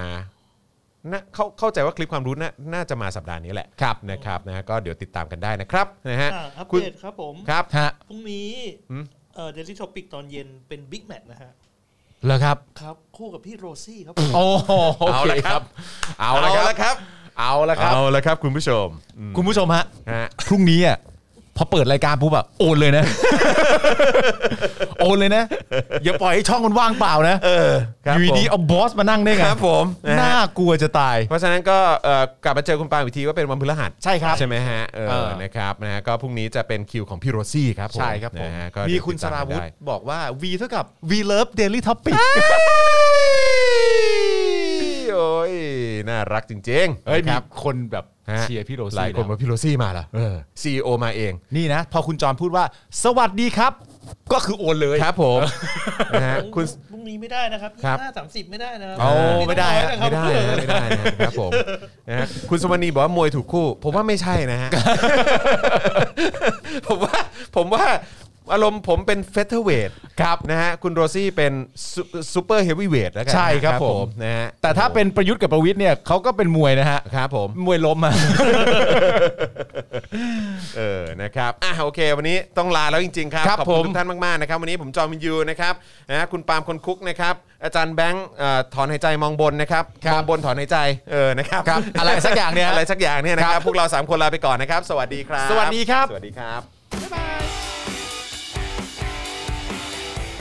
B: นะเข้าเข้าใจว่าคลิปความรู้น่าน่าจะมาสัปดาห์นี้แหละครับนะครับนะก็เดี๋ยวติดตามกันได้นะครับนะฮะ
D: อ่าอัป
B: คุณ
D: เดตครับผม
B: ครับ
C: ฮะ
D: พรุ่งนี้
B: หืม
D: เอ่อเดลิทอปิกตอนเย็นเป็นบิ๊กแมทนะฮะ
C: เหรอครับ
D: ครับ คู่กับพี่โรซี่ครับ
C: โอ้โหโอ
B: เอา
C: เค
B: ละค
C: ค
B: รั
C: รับ บ
B: เอาละครับ
C: เอาละครับ
B: เอาละครับคุณผู้ชม
C: คุณผู้ชมฮะ
B: ฮะ
C: พรุ่งนี้อ่ะพอเปิดรายการปุ๊บอะโอนเลยนะ โอนเลยนะ อย่าปล่อยให้ช่องมันว่างเปล่านะ
B: เออครับ
C: อยู่ดี
B: ผ
C: ๆ
B: ม
C: เอาบอสมานั่งได้ไง
B: ครับผมนะฮะ
C: น่ากลัวจะตาย
B: เพราะฉะนั้นก็เอ่อกลับมาเจอคุณปาล์มอีกทีก็เป็นวันพฤหัส
C: ใช่ครับ
B: ใช่ไหมฮะเอ
C: เอ
B: อ
C: อ
B: นะครับนะฮะก็พรุ่งนี้จะเป็นคิวของพี่โรซี่ครับผมนะฮะก็เดี๋
C: มี
B: ยว
C: คุณ
B: ติ
C: ส
B: ดต
C: ราวุธ
B: ได้
C: บอกว่า V เท่ากับ V Love Daily Topic
B: โอ้ยน่ารักจริงๆ
C: เฮ้ย
B: นะค
C: มี
B: รับ
C: คนแบบ
B: ฮะ
C: เชียร์พี่โร
B: หลาย
C: ซี่
B: คน
C: นะ
B: ว่าพี่โรซี่มาเหรอซีโอมาเอง
C: นี่นะ พอคุณจอนพูดว่า สวัสดีครับ ก็คือโอนเลย
B: ครับผมนะฮะคุณ
D: พรุ่งนี้ไม่ได้นะครับ
B: ครับ
D: ห้าสามสิบไม่ได้นะครั
C: โอ้ไม่ได้ฮะ
B: ไม่ได้นะไม่ได้นะครับผมนะฮะคุณสวนีบอกว่ามวยถูกคู่ ผมว่าไม่ใช่นะ
C: [LAUGHS]
B: ฮะ ผมว่าผมว่าอารมณ์ผมเป็นเฟเธอร์เวท
C: ครับ
B: นะฮะคุณโรซี่เป็นซูเปอร์เฮฟวีเวทแล้วกัน
C: ใช่ครับผม
B: นะฮะ
C: แต่ถ้าเป็นประยุทธ์กับประวิทย์เนี่ยเขาก็เป็นมวยนะฮะ
B: ครับผม
C: มวยล้มอะ
B: เออ นะครับ อ่ะ โอเค วันนี้ต้องลาแล้วจริง ๆ ครับ ขอบคุณทุกท่านมาก ๆ นะครับ วันนี้ผมจอห์นวินยูนะครับนะฮะคุณปาล์มคนคุกนะครับ อาจารย์แบงค์เอ่อถอนหายใจมองบนนะครับ มองบนถอนหายใจ เออ นะครับ
C: ครับ อะไรสักอย่างเนี่ยฮะ
B: อะไรสักอย่างเนี่ยนะครับ พวกเรา 3 คนลาไปก่อนนะครับ สวัสดีครับ
C: สวัสดีครับ
B: สวัสดีครับ